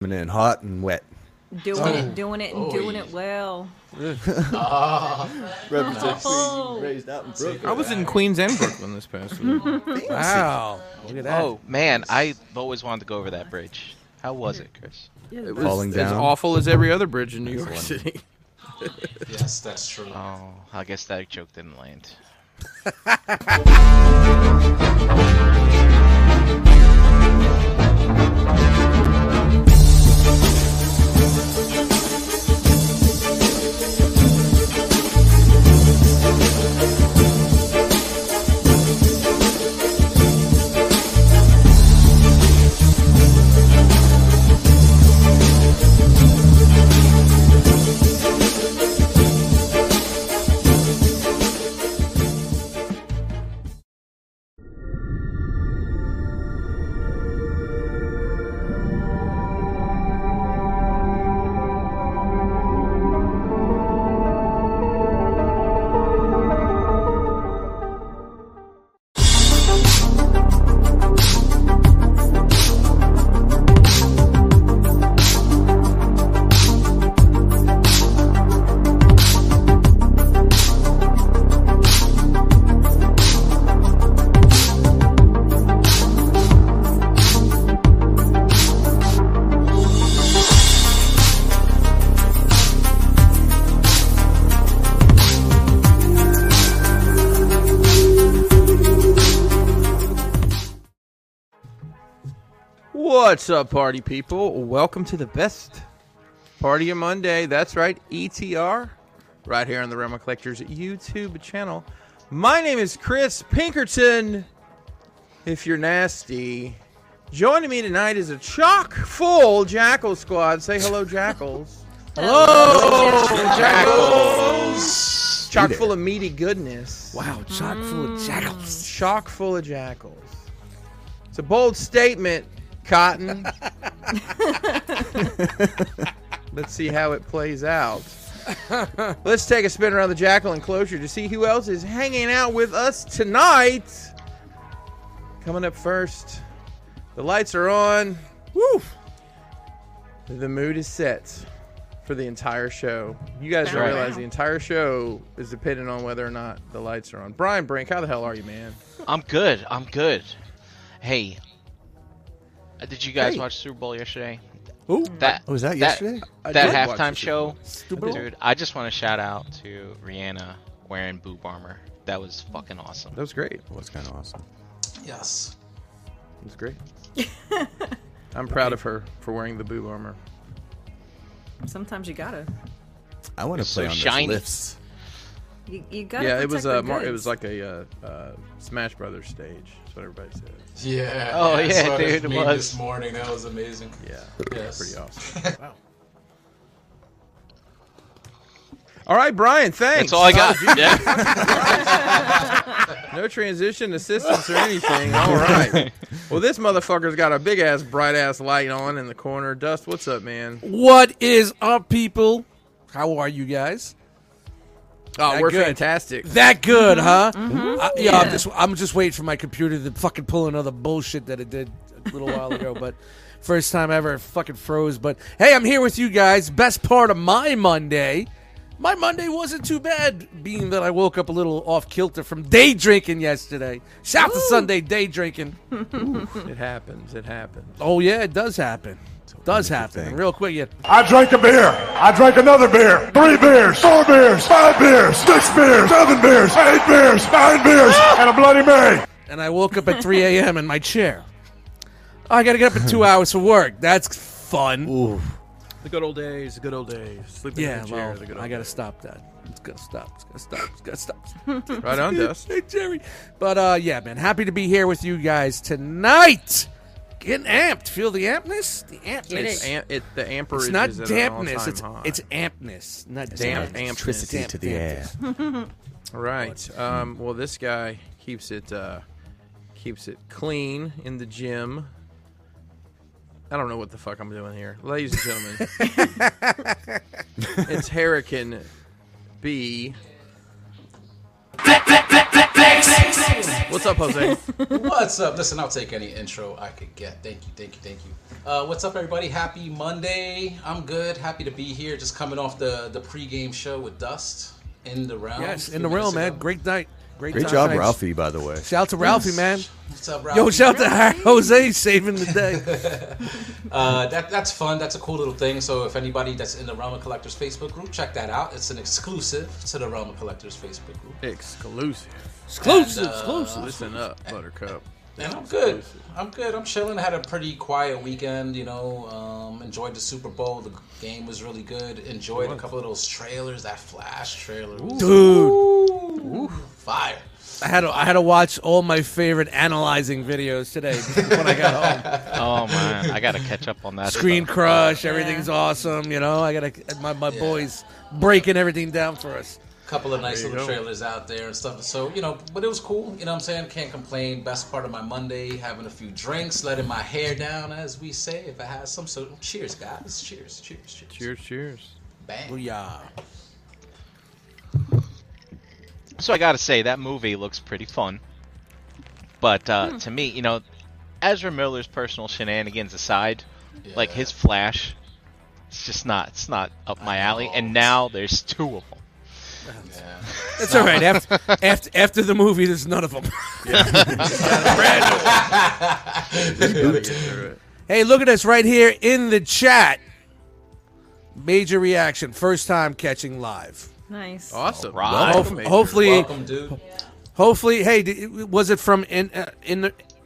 coming in hot and wet. Doing it, doing it, and Oh, doing yeah. it well. Ah. Represents Oh. being raised out in Brooklyn. I was in Queens and Brooklyn this past week. Wow. Look at that. Oh man, I always wanted to go over that bridge. How was it, Chris? It was Falling as down. awful as every other bridge in New York City. Yes, that's true. Oh, I guess that joke didn't land. What's up, party people? Welcome to the best party of Monday. That's right, ETR, right here on the Realm of Collectors YouTube channel. My name is Chris Pinkerton. If you're nasty, joining me tonight is a chock full Jackal squad. Say hello, Jackals. hello, Jackals. Chock full of meaty goodness Wow, chock full of jackals. chock full of jackals. It's a bold statement, Cotton. Let's see how it plays out. Let's take a spin around the jackal enclosure to see who else is hanging out with us tonight. Coming up first, the lights are on. Woo! The mood is set for the entire show. You guys don't Right. realize the entire show is dependent on whether or not the lights are on. Brian Brink, how the hell are you, man? I'm good. I'm good. Hey, uh, did you guys Hey. watch Super Bowl yesterday? Ooh. That Oh, was that yesterday? I That did watch halftime the Super Bowl. show, dude. I just want to shout out to Rihanna wearing boob armor. That was fucking awesome. That was great. That was kind of awesome. Yes. It was great. I'm proud of her for wearing the boob armor. Sometimes you gotta. I want It's to play so on shiny. those lifts. You, you gotta. yeah, it was a. uh, mar- it was like a uh, uh, Smash Brothers stage. That's what everybody says. Yeah. Oh, I yeah, saw that dude, it meme was. This morning, that was amazing. Yeah, Yes. pretty awesome. wow. All right, Brian. Thanks. That's all I got. Yeah. No transition assistance or anything. All right. Well, this motherfucker's got a big ass, bright ass light on in the corner. Dust, what's up, man? What is up, people? How are you guys? Oh, Yeah, we're good. fantastic. That good, huh? I, yeah, I'm Yeah. just I'm just waiting for my computer to fucking pull another bullshit that it did a little while ago, but first time ever it fucking froze. But hey, I'm here with you guys. Best part of my Monday. My Monday wasn't too bad, being that I woke up a little off kilter from day drinking yesterday. Shout out to Sunday day drinking. It happens. It happens. Oh yeah, it does happen. It does happen. thing. And real quick, yeah. I drank a beer. I drank another beer. Three beers. Four beers. Five beers. Six beers. Seven beers. Eight beers. Nine beers. Ah! And a Bloody Mary. and I woke up at 3 a.m. in my chair. I got to get up in two hours for work. That's fun. The good old days. The good old days. Sleeping yeah, in the chair. well, the good old I got to stop that. It's got to stop. It's got to stop. It's got to stop. days. right on, Dust. hey, Jerry. But uh, yeah, man, happy to be here with you guys tonight. Getting amped. Feel the ampness? The It's, ampness. am- it, the amperage It's not is at an dampness. all-time It's high. it's ampness, not Damp dampness. ampness. Electricity to the air. Dampness. All right. Um, well, this guy keeps it uh, keeps it clean in the gym. I don't know what the fuck I'm doing here, ladies and gentlemen. it's Hurricane B. Next. What's up, Jose? What's up? Listen, I'll take any intro I could get. Thank you, thank you, thank you. Uh, what's up, everybody? Happy Monday. I'm good. Happy to be here. Just coming off the the pregame show with Dust in the realm. Yes, a in the few realm, minutes man. ago. Great night. Great, Great time job, tonight. Ralphie, by the way. Shout out to Ralphie, man. What's up, Yo, Ralphie? shout out to Jose saving the day. Uh, that, that's fun. That's a cool little thing. So if anybody that's in the Realm of Collectors Facebook group, check that out. It's an exclusive to the Realm of Collectors Facebook group. Exclusive. Exclusive, And, uh, exclusive. Listen up, Buttercup. And I'm good. I'm good. I'm chilling. I had a pretty quiet weekend, you know. Um, enjoyed the Super Bowl. The game was really good. Enjoyed a couple of those trailers. That Flash trailer was Dude, fire. I had to, I had to watch all my favorite analyzing videos today when I got home. Oh man, I gotta catch up on that. Screen stuff. crush, everything's awesome. You know, I gotta my my boys breaking everything down for us. couple of nice little go. trailers out there and stuff. So, you know, but it was cool. You know what I'm saying? Can't complain. Best part of my Monday, having a few drinks, letting my hair down, as we say, if I had some. So, cheers, guys. Cheers, cheers, cheers. Cheers, cheers. Bang. Booyah. So I gotta say that movie looks pretty fun. But uh, to me, you know, Ezra Miller's personal shenanigans aside, like Yeah. his Flash, it's just not. It's not up my alley. And now there's two of them. Yeah. That's all right. After, after after the movie, there's none of them. hey, look at this right here in the chat. Major reaction, first time catching live. Nice. Awesome. All right. Ho- Welcome, hopefully, Welcome, dude. hopefully. Hey, did, was it from in uh, in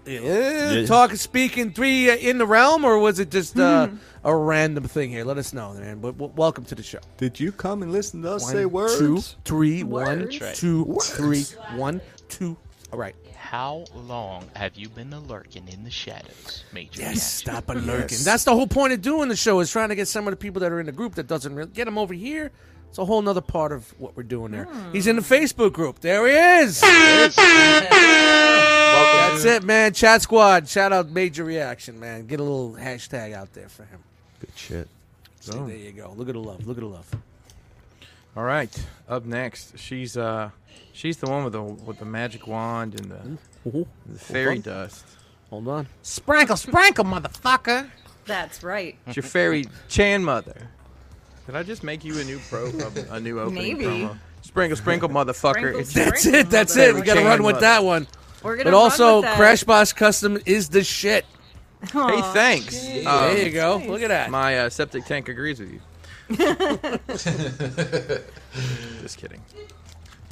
the uh, talk speaking three uh, in the realm, or was it just uh, a random thing here? Let us know, man. But w- welcome to the show. Did you come and listen to us say One, words? two, three, one, Words. two, three, one, two. All right. How long have you been a lurking in the shadows, Major? Yes, Jackson? stop lurking. That's the whole point of doing the show is trying to get some of the people that are in the group that doesn't really get them over here. It's a whole nother part of what we're doing there. He's in the Facebook group. There he is. Welcome, That's dude. it, man. Chat squad. Shout out major reaction, man. Get a little hashtag out there for him. Good shit. See, there you go. Look at the love. Look at the love. All right. Up next, she's uh, she's the one with the with the magic wand and the, the fairy dust. Hold on. Sprinkle, sprinkle, motherfucker. That's right. It's your fairy Chan mother. Did I just make you a new pro, a new opening Maybe. promo? Sprinkle, sprinkle, motherfucker. Sprinkle, It's- That's Sprinkle it. That's mother. it. We got to Chain run with mother. that one. We're gonna. But also, Crash Boss Custom is the shit. hey, thanks. Um, There you go. Look at that. My uh, septic tank agrees with you. Just kidding.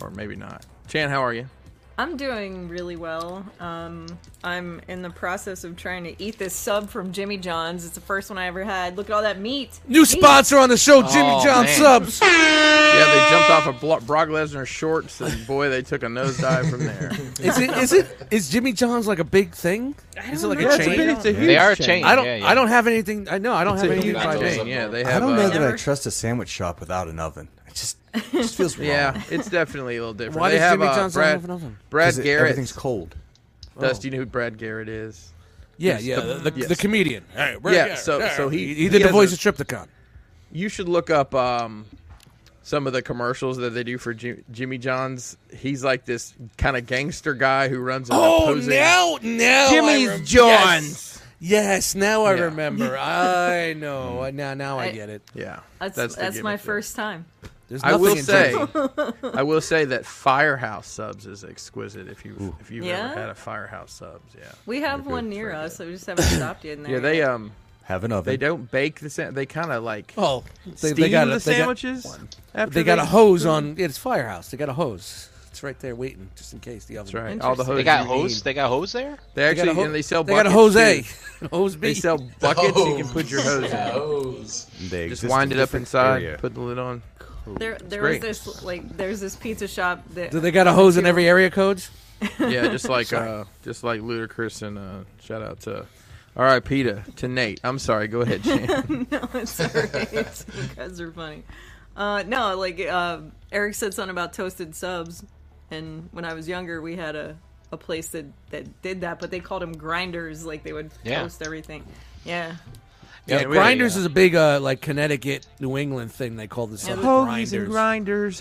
Or maybe not. Chan, how are you? I'm doing really well. Um, I'm in the process of trying to eat this sub from Jimmy John's. It's the first one I ever had. Look at all that meat. New Meat. sponsor on the show, Jimmy Oh, John man. Subs. Yeah, they jumped off of Blo- Brock Lesnar shorts, and boy, they took a nosedive from there. Is it is it is Jimmy John's like a big thing? I Is it don't like know. a chain? a They are a chain. I don't Yeah, yeah. I don't have anything I know I don't It's have a anything huge by Huge name. chain. Yeah, they I have. don't know uh, that I Never- trust a sandwich shop without an oven. I just, it just feels wrong. Yeah, it's definitely a little different. Why they does have Jimmy uh, John's not Brad, have another one? Brad 'Cause it- Garrett. everything's cold. Dust, you know who Brad Garrett is? Yeah, yeah, the, the, yes. the comedian. All right, we're Yeah, here. so- All right. so he- he, he did the has voice a- of Tripticon. You should look up um, some of the commercials that they do for Jim- Jimmy John's. He's like this kind of gangster guy who runs. an Oh, opposing- now now I Jimmy's rem- John's. Yes. Yes, now I Yeah. remember. I know. Now now I I- get it. Yeah, That's that's, the my gimmick there. first time. There's I nothing will in say, Jimmy- I will say that Firehouse subs is exquisite. If you have if you've Yeah? ever had a Firehouse subs, yeah, We have one near us. So we just haven't stopped yet. In there yeah, they yet. um Have an oven. they don't bake the sa- they kind of like Oh, they, steam they got the a, they got- sandwiches. after They got a hose on. Yeah, it's firehouse. They got a hose. It's right there waiting, just in case the oven. That's right. All the hoses They got you need. hose. They got hose there. They They got actually a ho- and they sell. They got a buckets, hose too. A, hose B. They sell buckets. You Oh. can put your hose in. Hose. They Just exist wind in it up different inside. area. Put the lid on. there there great. was this like there's this pizza shop that Do they got a hose in every area codes? Yeah, just like uh, just like Ludacris and uh, shout out to. All right, Peter, to Nate. I'm sorry. Go ahead, Chan. no, it's alright. you guys are funny. Uh, no, like uh, Eric said something about toasted subs, and when I was younger, we had a, a place that, that did that, but they called them grinders. Like they would Yeah. toast everything. Yeah, Yeah, Yeah, we- Grinders is a big uh, like Connecticut, New England thing. They call this stuff Hoagies and Grinders.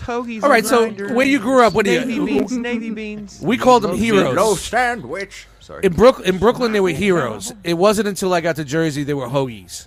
grinders. Hoagies. All right, and so grinders. where you grew up, what do you- Navy beans. Navy beans. we called them heroes. No sandwich. Sorry. in Brook in Brooklyn they were heroes. It wasn't until I got to Jersey they were hoagies.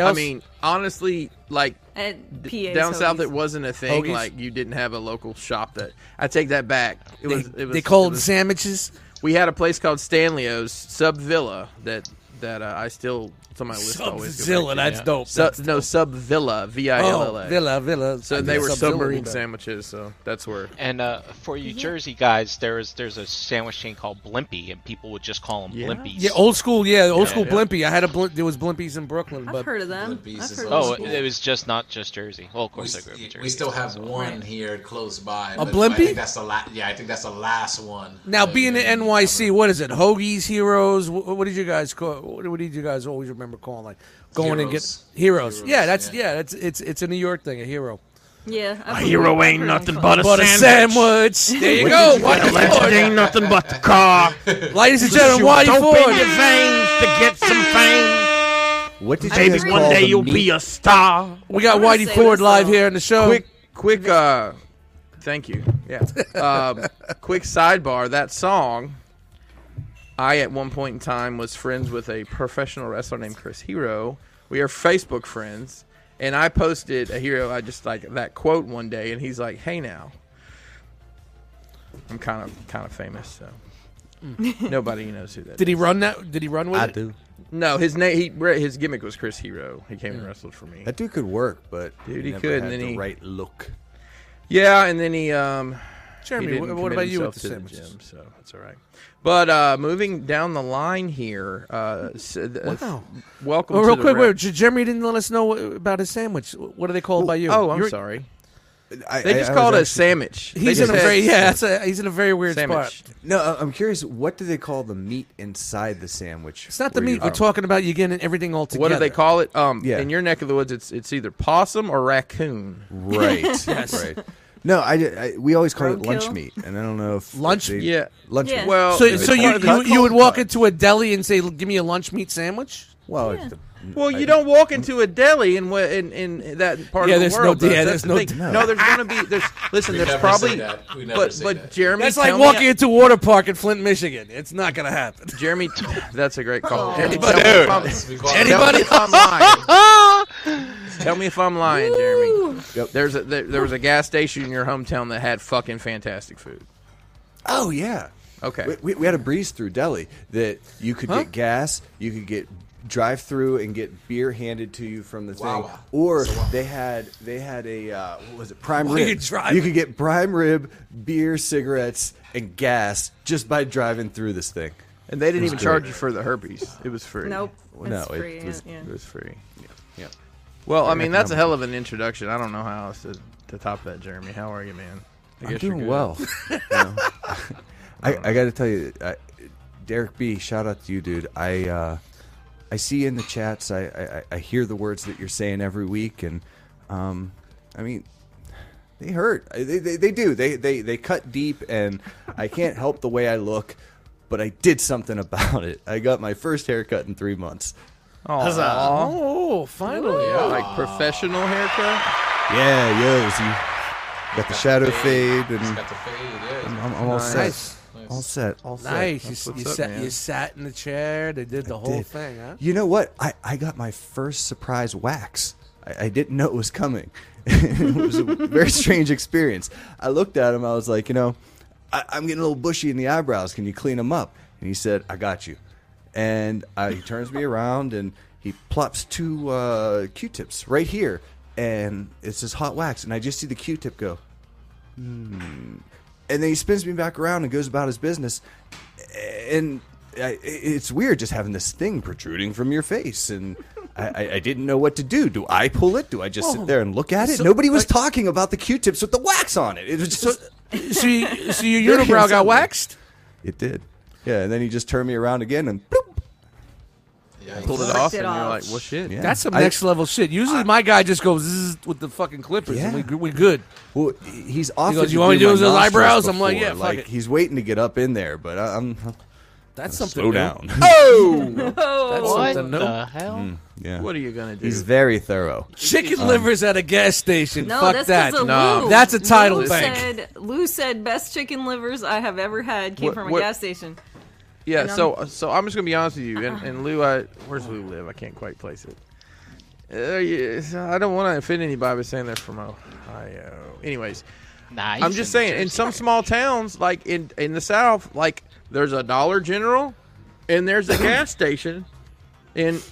I else? mean, honestly, like And PA d- down south, it wasn't a thing. Hoagies? Like you didn't have a local shop that. I take that back. It they, was. It was they called it was- sandwiches. we had a place called Stanley's Sub Villa that that uh, I still it's on my list. always go back Subzilla, to. that's dope. Sub, That's no Sub Villa V I L L oh, A. Villa, Villa. So I they think were Subzilla submarine was better. sandwiches. So that's where. And uh, for you Jersey guys, there is there's a sandwich chain called Blimpie, and people would just call them Yeah. Blimpies. Yeah, old school. Yeah, old Yeah, school yeah. Blimpie. I had a blimp. There was Blimpies in Brooklyn, I've but heard of them. Olympies I've is heard Oh, of old it, them. school. it was just not just Jersey. Well, of course I grew up in We, Jersey. we still have so- one here close by. but I Blimpie? think that's the last. Yeah, I think that's the last one. now that being we- in NYC, what is it? Hoagies, heroes. What, what did you guys call? What, what did you guys always remember calling like going and get Heroes. heroes? Heroes, yeah, that's yeah. yeah, that's it's it's a New York thing. A hero, Yeah, I've A heard- hero I've ain't heard nothing them but a but a sandwich. sandwich. There you go. Why The legend ain't nothing but the car. Ladies and gentlemen, You Whitey dope in your Ford. veins to get some fame. what did you Maybe guys one call day the you'll meat? be a star. We got I'm gonna Whitey say Ford this live song. here on the show. quick quick uh thank you yeah um, quick sidebar that song i at one point in time was friends with a professional wrestler named chris hero we are facebook friends and i posted a hero i just like that quote one day and he's like hey now i'm kind of kind of famous so nobody knows who that is. Did he run that? Did he run with I it? do. no his name he his gimmick was chris hero he came and wrestled for me That dude could work, but Dude, he never could, and had then the he- right look. yeah and then he um Jeremy, He wh- didn't commit what, about you himself with the to sandwiches? gym, so that's all right. But uh, moving down the line here, uh, s- uh, Wow. welcome. Well, to real the quick, rep- wait, J- Jeremy didn't let us know wh- about his sandwich. What are they called by you? Oh, I'm You're- sorry. I, They I- just I was called it a actually- sandwich. They He's just in a said very yeah. That's a, he's in a very weird sandwich. spot. No, I- I'm curious. What do they call the meat inside the sandwich? It's not the where you- meat. We're oh, talking about you getting everything all together. What do they call it? Um, Yeah. in your neck of the woods, it's it's either possum or raccoon. Right. Right. No, I, I we always call it lunch Roadkill? meat, and I don't know if Lunch- if they- Yeah. lunch Yeah. meat. Well, So, it's so part you, of the- you you would walk into a deli and say, "Give me a lunch meat sandwich." well, if the- Well, you don't walk into a deli in what in, in that part Yeah, of the there's no- world. though. yeah, That's there's the no- thing. no. there's gonna be there's listen, We there's never probably say that. We never but say but that. Jeremy That's like tell me- walking into water park in Flint, Michigan. It's not gonna happen. Jeremy, that's a great call. Oh. Jeremy, But tell me dude. if I'm- We call it- Tell me Anybody? if I'm lying. Tell me if I'm lying, Jeremy. Yep. There's a there, there was a gas station in your hometown that had fucking fantastic food. oh yeah. Okay. We, we, we had a breeze through Delhi that you could Huh? get gas, you could get drive through and get beer handed to you from the thing, Wawa. or they had they had a uh, what was it prime While rib. you're driving. You could get prime rib, beer, cigarettes, and gas just by driving through this thing. And they didn't even good. charge you for the herpes. It was free. Nope. Well, that's no, it free, was- yeah. It was free. Yeah. Well, I mean, that's a hell of an introduction. I don't know how else to, to top that, Jeremy. How are you, man? I I'm guess you're doing good. well. you know. I, I got to tell you, I, Derek B. Shout out to you, dude. I uh, I see in the chats. I, I I hear the words that you're saying every week, and um, I mean, they hurt. I- They, they, they do. They, they they cut deep, and I can't help the way I look. But I did something about it. I got my first haircut in three months. Aw. Oh, finally. Like professional haircut. Yeah, yo, so you got the shadow fade, It's and got the fade, yeah. I'm, I'm all Nice. set. All set. All set. Nice. You, That's you, what's up, sat, man. you sat in the chair. They did the whole did. thing, huh? You know what? I, I got my first surprise wax. I, I didn't know it was coming. it was a very strange experience. I looked at him. I was like, you know, I, I'm getting a little bushy in the eyebrows. Can you clean them up? And he said, I got you. And I, he turns me around and he plops two uh, Q-tips right here. And it's this hot wax. And I just see the Q-tip go, and then he spins me back around and goes about his business. And I, it's weird just having this thing protruding from your face, and I, I, I didn't know what to do. Do I pull it? Do I just sit there and look at it? So- Nobody was like- talking about the Q-tips with the wax on it. It was just so, you, so your unibrow got waxed? it did, yeah. And then he just turned me around again and. Bloop. Yeah, Pulled it Flicked off, it and you're off. like, well, shit. Yeah. That's some I- next level shit. Usually my guy just goes zzz with the fucking clippers, Yeah. and we, gr- we good. Well, he's offered. goes, to "You want me to do my his nostrils eyebrows?" I'm like, before. "Yeah, fuck like it." he's waiting to get up in there, but I- I'm. That's something. Slow new. down. Oh, Oh, That's what something new. the hell? yeah. what are you gonna do? He's very thorough. Chicken livers at a gas station. no, Fuck that's that. because of No. Lou. That's a title Lou bank. Said, Lou said, "Best chicken livers I have ever had came What- from a what- gas station." Yeah, And I'm- so so I'm just gonna be honest with you. And, and Lou, I, where's Lou live? I can't quite place it. Uh, yes, I don't want to offend anybody by saying they're from Ohio. Anyways, Nah, he's I'm just in New saying in Jersey. some small towns, like in in the South, like there's a Dollar General, and there's a gas station, and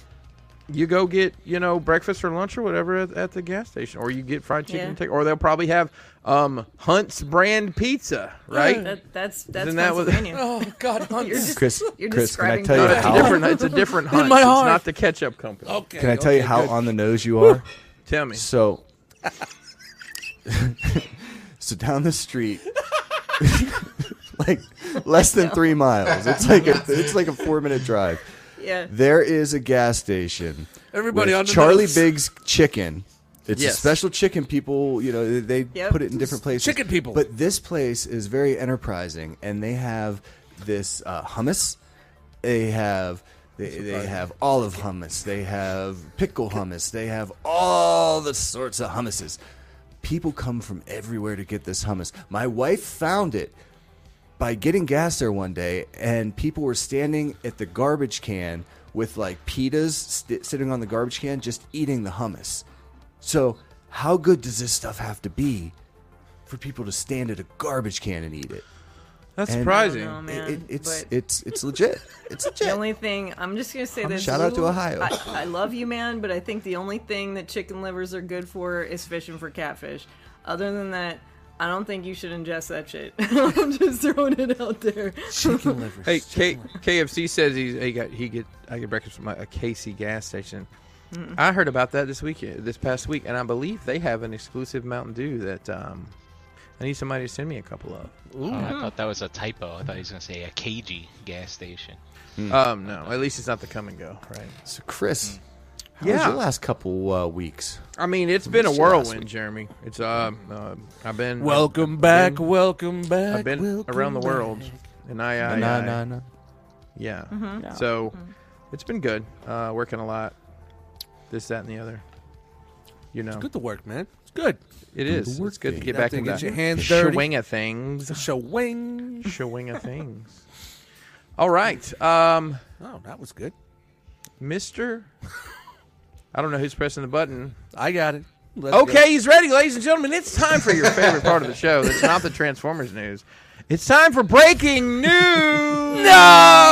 you go get you know breakfast or lunch or whatever at, at the gas station, or you get fried chicken, Yeah. and take, or they'll probably have um, Hunt's brand pizza, right? That, that's that's Isn't that what- Pennsylvania. Oh God, Hunter. You're just- Chris, You're Chris, can I describing tell No, you Hunt's. that's a how? different. It's a different In Hunt's. my It's heart. not the ketchup company. okay. Can I tell you okay, how good. on the nose you are? Tell me. So, so down the street, like less than three miles. It's like a, it's like a four minute drive. Yeah. There is a gas station. Everybody with on the Charlie nose. Big's Chicken. It's Yes. a special chicken. People, you know, they they Yep. put it in different places. Chicken people. But this place is very enterprising, and they have this uh, hummus. They have they, they have olive hummus. They have pickle hummus. They have all the sorts of hummuses. People come from everywhere to get this hummus. My wife found it by getting gas there one day, and people were standing at the garbage can with like pitas st- sitting on the garbage can, just eating the hummus. So, how good does this stuff have to be for people to stand at a garbage can and eat it? That's And- surprising. I don't know, It- man, it- it's but- it's it's legit. It's The legit. only thing I'm just gonna say this. shout out to Lou, Ohio. I, I love you, man, but I think the only thing that chicken livers are good for is fishing for catfish. Other than that, I don't think you should ingest that shit. I'm just throwing it out there. Chicken livers. Hey, K- KFC says he's, he got he get I get breakfast from a, a KC gas station. I heard about that this week, uh, this past week, and I believe they have an exclusive Mountain Dew that um, I need somebody to send me a couple of. Oh, I thought that was a typo. I thought he was gonna say a cagey gas station. Um, no, at least it's not the come and go, right? So, Chris, how was Mm. Yeah. your last couple uh, weeks? I mean, it's been a Missed you last whirlwind, week. Jeremy. It's um, uh, I've been Welcome back, been- welcome back. I've been welcome around the back. world, and I, I, no, I- no, no. yeah. So it's been good. Uh, working a lot, this, that, and the other. You know, Good to work, man. It's good. It is. work It's good to thing. get That back thing into gets that. your hands dirty. Showing of things. Show wing. Showing of things. All right. Um, Oh, that was good. Mr. I don't know who's pressing the button. I got it. Let's Okay, he's ready, ladies and gentlemen. It's time for your favorite part of the show. That's not the Transformers news. It's time for breaking news. no.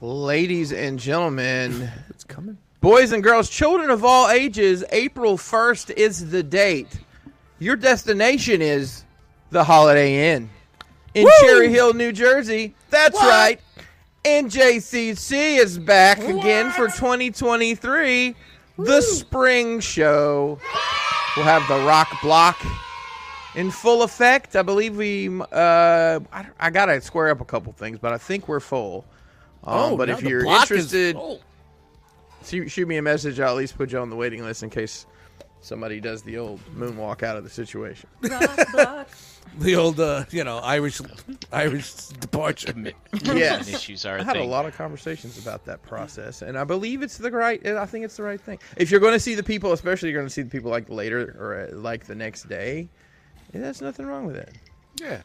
Ladies and gentlemen, It's coming. Boys and girls, children of all ages, April 1st is the date. Your destination is the Holiday Inn in Cherry Hill, New Jersey. That's right. NJCC is back again for 2023. The spring show. We'll have the rock block in full effect. I believe we, uh, I, I got to square up a couple things, but I think we're full. Um, but if you're interested, shoot, shoot me a message. I'll at least put you on the waiting list in case somebody does the old moonwalk out of the situation. Rock, block. the old, uh, you know, Irish, Irish departure. Yes. issues are. I had a lot of conversations about that process, and I believe it's the right. I think it's the right thing. If you're going to see the people, especially you're going to see the people like later or uh, like the next day, yeah, there's nothing wrong with it. Yeah,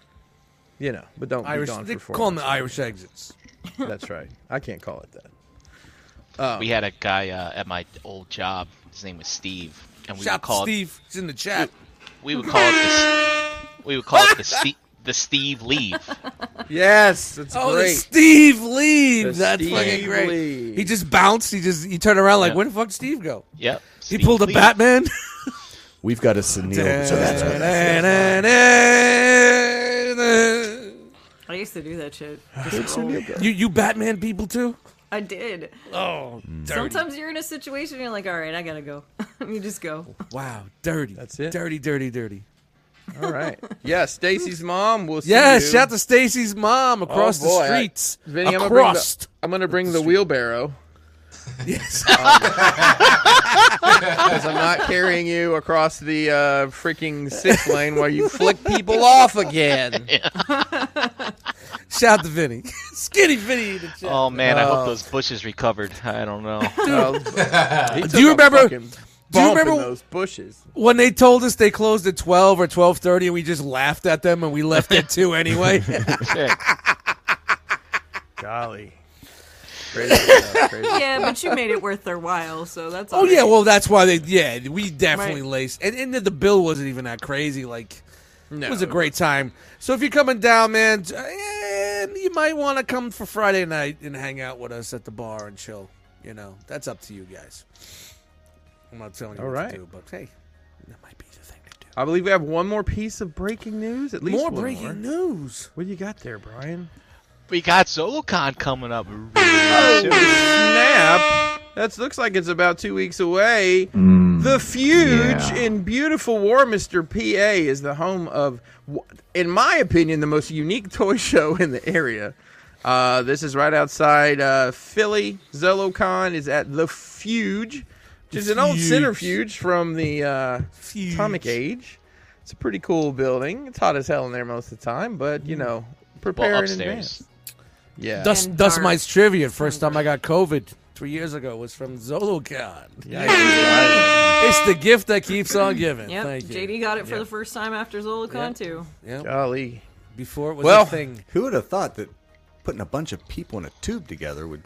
You know, but don't Irish. be gone They for four. call them the months. Irish exits. That's right. I can't call it that. We had a guy uh, at my old job. His name was Steve, and we Shout would out to call it Steve. He's in the chat. we would call it the, s- we would call it the Steve the Steve leave. Yes, it's Oh, the great. Steve leaves. The That's Steve fucking great. leaves. He just bounced. He just he turned around like, Yeah. where the fuck did Steve go? Yep. He Steve pulled a leave. Batman. We've got a Sunil. I used to do that shit. you you Batman people too? I did. Oh, dirty. Sometimes you're in a situation and you're like, all right, I gotta go. you just go. Wow, dirty. That's it? Dirty, dirty, dirty. All right. Yeah, Stacy's mom will see Yeah, you. shout to Stacy's mom across Oh, boy, the I- streets. Vinny, I'm gonna bring across. the, I'm gonna bring the wheelbarrow Um, Yes. because I'm not carrying you across the uh, freaking six lane where you flick people off again. shout to Vinny. Skinny Vinny. in the chat. Oh man, I hope those bushes recovered. I don't know. Uh, he took you a remember- fucking bump in remember- those bushes? When they told us they closed at 12 or 12.30 and we just laughed at them and we left at 2 anyway. Shit. Golly. Crazy stuff, crazy stuff. Yeah, but you made it worth their while, so that's. oh, all yeah. right. Well, that's why they, yeah, we definitely Right. laced. And, and the, the bill wasn't even that crazy. Like, No. It was a great time. So if you're coming down, man, t- eh, you might want to come for Friday night and hang out with us at the bar and chill. You know, that's up to you guys. I'm not telling you All what right. to do, but hey, that might be the thing to do. I believe we have one more piece of breaking news. At least More one breaking more. news. What do you got there, Brian? we got SoloCon coming up. really soon. Snap. That looks like it's about two weeks away. Mm. the Fuge yeah. in beautiful Warminster, PA, is the home of, wh- in my opinion, the most unique toy show in the area. Uh, this is right outside uh, Philly. Zolocon is at the Fuge, which is an old Fuge. centrifuge from the uh, Fuge. Atomic Age. It's a pretty cool building. It's hot as hell in there most of the time, but you know, prepare Well, in advance. upstairs. Yeah. Mm. Dust, And Dust dark. Mites trivia. First time I got COVID three years ago was from ZoloCon. It's the gift that keeps on giving. Yep, Thank you. JD got it for the first time after Zolocon too. Golly. Before it was Well, a thing. Who would have thought that putting a bunch of people in a tube together would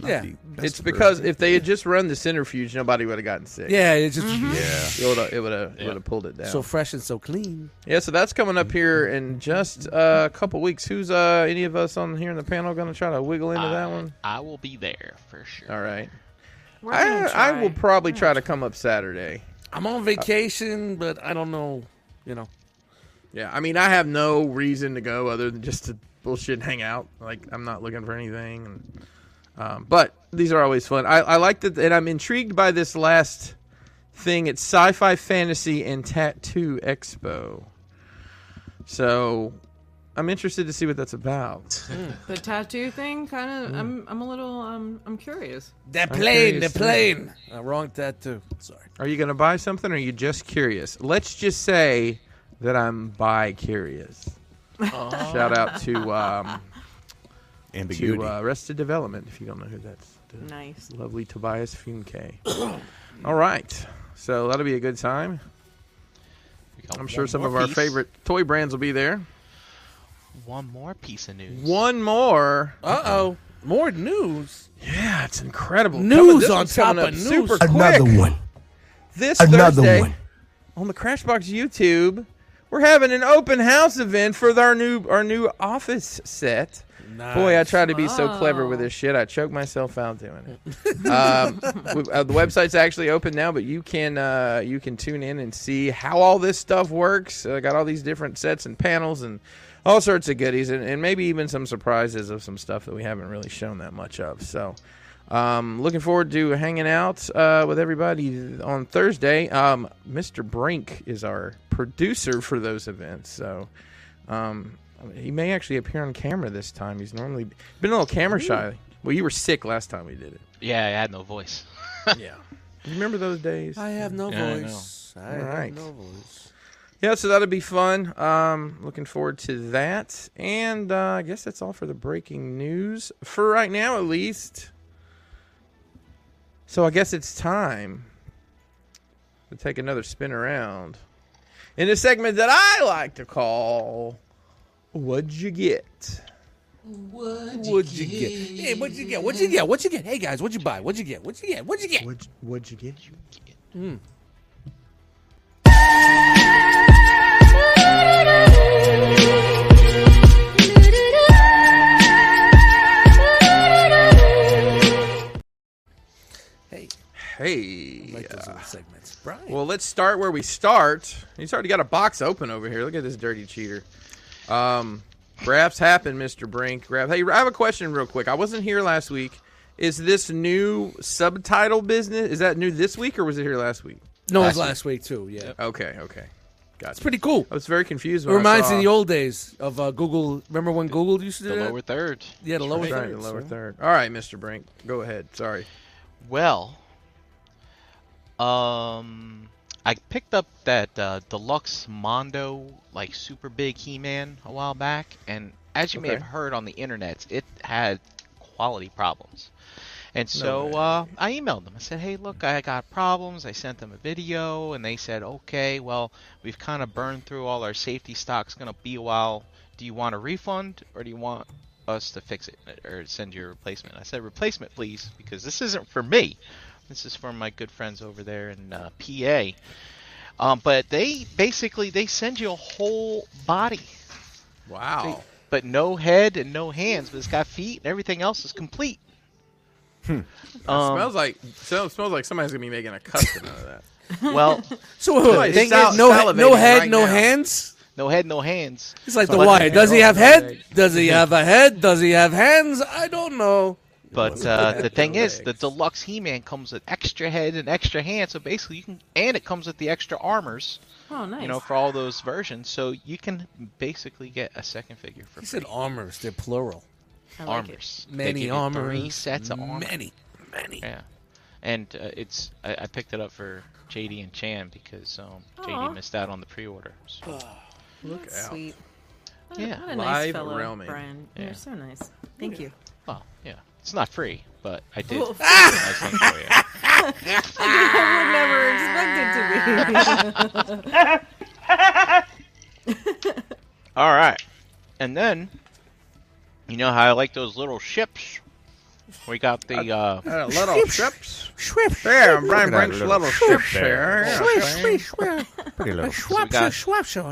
not Yeah. be best It's for- because if they had just run the centrifuge, nobody would have gotten sick. Yeah, it just Mm-hmm. Yeah. It would have it would have would have pulled it down. so fresh and so clean. yeah, so that's coming up here in just uh, a couple weeks. Who's uh, any of us on here in the panel going to try to wiggle Uh, into that one? I will be there for sure. All right. We're I, gonna I try. will probably try to come up Saturday. I'm on Uh, vacation, but I don't know. You know, Yeah, I mean, I have no reason to go other than just to bullshit and hang out. Like, I'm not looking for anything. And, um, but these are always fun. I, I like that, and I'm intrigued by this last thing. It's Sci-Fi, Fantasy, and Tattoo Expo. So, I'm interested to see what that's about. The tattoo thing, kind of. I'm, I'm a little, um, I'm curious. that plane, the plane. I wrong that too. Sorry. Are you going to buy something, or are you just curious? Let's just say that I'm bi curious. Shout out to um, ambiguity. to uh, Arrested Development if you don't know who that's. Nice. Lovely Tobias Funke. All right. So that'll be a good time. We got I'm sure one some more of our piece. favorite toy brands will be there. One more piece of news. One more. Uh oh. More news. Yeah, it's incredible. News Coming- this on one's top coming up of Super news. quick. one. This another Thursday one. on the Crashbox YouTube, we're having an open house event for our new our new office set. Boy, I try to be so clever with this shit. I choke myself out doing it. um, we- uh, the website's actually open now, but you can uh, you can tune in and see how all this stuff works. I got all these different sets and panels and all sorts of goodies, and, and maybe even some surprises of some stuff that we haven't really shown that much of. So, um, looking forward to hanging out uh, with everybody on Thursday. Um, Mr. Brink is our producer for those events, so. Um, he may actually appear on camera this time. He's normally been a little camera shy. Well, you were sick last time we did it. Yeah, I had no voice. yeah. You remember those days? I have no Yeah, I voice. I, All have right. no voice. Yeah, so that'll be fun. Um, looking forward to that. And uh, I guess that's all for the breaking news for right now, at least. So I guess it's time to take another spin around in a segment that I like to call "What'd You Get." What'd you get? Hey, what'd you get? What'd you get? What'd you get? Hey guys, what'd you buy? What'd you get? What'd you get? What'd you get? Hmm. What'd, what'd you get? Hey, Hey. like those little segments, Brian. Well, let's start where we start. He's already got a box open over here. Look at this dirty cheater. Um, grabs happen, Mr. Brink. Grab. Hey, I have a question real quick. I wasn't here last week. Is this new subtitle business? Is that new this week or was it here last week? no, it was last week too. Yeah. Okay, okay. It's pretty cool. I was very confused. It When reminds I saw me of the old days of uh, Google. Remember when Google used to do The that? lower third. yeah, the lower Right, third. the lower third. All right, Mr. Brink, go ahead. Sorry. Well, um, I picked up that uh, deluxe Mondo, like super big He-Man, a while back, and as you may have Okay. heard on the internet, it had quality problems. And so uh, I emailed them. I said, "Hey, look, I got problems." I sent them a video, and they said, "Okay, well, we've kind of burned through all our safety stock. It's gonna be a while. Do you want a refund, or do you want us to fix it or send you a replacement?" I said, "Replacement, please, because this isn't for me. This is for my good friends over there in uh, PA." Um, but they basically they send you a whole body Wow. but no head and no hands, but it's got feet and everything else is complete. Um, smells like so, smells like somebody's gonna be making a custom out of that. well, So wait, wait, Right, thing sal- is, no, he- no salivating head, right no now. hands. no head, no hands. It's like the But- wire. Does he have head? Does he have a head? Does he have hands? I don't know. But uh, the thing is, the legs. deluxe He-Man comes with extra head and extra hand, so basically you can, and it comes with the extra armors, Oh, nice. you know, for all those versions. So you can basically get a second figure for He free. said armors. They're plural. I like it. armors. They give Many you armors. Three sets of armor. Many, many. Yeah, and uh, it's I, I picked it up for JD and Chan because um, Aw. JD missed out on the pre-order. So. That's out. sweet. What a- Yeah, what a live nice fellow, realming. Brian. Yeah. You're so nice. Thank you. Well, yeah, it's not free, but I did. Well, I was like, oh, yeah. I would never expect it to be. All right, and then you know how I like those little ships. We got the uh, Uh, little ships. There, I'm Brian Look at that Brink's little little ship ship there. there. Yeah, Pretty little. we got- Schwapshaw.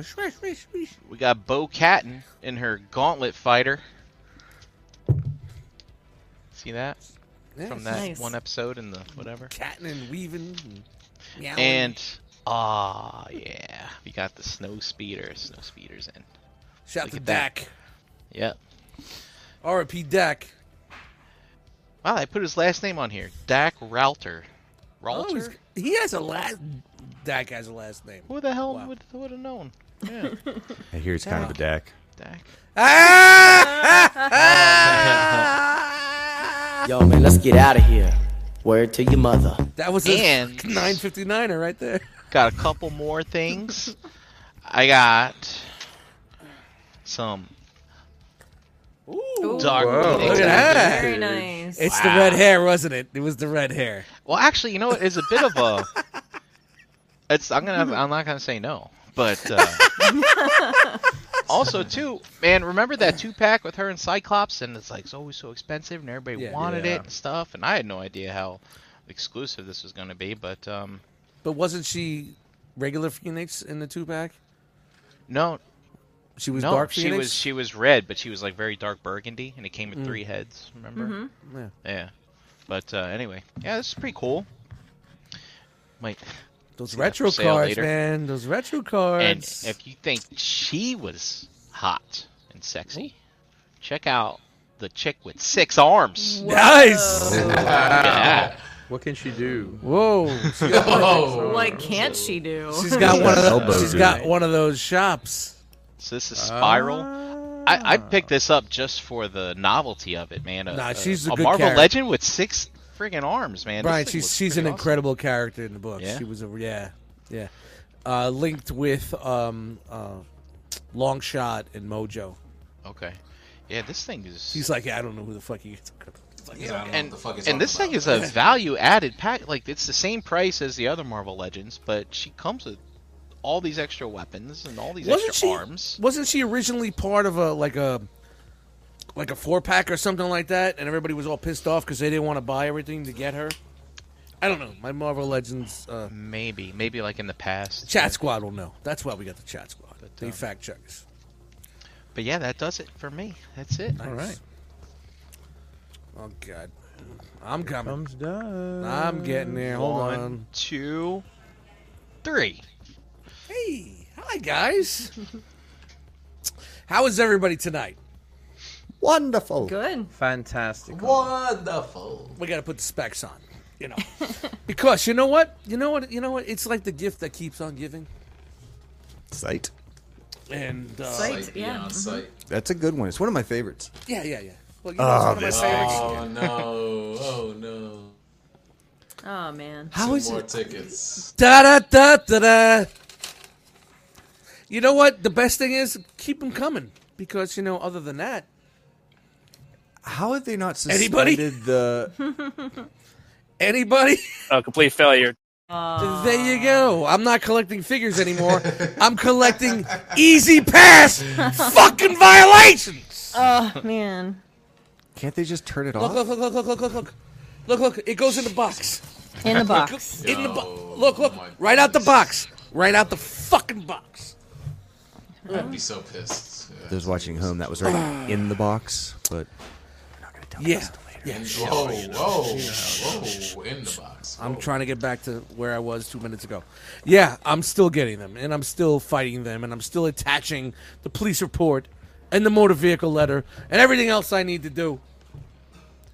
we got Bo Catton in her gauntlet fighter. See that from that Nice. one episode in the whatever. Catting and weaving. meowing. And ah, yeah, we got the snow speeder. Snow speeders in. shout to look at that. Dak. Yep. R.I.P. Dak. Wow, I put his last name on here. Dak Router. Router. Oh, he's- he has a last. Dak has a last name. Who the hell Wow. would would have known? Yeah, I hear it's kind of a deck. Dak. Yo, man, let's get out of here. Word to your mother. That was a And- 959er right there. Got a couple more things. I got some Ooh. dark. Whoa. Phoenix. Look at that. Very nice. It's the red hair, wasn't it? It was the red hair. Well, actually, you know what? It's a bit of a. It's I'm gonna I'm not gonna say no, but uh, also too, man. Remember that two pack with her and Cyclops, and it's like it's always so expensive, and everybody Yeah. wanted Yeah. it and stuff. And I had no idea how exclusive this was gonna be, but um, But wasn't she regular Phoenix in the two pack? no, She was no, dark she Phoenix. Mm. was she was red, but she was like very dark burgundy, and it came with three heads. Remember? Yeah. Yeah. But uh, anyway, yeah, this is pretty cool. Might Those that for retro sale cards, later. man. Those retro and cards. if you think she was hot and sexy, check out the chick with six arms. nice. Yeah. What can she do? Whoa. She's got, Oh, What can't she do? she's got one of Elbow those. She's dude. got one of those shops. So this is Spiral. I, I picked this up just for the novelty of it, man. A, Nah, a- she's a a, good Marvel character. Legend with six friggin' arms, man. This Brian, thing she's looks she's an pretty awesome. incredible character in the book. Yeah? She was a yeah, yeah, uh, linked with um, uh, Long Shot and Mojo. Okay. Yeah, this thing is. He's like, yeah, I don't know who the fuck you. talking about. It's like, yeah, I don't know and, what the fuck he's talking and this thing about. is a value added pack. Like it's the same price as the other Marvel Legends, but she comes with all these extra weapons and all these wasn't extra she arms. wasn't she originally part of a like a like a four pack or something like that and everybody was all pissed off because they didn't want to buy everything to get her i don't know my marvel legends uh, Maybe, maybe like in the past. chat squad will know that's why we got the chat squad they um, fact check us But yeah, that does it for me. That's it. all right oh god i'm coming Thumbs down. i'm getting there hold One, on two, three. hey hi guys how is everybody tonight Wonderful. Good. Fantastic. Wonderful. we got to put the specs on, you know, because you know what, you know what, you know what. It's like the gift that keeps on giving. Sight. and uh, Sight, Sight yeah. beyond sight. That's a good one. It's one of my favorites. yeah, yeah, yeah. Well, you know, it's one of mm-hmm. my favorites. Oh no! Oh no! Oh man. How Two is more it? tickets. Da da da da da. You know what? The best thing is keep them coming because you know. Other than that, How have they not suspended Anybody? the? anybody. A complete failure. There you go. I'm not collecting figures anymore. I'm collecting easy pass fucking violations. Oh man. Can't they just turn it Look, off? look, look, look, look, look, look, look. Look, look. It goes in the box. In the Look, box. in the bo- Yo, look, look. oh my right out the goodness. box. Right out the fucking box. I'd be so pissed. Yeah. Those watching home, that was right in the box, but we're not gonna tell Yeah. us till later. Yeah. Whoa! Whoa! Whoa! In the box. I'm trying to get back to where I was two minutes ago. Yeah, I'm still getting them, and I'm still fighting them, and I'm still attaching the police report and the motor vehicle letter and everything else I need to do.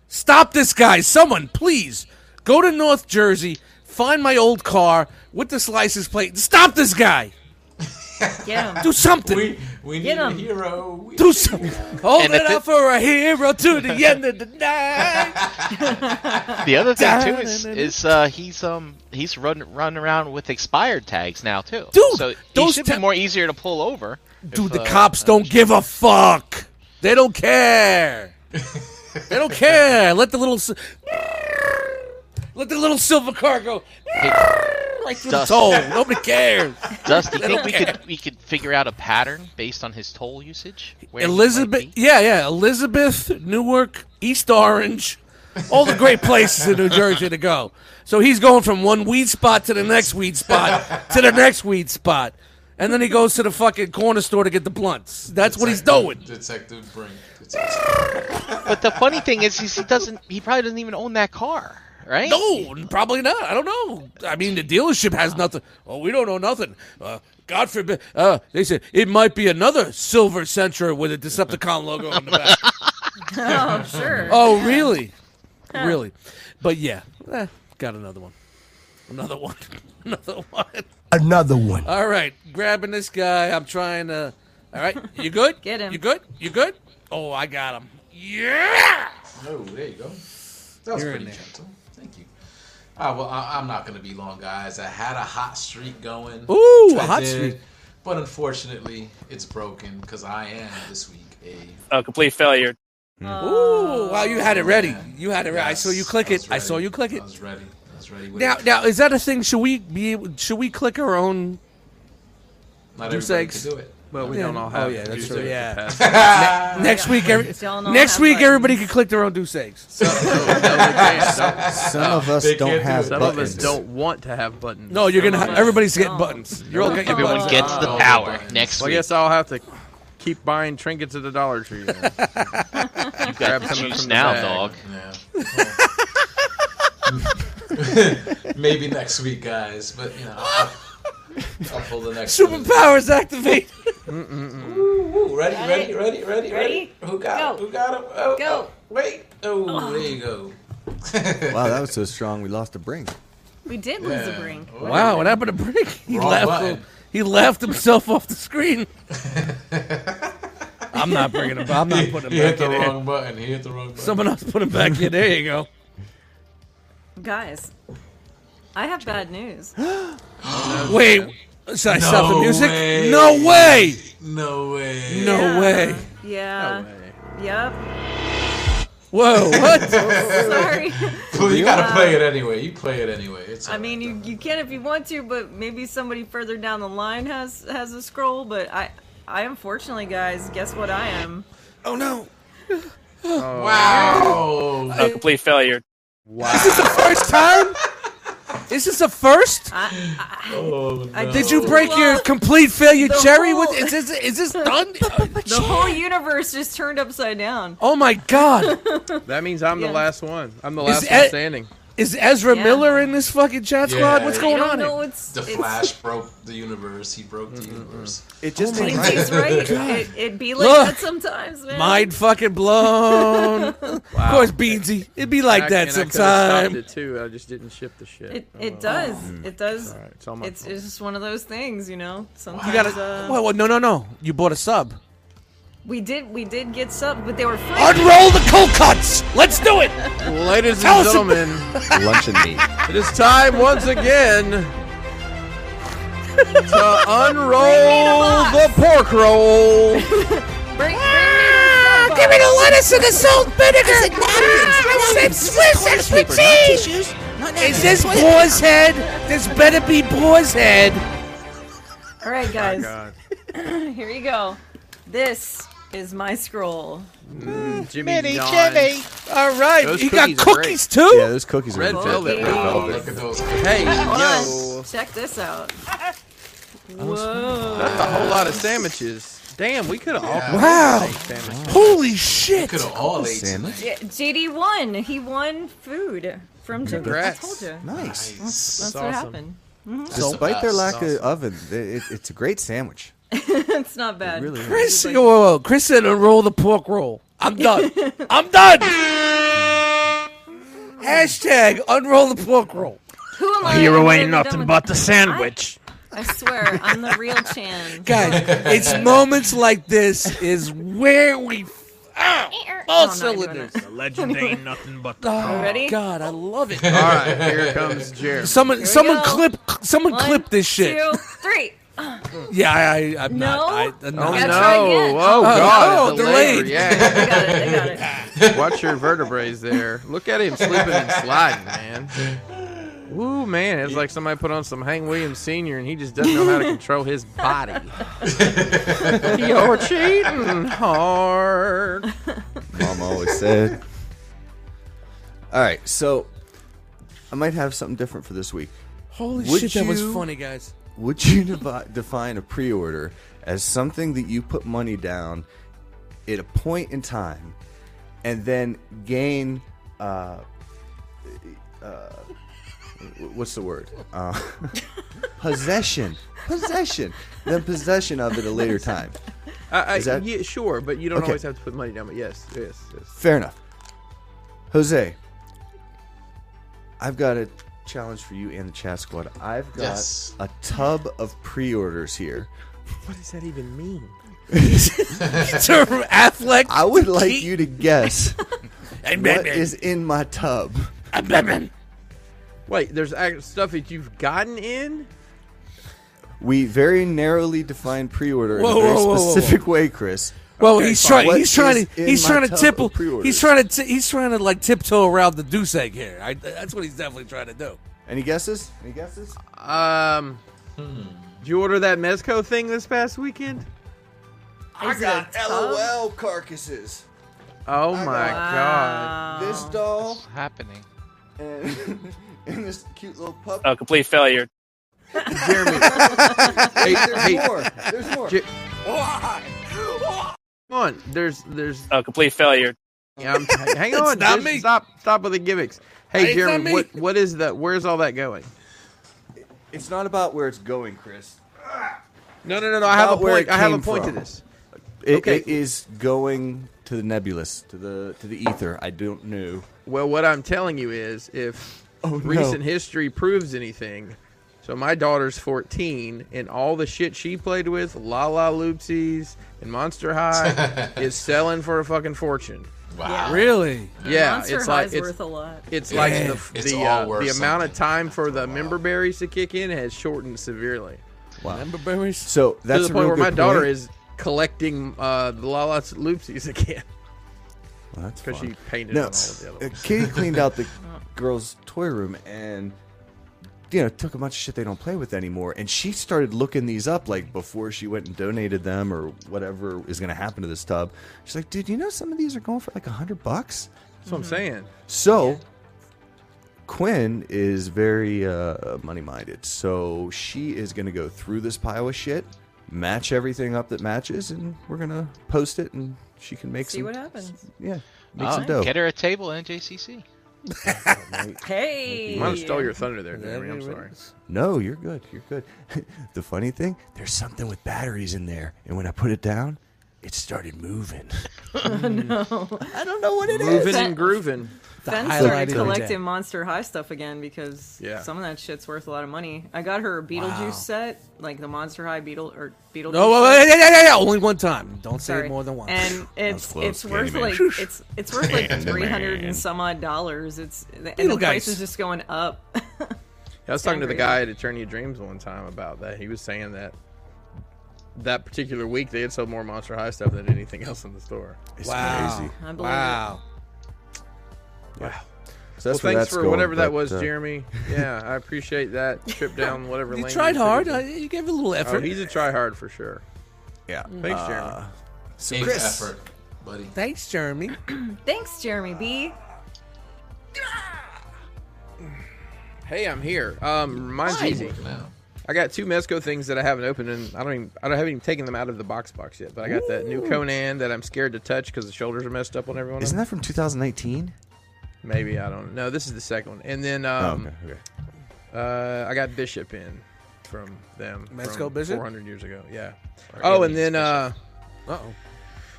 Stop this guy, someone, please. Go to North Jersey, find my old car with this license plate. Stop this guy. Get him. Do something. We we need a 'em. hero. We do something. Hold And it if up it- for a hero to the end of the night. The other thing too is, is uh, he's um he's running running around with expired tags now too. Dude, so those he should ta- be more easier to pull over. if, Dude, the uh, cops don't give a fuck. They don't care. they don't care. Let the little si- let the little silver car go right through Dust. the toll. Nobody cares. Dusty, think we could we could figure out a pattern based on his toll usage? Where he might Elizabeth, be? yeah, yeah, Elizabeth, Newark, East Orange, all the great places in New Jersey to go. So he's going from one weed spot to the next weed spot to the next weed spot, and then he goes to the fucking corner store to get the blunts. That's what he's doing. Detective- Detective Brink. Detective- But the funny thing is, is he doesn't. He probably doesn't even own that car, right? No, probably not. I don't know. I mean, the dealership has nothing. Oh, we don't know nothing. Uh, God forbid. Uh, they said it might be another silver Sentra with a Decepticon logo on the back. Oh sure. oh, really? really? But yeah, eh, got another one. Another one. another one. Another one. All right, grabbing this guy. I'm trying to. All right, you good? Get him. You good? You good? Oh, I got him. Yeah. Oh, there you go. That was You're pretty in there. gentle. Thank you. Ah, well, I, I'm not going to be long, guys. I had a hot streak going. Ooh, a I hot did, streak. But unfortunately, it's broken because I am this week a. A complete failure. Ooh! Wow, you had it ready. You had it ready. I Yes, saw you click was it. I saw ready. you click it. I was ready. I was ready. With Now, it. now is that a thing? Should we be? able- Should we click our own? not do everybody sex. can do it. Well, we Yeah. don't all Oh have. yeah, that's Tuesday true. Yeah. with the Next week, every, Y'all don't next have week buttons. everybody can click their own do eggs. So, so- Some of us They don't can't do have it. Some of buttons. us don't want to have buttons. No, you're gonna. Some of Ha- us everybody's getting don't. buttons. You're all getting Everyone buttons. gets the Oh, power boy. next Well, I week. guess I'll have to keep buying trinkets at the Dollar Tree. then. You've grab got the something juice from the now, bag. dog. Yeah. Maybe next week, guys. But you know, I'll, I'll pull the next. one. Superpowers activate. Ooh, ready, Got ready, it. ready, ready, ready. Ready? Who Go. got it? Who got him? Oh, Go. oh, wait. Oh, there you go. Wow, that was so strong. We lost a brink. We did lose a brink. Wow, what happened to Brick? He Wrong laughed. button. He laughed himself off the screen. I'm not bringing him. I'm not He, putting he him hit back the in. there. wrong button. He hit the wrong button. Someone else put him back in. There you go. Guys, I have bad news. Wait, should I stop the No music? way. No way. No way. No Yeah. way. Yeah. Yep. Whoa. What? Sorry. Well, you gotta play it anyway. You play it anyway. It's. I mean, you, you can if you want to, but maybe somebody further down the line has has a scroll. But I, I unfortunately, guys, guess what I am? Oh no! wow. A complete failure. Is this the first time? Is this the first? I, Oh, I, no. Uh, Did you break your Well, complete failure the cherry? whole- with, is this is this done? Uh, the whole universe just turned upside down. oh my god! That means I'm Yeah. the last one. I'm the Is last Ed- one standing. Is Ezra Miller in this fucking chat squad? What's going on here? it's- the it's- Flash broke the universe. He broke the universe. It just It's ain't it's right. It, it be like Look. that sometimes, man. Mind fucking blown. Of course, Beansy. It'd be like that sometime. It too. I just didn't ship the shit. It it does. Oh. It does. Sorry, it's all my It's, fault. it's just one of those things, you know. Sometimes You gotta. uh, Well, well, no, no, no. You bought a sub. we did we did get sub, but they were free. Unroll the cold cuts. Let's do it. Ladies Tell and us- gentlemen, luncheon meat. it is time once again to unroll the pork roll. Bring, bring me the sub box. the lettuce and the salt vinegar. Ah, Swiss expertise. Is this boar's head? This better be boar's head. All right, guys. Here you go. This is my scroll. Jimmy, Mini yawned. Jimmy. All right. Those you got cookies are great. cookies Yeah, too. those cookies Red are velvet. Red Oh, velvet. look at those. Hey, Hold on. yo, Check this out. Whoa. that's a whole lot of sandwiches. Damn, we could have all Wow. sandwiches. Holy shit. Could have all ate Sandwich. tonight. J- JD won. He won food from Jim. I Congrats. told you. Nice. That's Nice. what awesome. happened. Despite their That's lack of awesome. oven, it, it, it's a great sandwich. It's not bad. Really. is. Chris, whoa, whoa, whoa. Chris said unroll the pork roll. I'm done. I'm done. Hashtag unroll the pork roll. Who am I? I'm Hero ain't really nothing done but with- the sandwich. I swear, I'm the real Chan. Guys, it's moments like this is where we. Ow! All Oh, no, you're doing cylinders. it. The legend ain't nothing but the Oh, Ready? God, I love it. All right, here comes Jerry. Someone, we someone go. clip, someone One, clip this shit. Two, three. Yeah, I, I, I'm No? not. I, I'm Oh not. Gotta no! try again. Oh, God! oh, it's delayed. delayed. Yeah, I got it. I got it. watch your vertebrae there. Look at him sleeping and sliding, man. Ooh, man! It's like somebody put on some Hank Williams Senior, and he just doesn't know how to control his body. You're cheating hard. Mom always said. All right, so I might have something different for this week. Holy Would shit, that was you- funny, guys. Would you devi- define a pre order as something that you put money down at a point in time and then gain. Uh, uh, wh- what's the word? Uh, possession. Possession. Then possession of at a later time. I, I, Is that- yeah, sure, but you don't Okay. always have to put money down. But yes, yes, yes. Fair enough. Jose, I've got a challenge for you and the chat squad. I've got Yes. a tub of pre orders here. What does that even mean? Sir Affleck. I would like you to guess and what Batman. is in my tub. and Batman. Wait, there's act- stuff that you've gotten in. We very narrowly define pre-order in Whoa, a very whoa, whoa, whoa, specific way, Chris. Well, he's fine. trying. What he's trying is to. in He's my trying to tub tipple. of pre-orders? He's trying to. T- he's trying to like tiptoe around the goose egg here. I, that's what he's definitely trying to do. Any guesses? Any guesses? Um, did you order that mezco thing this past weekend? I got LOL carcasses. Oh my god! Uh, This doll What's happening? and, and this cute little pup. A complete failure. Jeremy. hey, hey, There's more. There's more. Je- come on. There's, there's. A complete failure. Yeah, I'm, hang on. not just me. Stop, stop with the gimmicks. Hey, It's not Jeremy. me. What, what is that? Where's all that going? It's not about where it's going, Chris. No, no, no, no. I have a About where point. it I have a came point from. to this. It, Okay. it is going to the nebulous, to the to the ether. I don't know. Well, what I'm telling you is, if recent history proves anything, so my daughter's 14, and all the shit she played with, La La Loopsies and Monster High, is selling for a fucking fortune. Wow. Really? Yeah, Monster it's like High's it's, worth a lot. it's like Yeah. the It's the, all uh, worth the amount of something. time for the member berries to kick in has shortened severely. Remember berries? So that's to the a real point where good my daughter point. is collecting uh, the La La Loopsies again Well, that's because fun. she painted on No, all of the other uh, ones. Kitty cleaned out the girls' toy room and you know took a bunch of shit they don't play with anymore, and she started looking these up like before she went and donated them or whatever is going to happen to this tub. She's like, dude, you know some of these are going for like a hundred bucks. That's what I'm saying. So Quinn is very uh, money minded, so she is going to go through this pile of shit, match everything up that matches, and we're going to post it, and she can make See some what happens. yeah, make Ah. Oh, some dough. Get her a table in JCC. Hey. I might have stole your thunder there, Jeremy. I'm sorry. No, you're good. You're good. the funny thing, there's something with batteries in there, and when I put it down, it started moving. I don't know what it is. Moving and grooving. Fen highlight started of the day. collecting Monster High stuff again because Yeah. some of that shit's worth a lot of money. I got her a Beetlejuice set, like the Monster High Beetle or Beetlejuice. No, wait, set. wait, Oh, yeah, yeah, yeah, yeah, only one time. Don't say Sorry. it more than once. And it's close, it's worth Candyman. like Phew. it's it's worth like three hundred and some odd dollars. It's and the Beetlejuice. price is just going up. I was talking to the Sound guy at Attorney of Dreams one time about that. He was saying that that particular week they had sold more Monster High stuff than anything else in the store. It's wow, crazy. I believe it. wow. So that's well, where thanks that's for going, whatever that but, was, uh, Jeremy. Yeah, I appreciate that trip down whatever You lane. tried took hard. us Uh, in. you gave it a little Oh, effort. he's a try hard for sure. Yeah. Uh, Thanks, Jeremy. So Big Chris, effort, buddy. Thanks, Jeremy. Thanks, Jeremy B. Hey, I'm here. Um, mine's easy. Working out. I got two Mezco things that I haven't opened, and I don't even I don't haven't even taken them out of the box box yet. But I got that new Conan that I'm scared to touch because the shoulders are messed up on everyone. isn't that from 2019? Maybe I don't know. This is the second one, and then um, Oh, okay. Uh, I got Bishop in from them. Mexico from Bishop? 400 years ago. Yeah. oh, and then uh, Uh oh.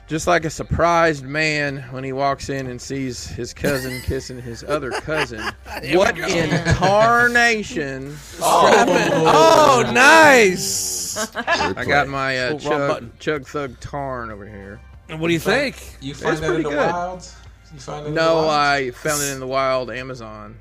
just like a surprised man when he walks in and sees his cousin kissing his other cousin. what in carnation? Oh, nice. I got my uh, Oh, wrong button. Chug, Chug Thug Tarn over here. And what do you think? You find that in pretty the good. wild? You find it in the No, wild? I found it in the wild. Amazon.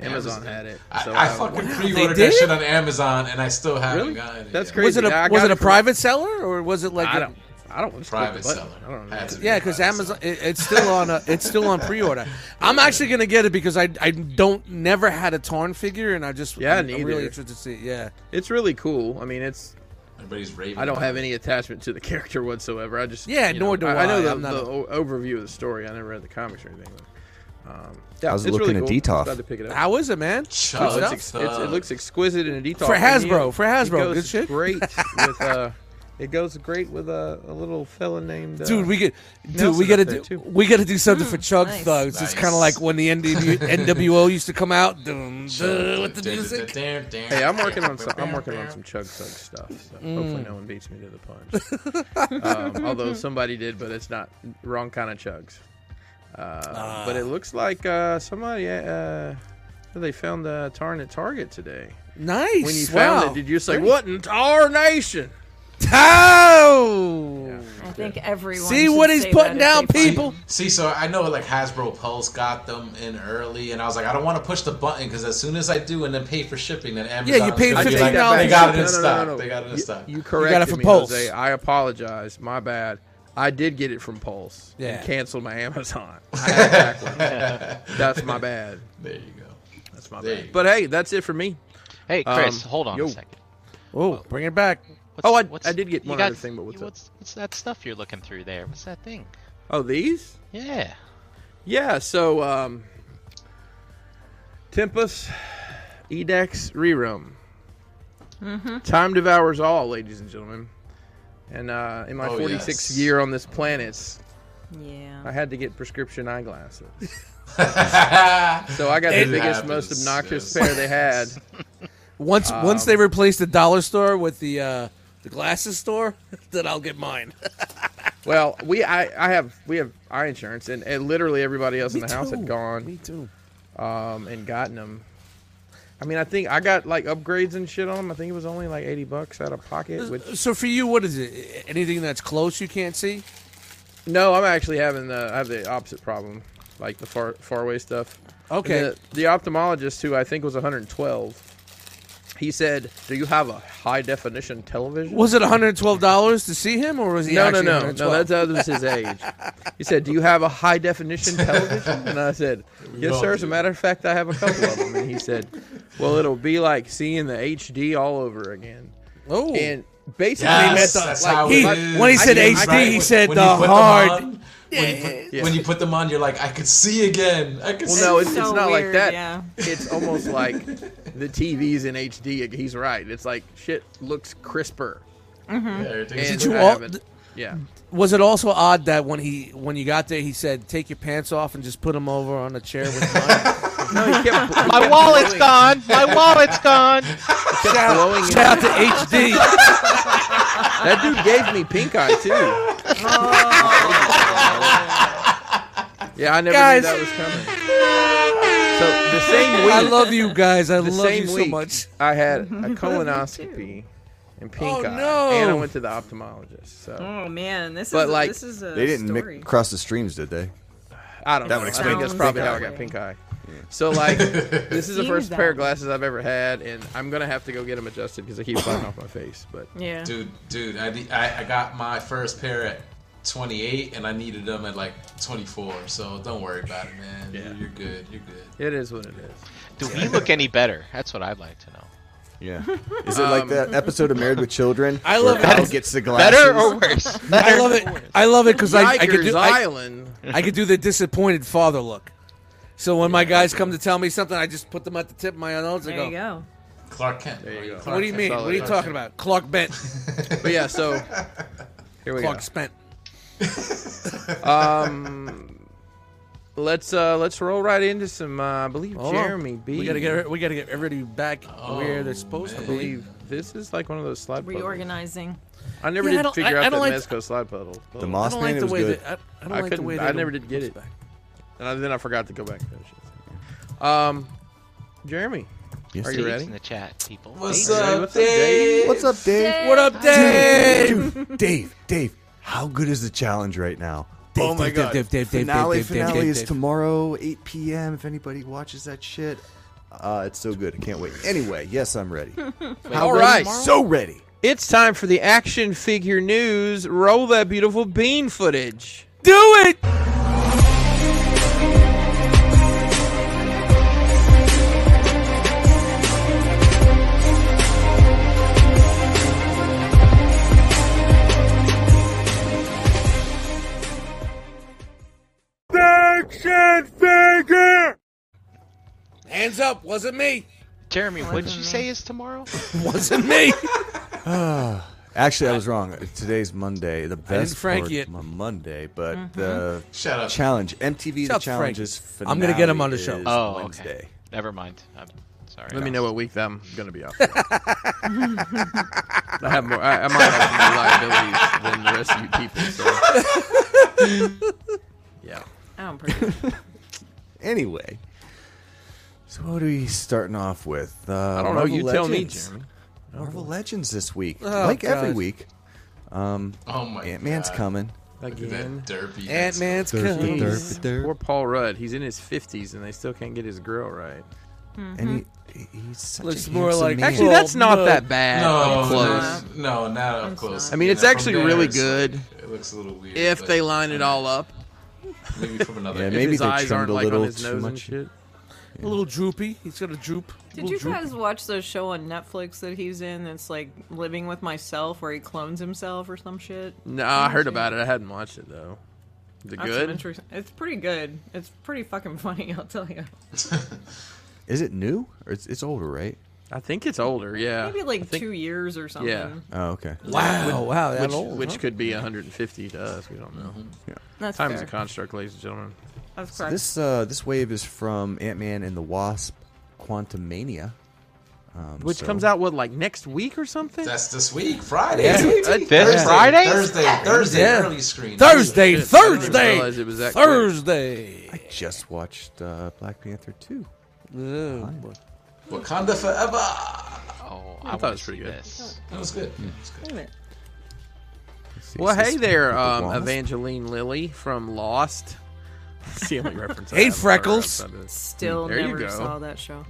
Amazon Amazon. had it. I, so I I- fucking pre-ordered did? that shit on Amazon, and I still haven't Really? gotten it. That's yet. crazy. Was it a I got was it a it from- private seller or was it like I a- don't. I don't. just click the Private button. seller. I don't know. Had to be Yeah, because private Amazon seller. it, it's still on a, it's still on pre-order. I'm actually gonna get it because I I don't never had a Tarn figure and I just Yeah, I'm, I'm neither. really interested to see. it. Yeah, It's really cool. I mean, it's Everybody's raving. I don't about have it. any attachment to the character whatsoever. I just Yeah, you nor know, do I, know I. the, I'm not the a- o- overview of the story. I never read the comics or anything. But, um, yeah, I was it's looking really at cool. Detoff. I'm glad to pick it up. how is it, man? Chug It looks Good ex- Thug. it's- it looks exquisite in a Detoff For Hasbro, video. for Hasbro, It goes good shit. Great with uh, it goes great with a, a little fella named uh, Dude, we get, dude, Nelson we gotta up there, do, too. we gotta do something for Chug nice. Thugs. It's kind of Nice. like when the NW, NWO used to come out dum, duh, with the music. Hey, Hey, I'm working on some. I'm working on some chug thug stuff. So Mm. hopefully, no one beats me to the punch. um, although somebody did, but it's not wrong kind of chugs. Uh, Ah. but it looks like uh, somebody uh, they found the Tarn at Target today. Nice. When you wow. found it, did you say what in our nation? Oh! I think everyone. See should what he's say that putting down, if they find- people. See, so I know like Hasbro Pulse got them in early, and I was like, I don't want to push the button because as soon as I do, and then pay for shipping, then Amazon. you paid is gonna be like, $15. They got No, it in no, no, stock. no, no. They got it in stock. You it corrected from me, Pulse. Jose. I apologize. My bad. I did get it from Pulse Yeah. and canceled my Amazon. I had it backwards. That's my bad. there you go. That's my There you bad. go. But hey, that's it for me. Hey, Chris, Um, hold on yo. a second. Oh, bring it back. What's, Oh, I- what's- I did get you one got- other thing, but what's up? what's, what's that stuff you're looking through there? What's that thing? Oh, these? Yeah. Yeah, so um Tempest Edex Rerum. Time devours all, ladies and gentlemen. And uh, in my Oh, 46th yes. year on this planet, I Yeah. had to get prescription eyeglasses. So I got the It biggest, most happens, obnoxious yes. pair they had. Once once um, they replace the dollar store with the uh, the glasses store, then I'll get mine. Well, we I, I have we have eye insurance, and, and literally everybody else in the house had gone. Me too. um, and gotten them. I mean, I think I got like upgrades and shit on them. I think it was only like eighty bucks out of Uh, pocket. Which So for you, what is it? Anything that's close you can't see? no, I'm actually having the I have the opposite problem, like the far far away stuff. Okay. And The, the ophthalmologist who I think was 112, he said, "Do you have a high definition television?" Was it $112 to see him, or was he No, no, actually no, no. 112? That's that was his age. He said, "Do you have a high definition television?" And I said, "Yes, all sir. As a do. matter of fact, I have a couple of them." And he said, "Well, it'll be like seeing the HD all over again." Oh, And basically, Yes, meant the- that's like, how he- it is. when he said I didn't- HD, he when- said when the you put them hard- on- When you, put, Yeah. when you put them on, you're like, I could see again. I could Well, see. no, it's, it's So not like weird, that. yeah. It's almost like the TV's in HD. He's right. It's like shit looks crisper. Mhm. Yeah, everything's- And did you I all? haven't- Yeah. Was it also odd that when he when you got there, he said, "Take your pants off and just put them over on a chair with mine." No, he kept. he My kept wallet's blowing- gone. My wallet's gone. Kept blowing it. Shout out to HD. That dude gave me pink eye too. Oh. yeah, I never Guys. knew that was coming. So the same week, I love you guys. I the love same you week, so much. I had a colonoscopy and pink Oh, eye, no. and I went to the optomeologist. So Oh man, this But, is like, a, this is a They didn't story. mi- cross the streams, did they? I don't That know. would I think that's explain probably it. how I got pink eye. So like, this is the Seems first pair of that. glasses I've ever had, and I'm gonna have to go get them adjusted because I keep falling off my face. But Yeah. Dude, dude, I, de- I, I got my first pair at 28, and I needed them at like 24. So don't worry about it, man. Yeah. You're, you're good. You're good. it is what it is. Do we look any better? That's what I'd like to know. Yeah. Is it like that episode of Married with Children? Um, I where love Kyle that. gets the glasses. Better or worse? I love it. I love it because I, I could Rikers do I, Island. I could do the disappointed father look. So when my guys come to tell me something, I just put them at the tip of my nose and There you go. go. Clark Kent. There you go. Clark What do you Kent. mean? Solid. What are you talking about? Clark Bent. But yeah, so here we Clark Spent. go. Um, let's uh let's roll right into some. Uh, I believe Hold on. Jeremy B. Oh, We gotta get we gotta get everybody back where they're supposed I to be. believe this is like one of those slide puzzles. Reorganizing. I never Yeah, I did don't- figure I- I out don't that like- Mezco slide puzzle. The I Moss don't Man like the was way good. that I, I don't I like the couldn't- way I they never don't did get push it. back. and then I forgot to go back. to that shit. Um, Jeremy, Yes, are sir. you Dave's ready? in the chat, people. What's Dave, Dave, up, what's up, Dave? Dave? What's up, Dave? What up, Dave? Dude, Dave, Dave, how good is the challenge right now? Oh my Dave, God. Dave, Dave, Dave, finale Dave, Dave, finale Dave, is Dave. tomorrow, 8 p.m. If anybody watches that shit, uh, it's so good. I can't wait. Anyway, yes, I'm ready. All right, so ready. it's time for the action figure news. Roll that beautiful bean footage. Do it. Action figure! Hands up. Wasn't me. Jeremy, what'd you say is tomorrow? Wasn't me. Actually, I was wrong. Today's Monday. The best Frank part it. of my Monday, but the Shut up. challenge MTV Mm-hmm. Shut the up, Frank. challenge is finale. I'm gonna get him on the show. is Oh, Wednesday. okay. Never mind. I'm sorry. Let me know what week I'm gonna be off. I have more. I, I might have more liabilities than the rest of you people. So. yeah. I don't pretty. Anyway, so what are we starting off with? Uh, I don't know. You tell me, Jeremy. Marvel Legends this week, Oh, like every God. week. Oh my Ant Man's God. coming. Look at Again. that derpy. Ant Man's coming. Derp, derp. Poor Paul Rudd. He's in his 50s and they still can't get his grill right. and he, he's such Looks a more handsome like- man. Actually, Well, that's not no. that bad. No, up close. it's not- no, not up close. not. I mean, You it's know, actually from there, really it's- good It looks a little weird. if but they line it all up. Maybe from another. Yeah, If maybe- his they eyes trimmed aren't a like on little his too nose and much. shit. A little droopy. He's got a droop. Did you guys watch the show on Netflix that he's in? That's like Living with Myself, where he clones himself or some shit. No, I heard about it. I hadn't watched it though. Is it That's some good? interest- It's pretty good. It's pretty fucking funny, I'll tell you. Is it new or it's, it's older, right? I think it's older. Uh, Yeah, Maybe like I think- two years or something. Oh, okay. Wow, wow, that Which, old. which could be 150 to us. We don't know. Mm-hmm. That's Time is fair. a construct, ladies and gentlemen. That's correct. This uh, this wave is from Ant Man and the Wasp, Quantum Mania, um, Which so- comes out what like next week or something? That's this week, Friday. Uh, This Friday? Thursday, Thursday, Yeah. early screen. Thursday, Shit, I didn't even Thursday, realize it was that quick. Thursday. I just watched uh, Black Panther two. Ugh. Wakanda forever. Oh, I I, thought it was want to see pretty good. this. That was good. That was good. Wait a minute. Well, hey there, um, Wasp? Evangeline Lilly from Lost. It's the only reference. I Hey, have of her Freckles. outside of- Still There you go. never saw that show.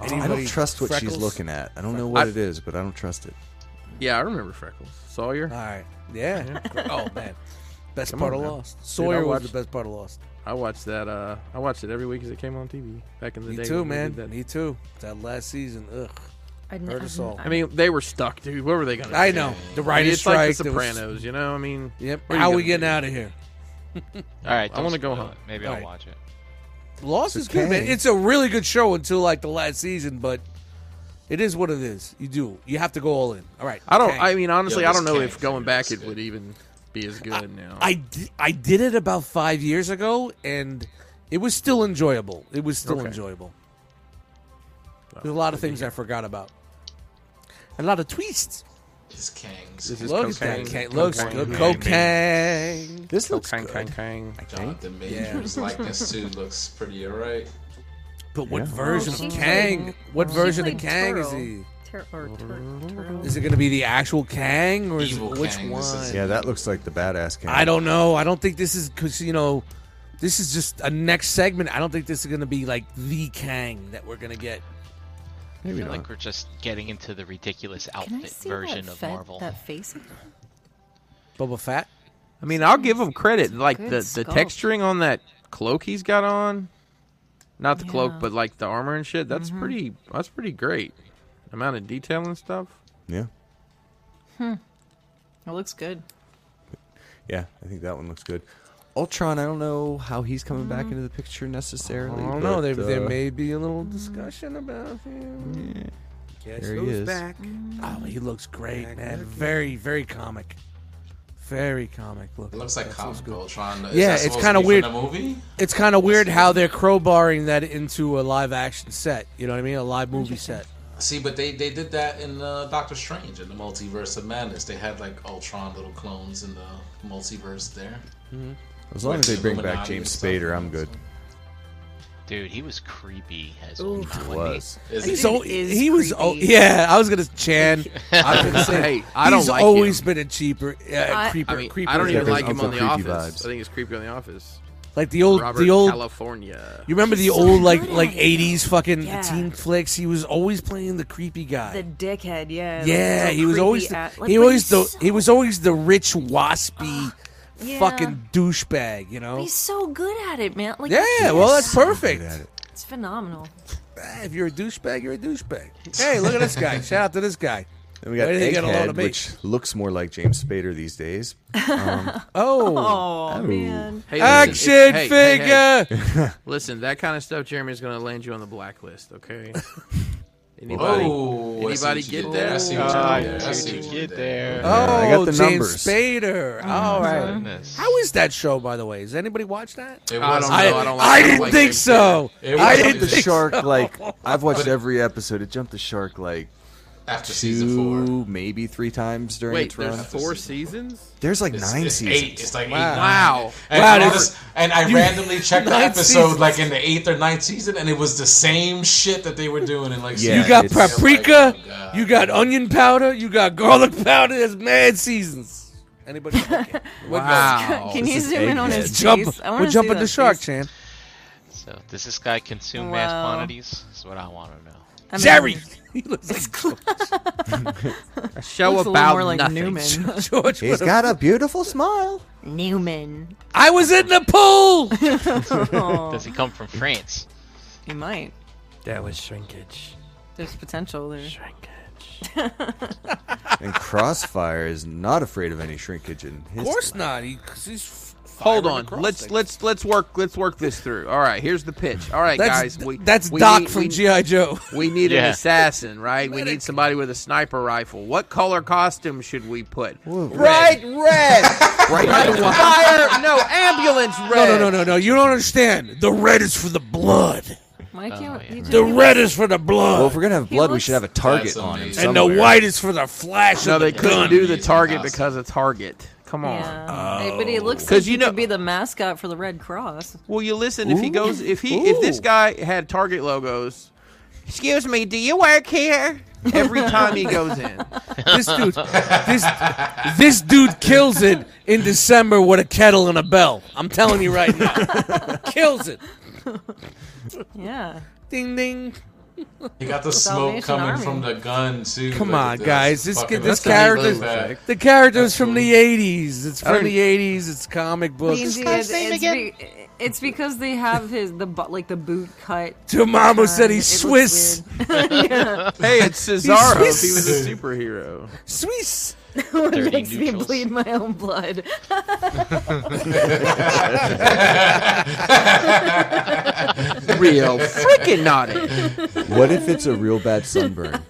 I don't trust what Freckles? she's looking at. I don't know what I- it is, but I don't trust it. Yeah, I remember Freckles. Sawyer. All right, yeah. oh man, best Come part on of now. Lost. Sawyer I was the watched- best part of Lost. I watched that. Uh, I watched it every week as it came on TV back in the Me day. too, when they man. did that. Me too. That last season, ugh. I Heard us all. I mean, they were stuck, dude. What were they gonna? I do? know I the mean, writer's it's like The strike. there was- Sopranos. You know, I mean, Yep. what are you How gonna we getting do? out of here? All right, I don't wanna go spoil home. it. Maybe All I'll right. watch it. Lost is good, okay. man. It's a really good show until like the last season, but it is what it is. You do. You have to go all in. All right. I don't. Kang. I mean, honestly, Yo, I this don't know Kang if figure going back is it good. would even be as good now. I, di- I did it about five years ago, and it was still enjoyable. It was still Okay. enjoyable. There's a lot of things I forgot about. A lot of twists. This Kang's. this is Looks cocaine. that ca- looks Cocaine, good. baby. Cocaine. This looks Cocaine, good. cocaine. Jonathan Major's likeness too looks pretty alright. But what Yeah. version she of played- Kang? what she version of played Kang is Turo. he? Tur- or tur- Turo. Is it going to be the actual Kang or is it Evil which Kang, one? this is- Yeah, that looks like the badass Kang. I don't know. I don't think this is because you know, this is just a next segment. I don't think this is going to be like the Kang that we're going to get. I Maybe feel not. like we're just getting into the ridiculous Can I outfit see version that, of fe- Marvel. that face? again? Boba Fett. I mean, I'll give him credit. Like good the, the sculpt. texturing on that cloak he's got on, not the cloak, Yeah. but like the armor and shit. That's pretty. That's pretty great. Amount of detail and stuff. Yeah, It looks good. yeah. I think that one looks good. Ultron. I don't know how he's coming back into the picture necessarily. Mm-hmm. I don't Oh, but, know. There, there uh, may be a little discussion about him. Guess There he who's is. back? Oh, he looks great, man. Very, very comic. Very comic look. It looks like That feels comic good. Ultron. Is Yeah, that it's supposed to kinda be weird. From the movie. It's kind of weird how they're crowbarring that into a live action set. You know what I mean? A live movie set. See, but they they did that in uh, Doctor Strange in the Multiverse of Madness. They had like Ultron little clones in the multiverse there. As long as they bring back Illuminati and James stuff. Spader, I'm good. Dude, he was creepy as Oof. Ultron, wasn't he? Was Is Dude He's it? al- is he was creepy. oh yeah. I was gonna Chan. I was gonna say Hey, I don't he's like always him. been a cheaper uh, I- creeper. I mean, creeper I don't is even Creepers like everything. him on The Uncle Office. Creepy vibes. I think he's creepy on The Office. like the old Robert the old. California. You remember the so old like good at like it. eighties fucking Yeah. teen flicks? He was always playing the creepy guy. The dickhead, yeah. like, yeah, little he was creepy always the, at- like, he but he's always the so- he was always the rich waspy yeah. fucking douchebag. You know? He's so good at it, man. Like, yeah. Well, that's perfect. at it. it's phenomenal. Ah, if you're a douchebag, you're a douchebag. Hey, look at this guy. Shout out to this guy. Then we got Where did he get a load Egghead, of meat? which looks more like James Spader these days. Oh, Oh, man. Hey, action listen, it- hey, hey, figure. hey. Listen, that kind of stuff, Jeremy, is going to land you on the blacklist. Okay. Anybody? Oh, I Anybody see what you get did there? I that? see what you did there. I see what you did there. Oh, I got the James numbers. Spader. Mm-hmm. All right. Goodness. How is that show, by the way? Does anybody watch that? It I was- don't know. I, don't like, I I don't didn't like think James so. It I was- didn't the It's- think shark, like I've watched every episode. It jumped the shark like After season four. two, maybe three times during Wait, its run. there's four seasons? There's like It's- nine it's seasons. Eight. It's like eight. Wow. And, Wow, I that's- just- and I randomly checked the Nine episode seasons. like in the eighth or ninth season, and it was the same shit that they were doing in like. Yeah, You got it's- paprika. Oh, God. you got onion powder. You got garlic powder. There's mad seasons. Anybody? Okay. We're Oh, Wow. Can you is zoom in on egghead. going. his Jump- face? I wanna we're see jumping the that shark, face. Chan. So does this guy consume mass Wow. quantities? Is what I want to know. I mean, Jerry. looks He looks like A show a little about more like nothing. Newman. George. He's with a- got a beautiful smile. Newman. I was in the pool. Oh, Does he come from France? he might. That was shrinkage. There's potential there. Shrinkage. And Crossfire is not afraid of any shrinkage in his. Of course not. He, 'cause he's f- Hold firing on. across Let's things. let's let's work let's work this through. All right, here's the pitch. All right, That's, guys, we, that's we Doc need- from we- GI Joe. We need an Yeah. assassin, right? We Let need it- somebody with a sniper rifle. What color costume should we put? Right, red. Red fire? No, ambulance No, red. no, no, no, no. You don't understand. The red is for the blood. Why can't Oh, yeah. you just The give red is for the blood. Well, if we're gonna have He blood, we looks- should have a target That's on him. amazing. and the somewhere. white is for the flash No, of they the couldn't gun. do the Amazing target costume. because of Target. Come on. Yeah. Hey, but he looks 'Cause like you he know- could be the mascot for the Red Cross. Well, you listen. If he goes, if he, if this Ooh. guy had Target logos, excuse me, do you work here? Every time he goes in, This dude, this, this dude kills it in December with a kettle and a bell. I'm telling you right now, kills it. Yeah. Ding ding. You got the Salvation smoke coming Army. from the gun too. Come Look at on, guys. This Fucking- this that's how he character's- looks like. The character's from the '80s. It's from the '80s. It's comic books. Lindsay, it's, it's be- it's because they have his the bu- like the boot cut. Your mama um, said he's it looks Swiss. weird. Yeah. hey, it's Cesaro. He's if he was a superhero. Swiss. it Dirty makes me neutrals. bleed my own blood. Real freaking naughty. What if it's a real bad sunburn?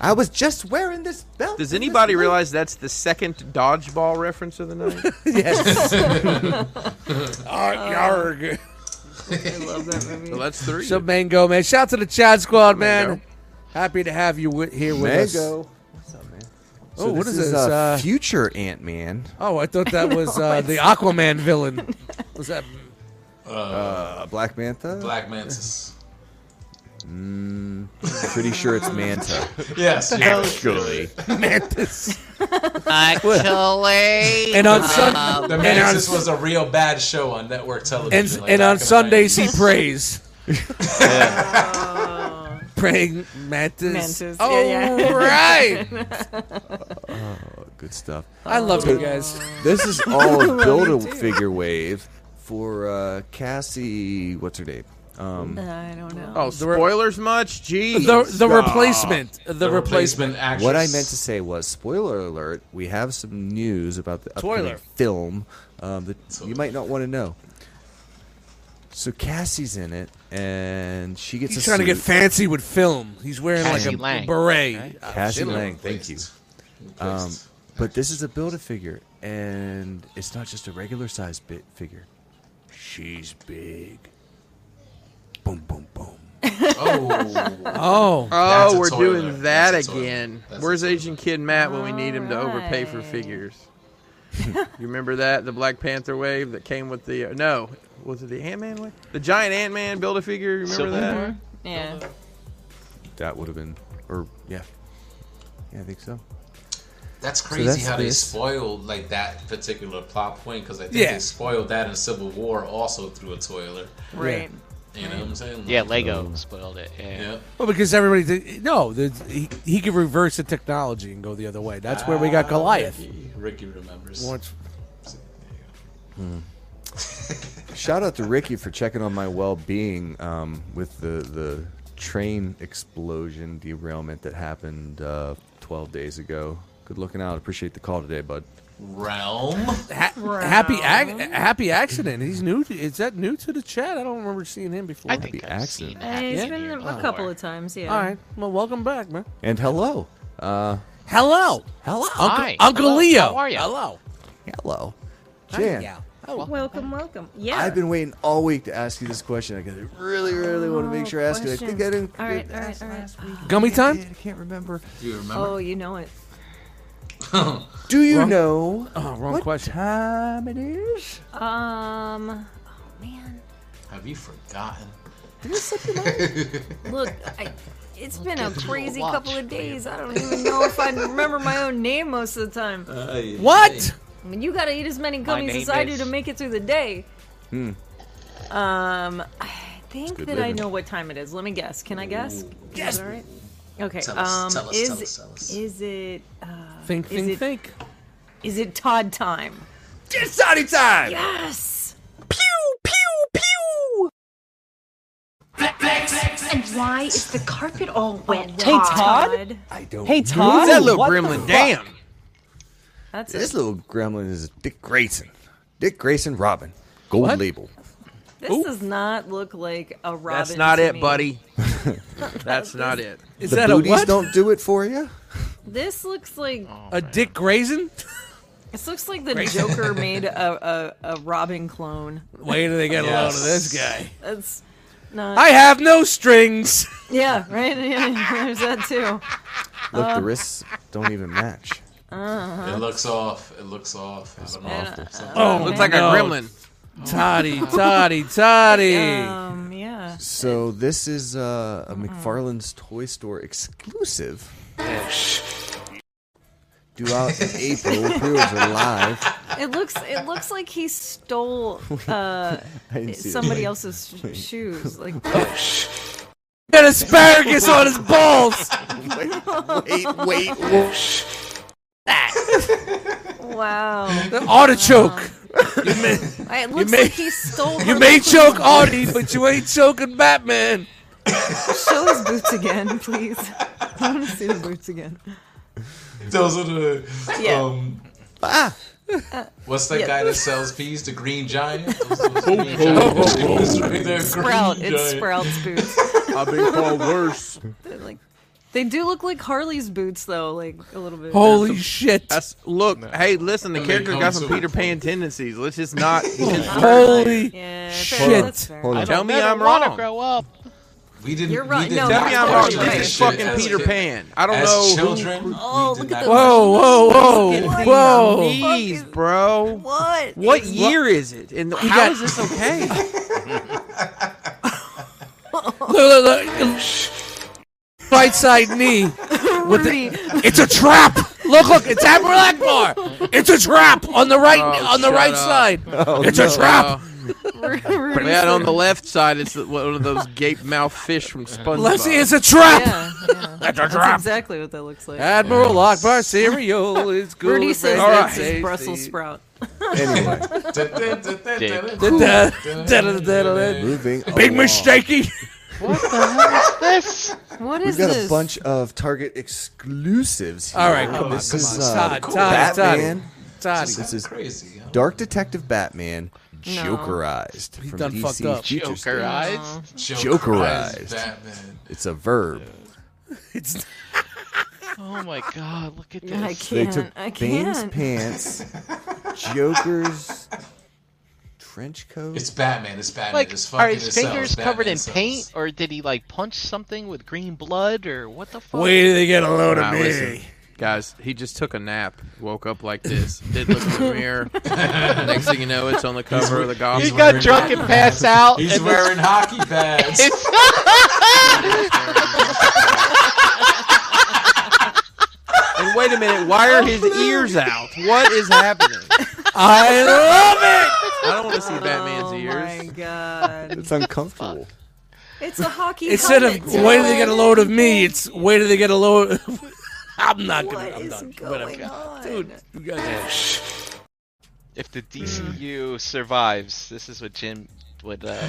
I was just wearing this belt. Does anybody realize that's the second dodgeball reference of the night? yes. Yarg. I love that movie. So that's three. So Mango man, shout out to the Chad Squad man. Happy to have you wi- here with us. Mango. Oh, So what is this? uh, Uh, future Ant Man. oh, I thought that was uh, the Aquaman villain. Was that? Uh, Black Manta? Black Mantis. Pretty sure it's Manta. Yes. yes. Actually. Actually, And on Sun- The Mantis was a real bad show on network television. and, like and back on in the Sundays he 90s. prays. Praying mantis. Mantis, yeah, Oh, yeah. right. Good stuff. I love you guys. This is all a build a figure wave for uh, Cassie. What's her name? Hmm. Um, I don't know. Oh, spoilers much? Jeez. The the replacement. The, The replacement. replacement actress. what I meant to say was spoiler alert. We have some news about the upcoming Spoiler. film um, that you might not want to know. So Cassie's in it, and she gets He's a trying to get suit. fancy with film. He's wearing Cassie like a Lang, beret. right? Cassie She Lang. replaced- Thank you. Um, replaced. but this is a build a figure, and it's not just a regular size bit figure. She's big. Boom, boom, boom. oh. Oh, That's Oh, a we're toilet. doing that That's a toilet. again. That's a Where's Agent Kid Matt when we need him to overpay for Alright. figures? you remember that the Black Panther wave that came with the uh, no, was it the Ant Man wave? The giant Ant Man build a figure. Remember that? yeah. That would have been, or yeah, yeah, I think so. That's crazy that's how they this. spoiled like that particular plot point because I think Yeah. they spoiled that in Civil War also through a toiler. Right. You know what I'm saying? yeah, Lego spoiled it. Yeah. Yeah. well, because everybody did, no, there's- he he could reverse the technology and go the other way. That's where we got Ah, Goliath. Ricky, Ricky remembers. Once- Shout out to Ricky for checking on my well-being um, with the the train explosion derailment that happened uh, 12 days ago. Good looking out. Appreciate the call today, bud. Realm. Ha- happy ag- happy accident. He's new. To, is that new to the chat? I don't remember seeing him before. I think Happy I've accident. seen Hey, that. He's in been here here Oh a before. couple of times. Yeah. All right. Well, welcome back, man. And hello. Uh, Hello. hello. Uncle, Hi. Uncle Hello. Leo. How are you? Hello. Hello. Hi, Jan. yeah. Oh, Welcome, welcome. Yeah. I've been waiting all week to ask you this question. I gotta really, really want to make sure I ask it. I think I didn't. Oh, All right, didn't all right, ask all right. last week. Gummy I time? did. I can't remember. Do you remember? Oh, you know it. Do you know Oh, wrong what question. time it is? Um. Oh man. Have you forgotten? Look, I, it's been a at you, crazy watch, couple of days. I don't even know if I remember my own name most of the Uh, time. What? I mean, you gotta eat as many My gummies name as I do is- to make it through the day. Um, I think that good I living. know what time it is. Let me guess. Can I guess? Yes. All right. Okay. Tell us, Um, tell us, is tell us, tell us. is it Think, Is think, it- think. is it Todd time? It's Sunny time. Yes. And why is the carpet all wet? Hey Oh, Todd. I don't. Hey Who's Todd. that little gremlin? Damn. That's This it. little gremlin is Dick Grayson. Dick Grayson Robin. Gold label. This does not look like a Robin. That's not to it, me. buddy. That's not it. Is the that a booties what? don't do it for you. This looks like a Dick Grayson? this looks like the Joker made a, a, a Robin clone. Wait till they get a load of this guy. That's not. I have no strings. yeah. Right. Yeah, there's that too. Look, Uh. the wrists don't even match. It looks off. It looks off. I don't know. awful. Something- Oh, Looks like no. a gremlin. Toddy, Toddy, Toddy. Um. Yeah. So this is uh, a McFarlane's Toy Store exclusive. Due out in April. Pre-orders are live. It looks. It looks like he stole uh, I didn't see it. somebody else's sh- shoes. Like Got asparagus on his balls. Wait, wait, wait. wow. The artichoke. I- It looks may- like he stole. You her may Brooklyn choke Artie, but you ain't choking Batman. Show his boots again, please. I want to see the boots again. Those are the. Yeah. Oh, Um, What's that yeah. guy that sells peas? The Green Giant. Those, those green giants. Those are the green Sprout. It's giant. Sprout's boots. I've been called worse. They're like They do look like Harley's boots, though, like a little bit. shit! That's, look, hey, listen, the character's got some Peter Pan tendencies. Let's just not. Holy Yeah, Hold on. shit! Hold on. Tell me I'm want to wrong. grow up. We didn't. You're right. We No, didn't Tell me I'm wrong. That's This right. is fucking Peter Pan. I don't As know. who- children. Oh, we look did at not the- Whoa, whoa, whoa, What? whoa! Jeez, bro. What? What is- year is it? And how got- is this okay? Look, look, look. Right side knee. With the, it's a trap. Look, look, it's Admiral Akbar. It's a trap on the right, Oh, on the shut right up. side. it's a trap. Uh, man, on the left side, it's one of those gape mouth fish from SpongeBob. Lefty, it's a trap. Yeah, yeah. That's exactly what that looks like. Admiral Akbar cereal is good. Rudy says All that's right. his Brussels sprout. Anyway, Da- da- da- da- da- da- moving. Big along. mistakey. What the hell is this? What We've is got this? a bunch of Target exclusives. Here. All right, Oh, come on, this Ah, come is on. uh, Todd, cool. Todd, Batman. Todd. This is crazy. huh? Dark Detective Batman, Jokerized from done fucked up. DC's Futures. Joker eyes. Jokerized. Batman. It's a verb. It's Oh my god, look at I this. They can't. took I Bane's can't. pants, Joker's trench coat. It's Batman. It's Batman. Like, it's fucking are his it sells. fingers Batman covered in sells. paint, or did he like punch something with green blood, or what the fuck? wait till they get a load Nah, of me. listen. Guys, he just took a nap, woke up like this, did look in the mirror. Next thing you know, it's on the cover of the He Gotham. wearing- got drunk and passed out. He's and wearing hockey pads. And wait a minute, why are his ears out? What is happening? I love I don't want to see Batman's Oh my ears. god! It's uncomfortable. It's a hockey it. Instead of helmet, wait till they Dylan. get a load of me, it's wait till they get a load. I'm not gonna. What I'm is done. going on? You guys- If the DCU survives, this is what Jim, what uh,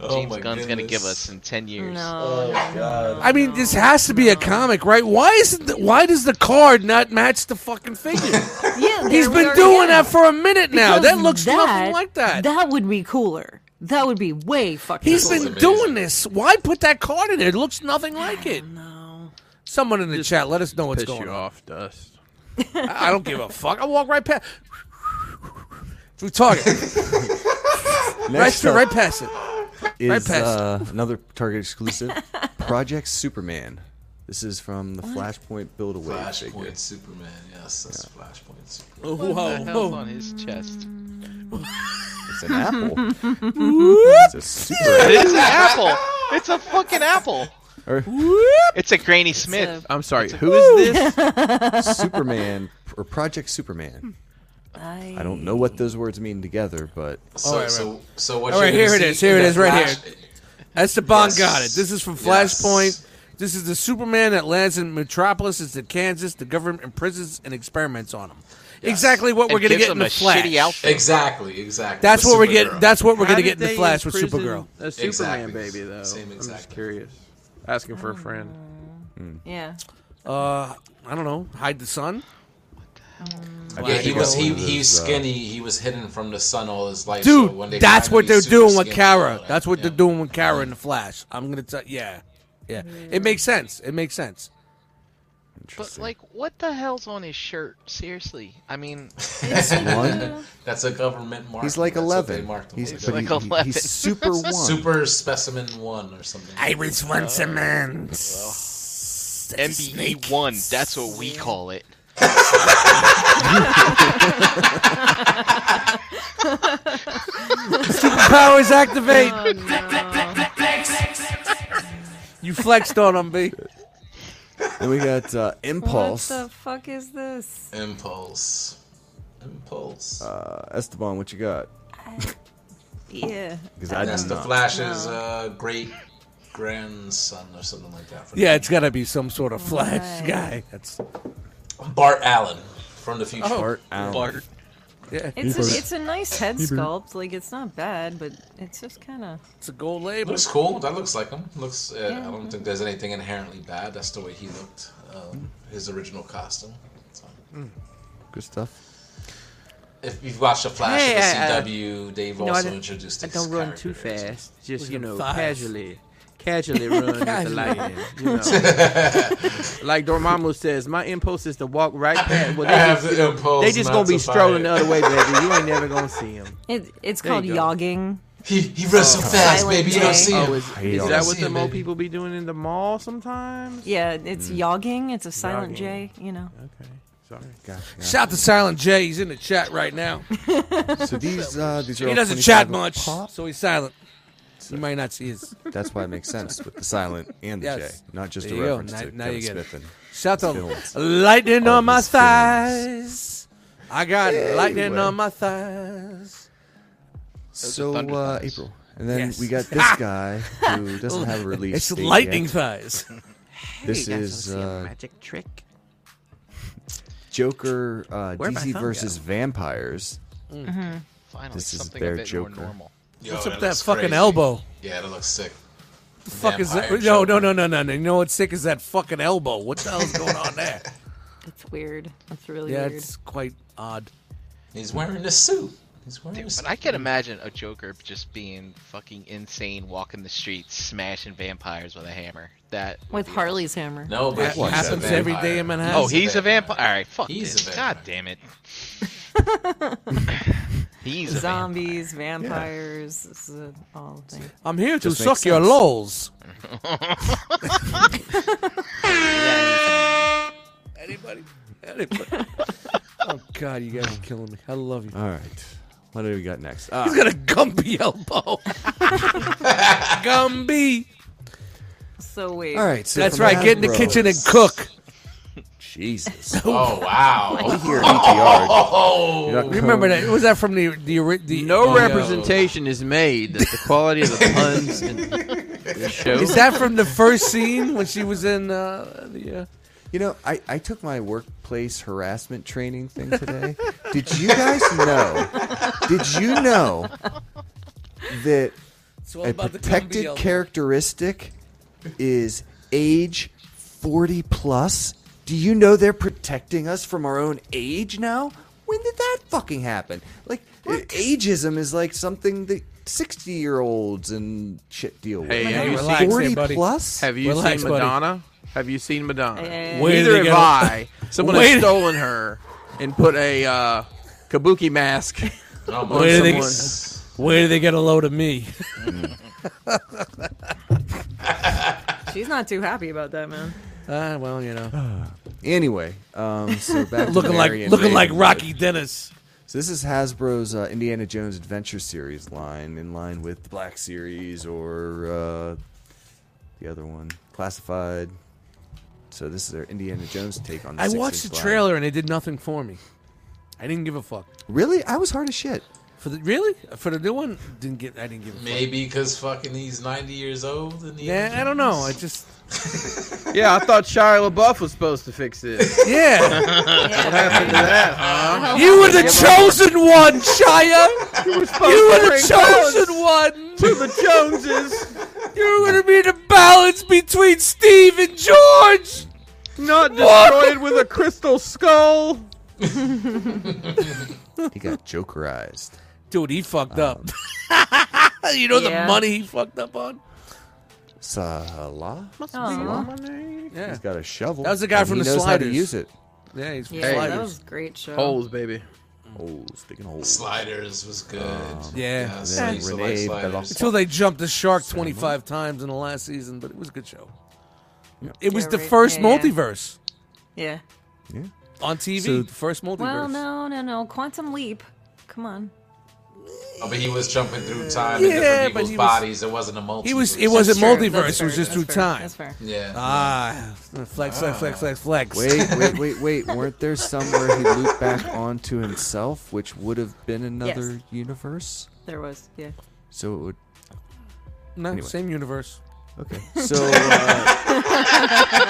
Oh James my Gunn's gonna give us goodness. in ten years. Oh. No, I mean, this has to be a comic, right? Why isn't? The, why does the card not match the fucking figure? yeah, He's been doing that for a minute now. That looks nothing nothing like that. That would be cooler. That would be way fucking. He's cooler. been doing this. Why put that card in there? It looks nothing like it. No. Someone in the chat, let us know what's Piss going you on. off, Dust. I I don't give a fuck. I walk right past. Through Target, right, Next through, up right past it. is right past. uh, another Target exclusive, Project Superman. This is from the Flashpoint Build a Wave figure. Flashpoint Superman. Yes, that's Flashpoint Superman. What Whoa, the hell's whoa. on his chest? It's an apple. it's a super. It's an apple. It's a fucking apple. or It's a Granny Smith. I'm sorry, who is this? Superman or Project Superman. I, I don't know what those words mean together, but So, so, so what? All you're right, gonna here it see is, here in it the is, right Flash- Esteban Yes. got it. This is from Flashpoint. This is the Superman that lands in Metropolis. It's in Kansas. The government imprisons and experiments on him. Exactly what we're And going to gives get him in the a Flash. shitty outfit. Exactly. Exactly. That's The what we're superhero. getting. That's what we're How going to did get in the they Flash with imprison Supergirl. A Superman Exactly. baby, though. I'm Same just exactly. Uh, curious. Asking for a friend. Yeah. Uh, I don't know. Hide the sun. I Yeah, think he it's was one he, of he those, was uh, skinny. He was hidden from the sun all his life. Dude, so when they that's finally what they're super doing with skinny, Kara. uh, That's what yeah. they're doing with Kara in the Flash. I'm going to tell. Yeah, yeah. Mm. It makes sense. It makes sense. But like, what the hell's on his shirt? Seriously, I mean, one. That's a government mark. He's like That's what they eleven. marked him He's, with. but like he- he- 11. he's super one. super specimen one or something. was once a man. E MBE E one. That's what we call it. Powers activate. You flexed on him, B. Then we got uh, Impulse. What the fuck is this? Impulse. Impulse. Uh, Esteban, what you got? Yeah. 'Cause I That's did the not. Flash's uh, great grandson or something like that. for Yeah, it's got to be some sort of Flash Right. guy. That's Bart Allen from the Oh. future. Bart Allen. Bart. It's a, it's a nice head sculpt. Like it's not bad, but it's just kind of it's a gold label. Looks cool. That looks like him. Looks. Uh, I don't think there's anything inherently bad. That's the way he looked. Um, his original costume. So, Hmm. Good stuff. If you've watched the Flash Hey, I- I- of the CW, they've know, I also don't- introduced. I his don't run too character. fast. Just, Look you at know, thighs. casually. casually run with the Casually. lion. You know. like Dormammu says, my impulse is to walk right past. Well, I have they just, the impulse they just not gonna be to strolling fight. the other way, baby. You ain't never gonna see him. It, it's There called you go. yogging. He he runs so fast, Silent baby. You don't day. see him. Oh, is, I is don't that see what the him, mo baby. people be doing in the mall sometimes? Yeah, it's yogging. It's a silent J, you know. Okay, sorry. Shout to Silent J. He's in the chat right now. So these uh, these are he all doesn't 25 chat a much, pop. so he's silent. You might not see his. That's why it makes sense with the silent and the Yes. J, not just There a you go. reference Now- to now you get Kevin it. Smith and Shout out films. lightning All on my his films. thighs. I got lightning Anyway. on my thighs. So thunder uh, thighs. April, and then Yes. Ah! we got this guy who doesn't have a release. It's date lightning yet. thighs. This is uh, magic trick. Joker uh, Where'd my DC thumb versus vampires. Finally, This is something their a bit Joker. more normal. Yo, What's up with that looks fucking crazy. elbow? Yeah, that looks sick. The fuck is that? Vampire No, no, Joker. no, no, no, no. You know what's sick is that fucking elbow. What the hell's going on there? That's weird. That's really yeah, weird. it's quite odd. He's wearing a suit. He's wearing a suit. But I can imagine a Joker just being fucking insane, walking the streets, smashing vampires with a hammer. That would With be Harley's hammer. No, but That he's a happens every vampire. day in Manhattan. awesome. Oh, he's a vampire. All right, fuck He's this. a vampire. God damn it. he's a vampire. Zombies, vampires, this is a- all the thing. I'm here to Just suck makes your sense. lols. Anybody? Anybody? oh God, you guys are killing me. I love you. All right, what do we got next? Ah, He's got a Gumby elbow. Gumby. So wait. all right, so That's from right. Get in the Hasbro, kitchen and cook. Jesus, Oh wow! we hear E EPR. Oh, Remember that? Was that from the the, ori- the No the, uh, representation is made that the quality of the puns in the show. Is that from the first scene when she was in uh, the? Uh, You know, I, I took my workplace harassment training thing today. did you guys know? Did you know that it's all a about the Gumby protected elbow. characteristic is age 40 plus? Do you know they're protecting us from our own age now? When did that fucking happen? Like, ageism is like something that 60 year olds and shit deal with. Hey, Like, have you Relax there, 40 buddy. plus? Have you Relax, seen buddy. Madonna? Have you seen Madonna? Hey. Where did Neither they have get- I. Someone Wait. has stolen her and put a uh, kabuki mask. oh my Where do they- goodness. Where do they get a load of me? She's not too happy about that, man. Uh, well, you know, Anyway, um, so back to looking like Mary and looking like Raven. Rocky Dennis. So this is Hasbro's uh, Indiana Jones Adventure Series line, in line with the Black Series or uh, the other one, Classified. So this is their Indiana Jones take on. The I six watched the inch line. trailer and it did nothing for me. I didn't give a fuck. Really, I was hard as shit. For the really for the new one, didn't get. I didn't give a fuck. Maybe because fucking he's ninety years old and he. Yeah, I don't know. I just yeah, I thought Shia LaBeouf was supposed to fix this. yeah. What happened to that, huh? you were the chosen one, Shia. You were supposed You to were bring the chosen one. balance to the Joneses, You're gonna be the balance between Steve and George. not destroyed with a crystal skull. He got Jokerized. Dude, he fucked up. you know Yeah. the money he fucked up on. Salah. Aw. Yeah, He's got a shovel. That was the guy and from he the knows how to Sliders. use it. yeah, he's Yeah, Hey. that was a great show. Holes, baby. Oh, sticking holes. Sliders was good. Oh, yeah. yeah so I Then used to like Renee sliders. Belloc- Until they jumped the shark 25 times in the last season, but it was a good show. It was Yeah, the right. first Yeah, yeah. multiverse Yeah. on TV. So- the first multiverse. Well, no, no, no. Quantum leap. Come on. Oh, but he was jumping through time Yeah, and different but people's he was- bodies. It wasn't a multiverse. He was. It wasn't true. multiverse. That's It was fair. just through That's fair. time. That's fair. Yeah. Ah, flex, flex, flex, flex, flex. Wait, wait, wait, wait. Weren't there somewhere he looped back onto himself, which would have been another universe? There was. Yeah. So it would no, anyway. same universe. Okay. So, uh,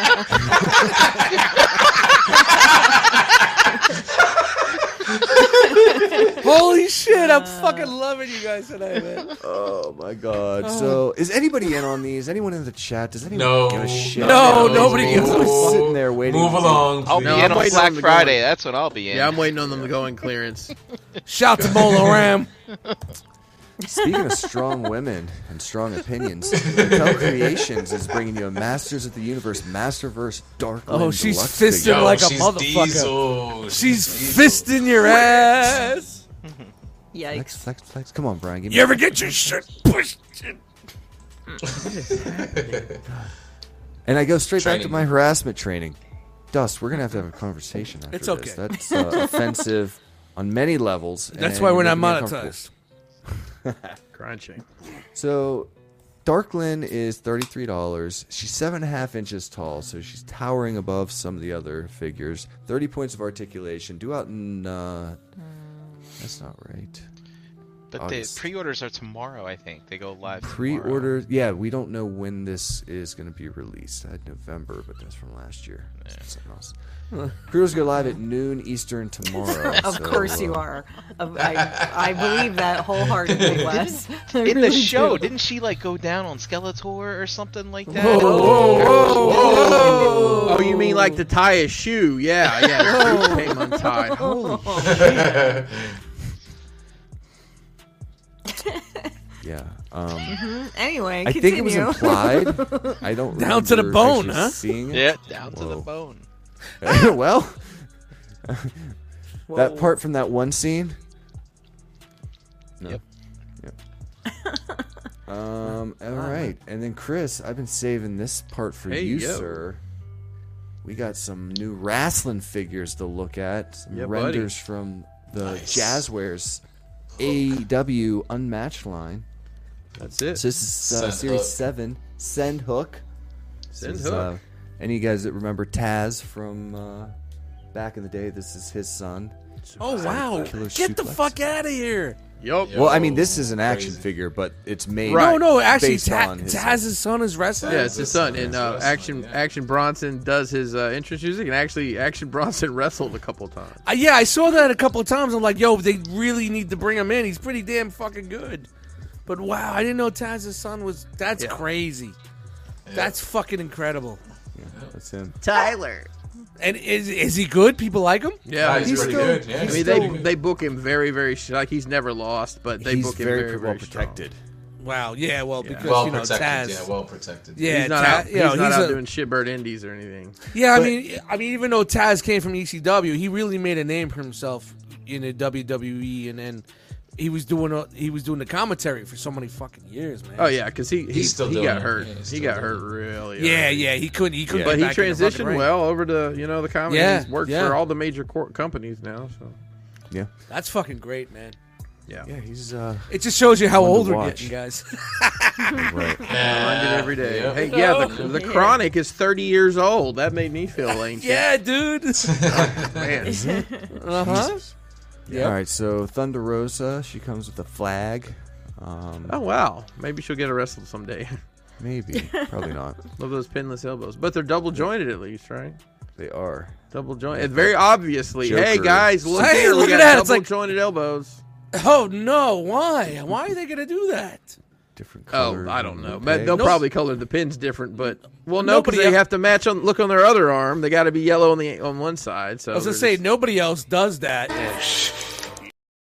Holy shit! I'm fucking loving you guys tonight, man. oh my god. So, is anybody in on these? Anyone in the chat? Does anyone No. give a shit? No, nobody gives a We're shit. sitting there waiting. Move to- along. I'll please. No, be in I'm on waiting Black on the Friday. going. That's what I'll be in. Yeah, I'm waiting on them to go in clearance. Shout to Mola Ram. Speaking of strong women and strong opinions, Mattel Creations is bringing you a Masters of the Universe Masterverse Dark. Oh, Lane she's Deluxe fisting figure. like a motherfucker. She's fisting your ass. Flex, flex, flex. Come on, Brian. Give me You ever get your shit pushed? And I go straight back to Training. my harassment training. Dust, we're gonna have to have a conversation. After It's okay. This. That's uh, offensive on many levels. That's and why we're you're not making me monetized. uncomfortable. Crunching. So, Darklyn is thirty-three dollars. She's seven and a half inches tall, so she's towering above some of the other figures. Thirty points of articulation. Due out in uh, that's not right. But August. the pre-orders are tomorrow, I think. They go live. tomorrow. Pre-order. Yeah, we don't know when this is going to be released. I had November, but that's from last year. Something else. Huh. Crews go live at noon Eastern tomorrow. of so, course you uh, are. Of- I, I believe that wholeheartedly, Wes. I in really the show, do. didn't she like go down on Skeletor or something like that? Whoa, whoa, whoa. Oh, you mean like to tie a shoe? Yeah, yeah. Shoe came untied. Holy shit. Yeah. Um, Mhm. Anyway, I think it was continue. implied. I don't Down to the remember bone, actually huh? Seeing it. Yeah, down to the Whoa. bone. well, that part from that one scene. No. Yep. Yep. um. All right, and then Chris, I've been saving this part for Hey, you, yo. sir. We got some new wrestling figures to look at. Some Yeah, buddy. renders from the Jazzwares AEW Unmatched line. That's it. So this is uh, Send series Hook. seven. Send hook. This Send is, Hook. uh, any of you guys that remember Taz from uh, back in the day? This is his son. Oh Sonic wow! Killer Get the Suplex. fuck out of here. Yup. Well, I mean, this is an action figure, but it's made. No, no. Actually, based Ta- on his- Taz's son is wrestling. Yeah, it's his son, and uh, Action Action Bronson does his uh, entrance music, and actually Action Bronson wrestled a couple times. Uh, yeah, I saw that a couple of times. I'm like, yo, they really need to bring him in. He's pretty damn fucking good. But wow, I didn't know Taz's son was. That's crazy. That's fucking incredible. That's him. Tyler. And is is he good? People like him. Yeah, he's, still- I mean, he's they still- they book him very very sh- like he's never lost, but they He's book him very very very, well strong. protected. Wow. Yeah. Well, because Well you know Taz. protected. Yeah, well protected. Yeah, he's not Ta- out, you he's know, not he's out a- doing shitbird indies or anything. Yeah, I But- mean, I mean, even though Taz came from ECW, he really made a name for himself in the WWE, and then he was doing a, he was doing the commentary for so many fucking years, man. oh yeah, because he he, He's still he doing got it. hurt. Yeah, he's he still got doing hurt really. Yeah, early. yeah, he couldn't- he couldn't But get he back in the fucking transitioned ring. well over to you know the comedy. Yeah, he's worked yeah. for all the major cor- companies now. So Yeah. That's fucking great, man. Yeah. Yeah, he's. Uh, It just shows you how One to old we're watch. getting, guys. right. Uh, Reminded every day. Yeah. Hey, yeah, the, Oh, the man. chronic is 30 years old. That made me feel ancient. yeah, dude. Man. Uh-huh. Uh huh. All right, so Thunder Rosa, she comes with a flag. Um, Oh wow, maybe she'll get arrested someday. Maybe, probably not. Love those pinless elbows, but they're double jointed at least, right? They are double jointed. Very obviously. Hey Joker. guys, look Hey, here. we look got at that. It's Double like- jointed elbows. Oh no! Why? Why are they gonna do that? Different Oh, I don't know. But they'll Nope. probably color the pins different, but well, no, because Nobody they el- have to match on. Look on their other arm. They got to be yellow on the on one side. So I was Oh, they're gonna say nobody else does that. just-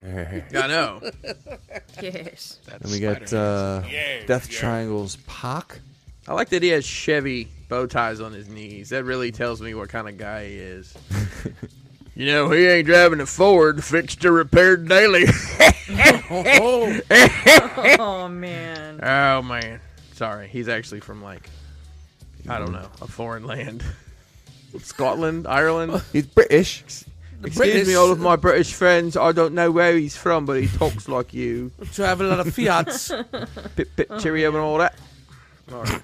I know. Yes. And we got uh, Death Triangle's Pac. I like that he has Chevy bow ties on his knees. That really tells me what kind of guy he is. you know, he ain't driving a Ford fixed or repaired daily. Oh. Oh, man. Oh man. Sorry, he's actually from like I don't know, a foreign land. Scotland, Ireland. He's British. Excuse British- me, all of my British friends. I don't know where he's from, but he talks like you. Drive a lot of Fiats. Pip, pip, Oh, cheerio, and all that. All right.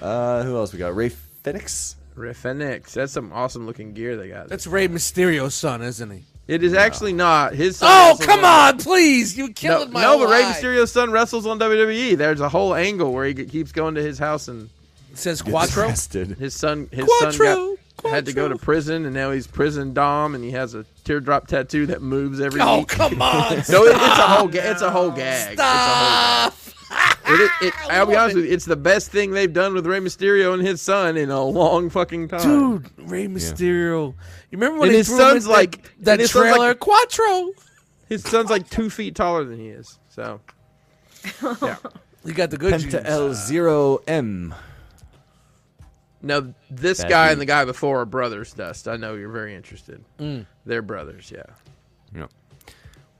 Uh, who else we got? Ray Phoenix. Refenix. That's some awesome looking gear they got. That's Ray Mysterio's son, isn't he? It is actually not his. son Oh, wrestles come on- on, please! You killed no, my no, but Rey lie. Mysterio's son wrestles on WWE. There's a whole angle where he g- keeps going to his house and It says Quattro. His son, his Quattro, son got, had to go to prison, and now he's prison dom, and he has a teardrop tattoo that moves every. Oh, week. come on, no, it, it's a whole ga- it's a whole gag. It's a whole gag. It, it, it, I'll be honest with you, it's the best thing they've done with Rey Mysterio and his son in a long fucking time. Dude, Ray Mysterio. You remember when And they his threw him in son's that- like- that, and his son's trailer? like- Quattro. His son's like two feet taller than he is. So, yeah. You got the Penta L zero M. No, this Bad guy beat. and the guy before are brothers, Dust. I know you're very interested. Mm. They're brothers, yeah. Yep.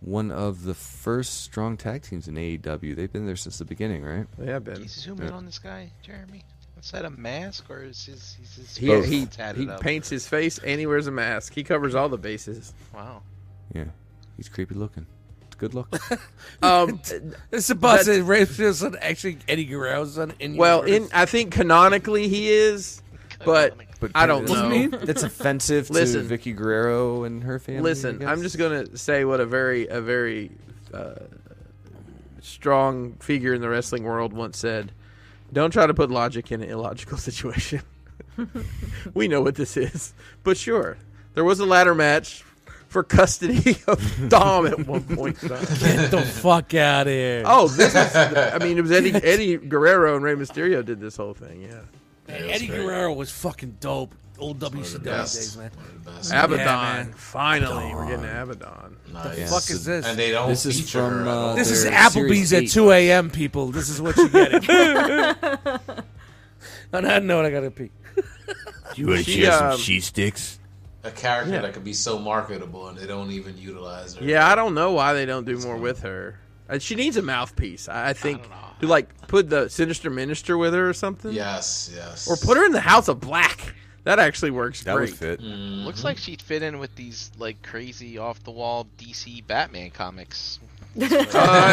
One of the first strong tag teams in AEW. They've been there since the beginning, right? They have been. Zoom in on this guy, Jeremy. Is that a mask or is his, he's his He, Both. he, tatted he up? paints his face and he wears a mask. He covers all the bases. Wow. Yeah. He's creepy looking. Good luck. Um, It's about that's- to Ray Wilson actually Eddie Guerrero's son in Well, in universe. I think canonically he is, but, I don't know. That's offensive to Listen. Vicky Guerrero and her family. I Listen, guess. I'm just gonna say what a very a very uh, strong figure in the wrestling world once said: "Don't try to put logic in an illogical situation." we know what this is, but sure, there was a ladder match for custody of Dom at one point. Get the fuck out of here. Oh, this is. I mean, it was Eddie, Eddie Guerrero and Rey Mysterio did this whole thing. Yeah. Eddie Guerrero was fucking dope. Old WCW best. days, man. Abaddon. Yeah, man. Finally, we're getting Abaddon. The fuck is this? And they don't This is feature from, her at uh, all. This is They're Applebee's Series at eight. 2 a.m., people. This is what you're getting. On that note, I gotta pee. You want to She, share some um, cheese sticks? a character that could be so marketable and they don't even utilize her. Yeah, I don't know why they don't do more with her. Uh, She needs a mouthpiece. I I think to like put the sinister minister with her or something. Yes, yes. Or put her in the House of Black. That actually works that great. would fit. Looks like she'd fit in with these like crazy off the wall DC Batman comics. Uh,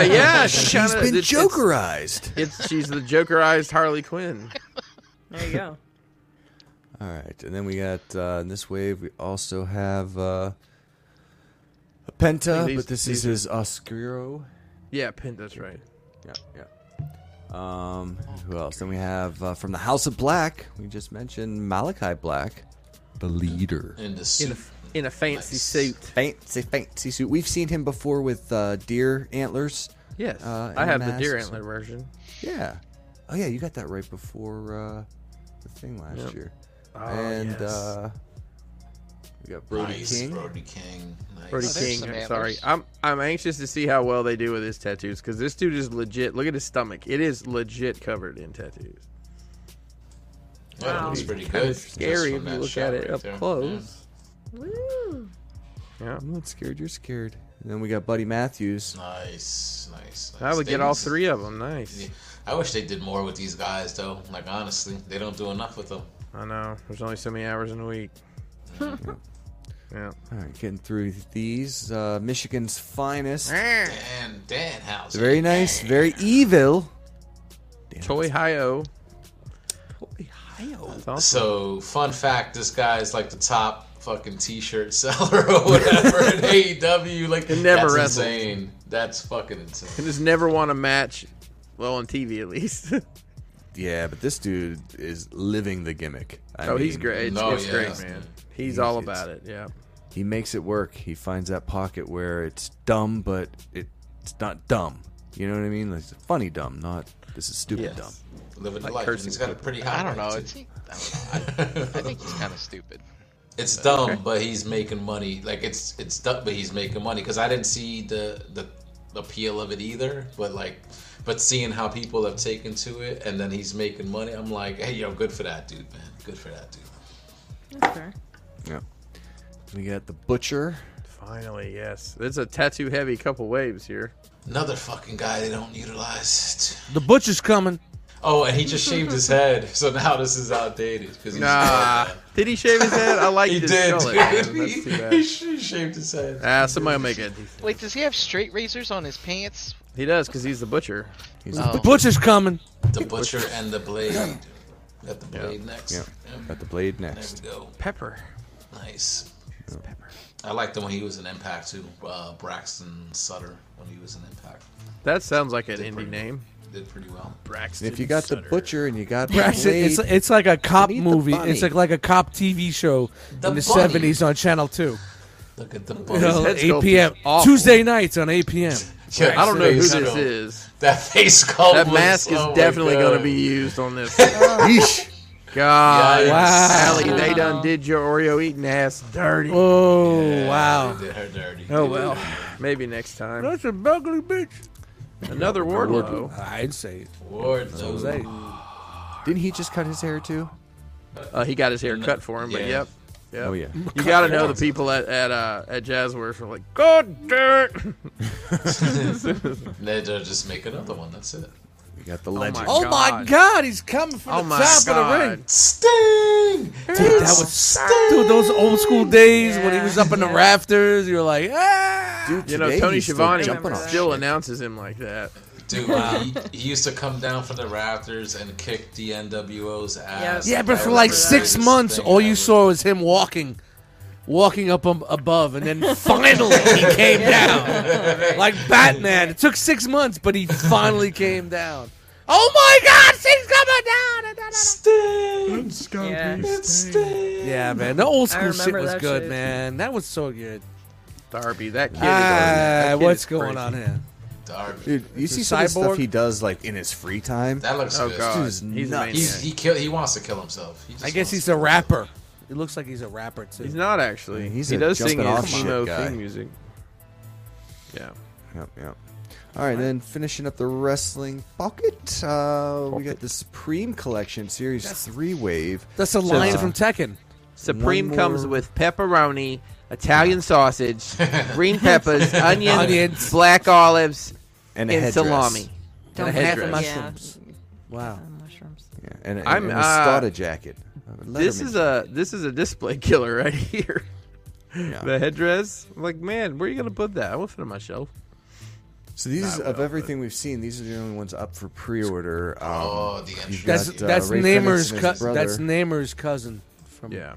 yeah, she's She's kinda- been it's- it's- jokerized. It's she's the Jokerized Harley Quinn. There you go. All right, and then we got uh, in this wave. We also have uh, a Penta, These- Uh, but this is these his Oscuro. Yeah, Pin. That's right. Yeah, yeah. Um, who else? Then we have uh, from the House of Black. We just mentioned Malachi Black, the leader. in the In suit. a, in a fancy suit. Fancy, fancy suit. We've seen him before with uh, deer antlers. Yes, Uh, and I have the masks. deer antler version. Yeah. Oh yeah, you got that right before uh, the thing last Yep. year. Oh, and yes. uh, we got Brody nice, King. Brody King. Nice. Brody Oh, there's King. some I'm sorry. antlers. I'm I'm anxious to see how well they do with his tattoos because this dude is legit. Look at his stomach. It is legit covered in tattoos. Yeah, it looks pretty Kind good. of scary just if from you that look shot at it right up there. close. Yeah. I'm not scared. You're scared. And then we got Buddy Matthews. Yeah. Nice, nice. I nice. would They get all need to- three of them. Nice. Yeah. I wish they did more with these guys, though. Like honestly, they don't do enough with them. I know. There's only so many hours in a week. yeah. All right, getting through these. Uh, Michigan's finest. Dan, Dan House. Very nice. Very evil. Toy Hio. So, fun fact: this guy is like the top fucking T-shirt seller or whatever in AEW. Like, It never that's wrestles. insane. That's fucking insane. Can just never want to match. Well, on TV at least. Yeah, but this dude is living the gimmick. I oh, he's mean, great. It's, no, it's yeah, great, that's man. good. He's He's- all it's- about it. Yeah. He makes it work. He finds that pocket where it's dumb, but it, it's not dumb. You know what I mean? Like, it's funny dumb, not this is stupid Yes. dumb. Living the Like life. and cursing He's got a people. pretty high. I don't know. rate, It's, too. I, don't know. I, I think he's kind of stupid. It's dumb, but he's making money. Like it's it's dumb, but he's making money. Because I didn't see the the appeal of it either. But like, but seeing how people have taken to it, and then he's making money, I'm like, hey, yo, good for that dude, man. Good for that dude. That's fair. Yeah. We got the butcher. Finally, yes. It's a tattoo heavy couple waves here. Another fucking guy they don't utilize. The butcher's coming. Oh, and he just shaved his head, so now this is outdated. Cause he's Nah. Did he shave his head? I like he his did. skull. Dude. That's he, too bad. he sh- shaved his head. Ah, somebody will make it. Wait, does he have straight razors on his pants? He does because he's the butcher. He's Oh. The butcher's coming. The butcher and the blade. Got the blade next. Yeah. Yep. got the blade There next. we go. Pepper. Nice. I liked him when he was in Impact too. Uh, Braxton Sutter when he was in Impact That sounds like an Different. indie name. did pretty well. Braxton. If you got the Sutter. butcher and you got the Braxton, blade, it's it's like a cop Meet the movie. bunny. It's like like a cop TV show The in the bunny. seventies on Channel Two. Look at the You Oh, bunny. know, head sculpt eight p.m. is awful. Tuesday nights on eight p.m. Yeah, I don't know who face this sculpt. is. That face sculpt. That was- mask is oh my definitely God. going to be used on this. Yeesh. God. Yikes. Wow. Allie, they done did your Oreo eating ass dirty. Oh, Yeah, wow. they did her dirty. Oh, well. Maybe next time. That's a ugly bitch. Another Wardlow. I'd say Wardlow. That's what I'm saying. Didn't he just cut his hair too? Uh, he got his hair cut for him, but Yeah. yep. yep. Oh, yeah. You got to know the people at at, uh, at Jazzwares were like, God damn it. They they just make another one. That's it. We got the legend. Oh my God, he's coming from Oh the my top of the God. ring. Sting! Dude, that was dude. Those old school days when he was up in the rafters, you were like, ah. Dude, You know, Tony Schiavone jumping on still announces him like that. Dude, he, he used to come down from the rafters and kick the NWO's ass. Yeah, but That for was like the six greatest months, thing all ever. you saw was him walking, walking up um, above, and then finally he came down like Batman. It took six months, but he finally came down. Oh my God, Sting's coming down! Sting, it's gonna Yeah. be Sting. Yeah, man, the old I school shit remember was that good, shit. man. That was so good. Darby, that kid. is- that Ah, kid what's is going crazy. on here? Darby. Dude, you It's a see some of the cyborg. stuff he does like in his free time. That looks Oh, good. God. Dude is He's a nuts. maniac. He's, he kill, He wants to kill himself. He just I guess wants he's to a kill rapper. It looks like he's a rapper too. He's not actually. Yeah, he's he a does sing jumping his off shit emo guy. theme music. Yeah. Yep, yep. All right, then finishing up the wrestling bucket, uh, we got the Supreme Collection Series Three Wave. That's a So, line uh, from Tekken. Supreme One comes more- with pepperoni, Italian sausage, green peppers, onions, Onions. black olives, And and, a headdress. salami. Don't and a forget the headdress. mushrooms. Wow. Uh, Mushrooms. Yeah, and, and, I'm, and a uh, Stada jacket. This is a this is a display killer right here. The headdress, I'm like man, where are you gonna put that? I won't fit on my shelf. so these of everything we've seen. These are the only ones up for pre-order. Um, Oh, the you entry. That's got, uh, that's Ray Namor's Fenix and his cou- brother. that's Namor's cousin from Um, Yeah.